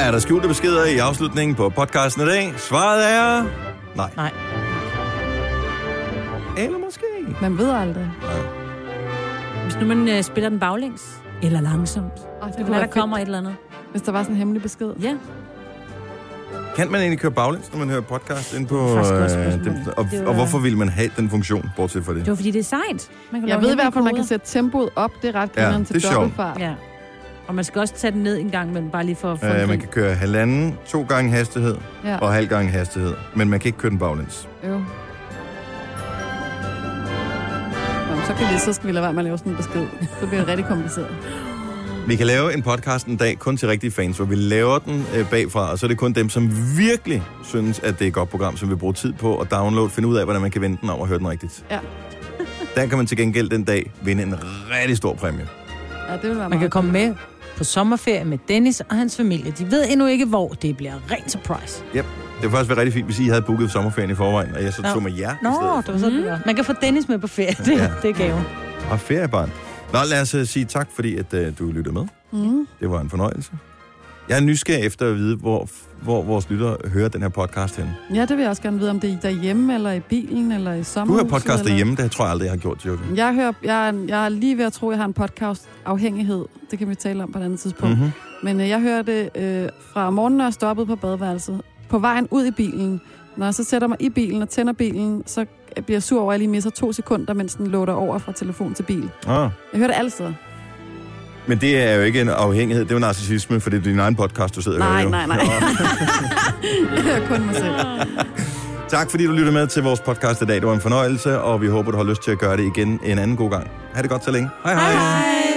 Speaker 1: Er der skjulte beskeder i afslutningen på podcasten i dag? Svaret er... Nej.
Speaker 2: Nej.
Speaker 1: Eller måske.
Speaker 3: Man ved aldrig.
Speaker 4: Hvis nu man øh, spiller den baglæns, eller langsomt,
Speaker 3: Oh,
Speaker 4: det kan være, der kommer et eller andet.
Speaker 3: Hvis der var sådan en hemmelig besked.
Speaker 4: Ja.
Speaker 1: Kan man egentlig køre baglæns, når man hører podcast ind på...
Speaker 4: Faktisk også
Speaker 1: øh,
Speaker 4: spørgsmål.
Speaker 1: dem, og,
Speaker 4: Det var-
Speaker 1: og hvorfor vil man have den funktion, bortset fra det?
Speaker 4: Det var, fordi det er sejt. Man
Speaker 3: Jeg ved i hvert fald, man
Speaker 4: koder.
Speaker 3: kan sætte tempoet op. Det er ret
Speaker 1: Ja,
Speaker 3: grineren
Speaker 1: det
Speaker 3: til
Speaker 1: er sjovt.
Speaker 3: dobbeltfart.
Speaker 4: Ja. Og man skal også tage den ned en gang, men bare lige for at få
Speaker 1: Øh,
Speaker 4: øh,
Speaker 1: man kan køre halvanden, to gange hastighed ja.
Speaker 3: Ja.
Speaker 1: og halv gange hastighed. Men man kan ikke køre den baglæns.
Speaker 3: Jo. Nå, men så, kan vi, så skal vi lade være med at lave sådan en besked. Så bliver det rigtig kompliceret.
Speaker 1: Vi kan lave en podcast en dag kun til rigtige fans, hvor vi laver den øh, bagfra, og så er det kun dem, som virkelig synes, at det er et godt program, som vil bruge tid på at downloade, finde ud af, hvordan man kan vende den om og høre den rigtigt.
Speaker 3: Ja.
Speaker 1: Der kan man til gengæld den dag vinde en rigtig stor præmie.
Speaker 3: Ja, det vil være
Speaker 2: Man kan
Speaker 3: meget.
Speaker 2: komme med på sommerferie med Dennis og hans familie. De ved endnu ikke, hvor. Det bliver rent surprise.
Speaker 1: Yep. Det ville faktisk være rigtig fint, hvis I havde booket sommerferien i forvejen, og jeg så
Speaker 2: Nå.
Speaker 1: tog med jer.
Speaker 2: Nå, det var sådan, mm. det var. Man kan få Dennis med på ferie. Det,
Speaker 1: Ja.
Speaker 2: ja. det er gaven.
Speaker 1: Og feriebarn. Nå, lad os øh, sige tak, fordi at, øh, du lytter med.
Speaker 3: Mm.
Speaker 1: Det var en fornøjelse. Jeg er nysgerrig efter at vide, hvor, hvor vores lyttere hører den her podcast henne.
Speaker 3: Ja, det vil jeg også gerne vide, om det er derhjemme, eller i bilen, eller i
Speaker 1: Du
Speaker 3: sommerhuset.
Speaker 1: hører podcast
Speaker 3: eller...
Speaker 1: derhjemme, det tror jeg aldrig, jeg har gjort, Jørgen.
Speaker 3: Jeg, hører, jeg, er- jeg er lige ved at tro, at jeg har en podcast afhængighed. Det kan vi tale om på et andet tidspunkt.
Speaker 1: Mhm.
Speaker 3: Mm-hmm. Men øh, jeg hører det øh, fra morgenen, når jeg står oppe ude på badeværelset. På vejen ud i bilen. Når jeg så sætter mig i bilen og tænder bilen, så bliver jeg sur over, at jeg lige misser to sekunder, mens den låter over fra telefon til bil.
Speaker 1: Ah.
Speaker 3: Jeg hører det alle steder.
Speaker 1: Men det er jo ikke en afhængighed, det er jo narcissisme, for det er din egen podcast, du sidder og
Speaker 3: Nej,
Speaker 1: hører. jo.
Speaker 3: nej, nej. jeg hører kun mig selv.
Speaker 1: Tak fordi du lyttede med til vores podcast i dag. Det var en fornøjelse, og vi håber, du har lyst til at gøre det igen en anden god gang. Ha' det godt så længe. Hej hej. hej.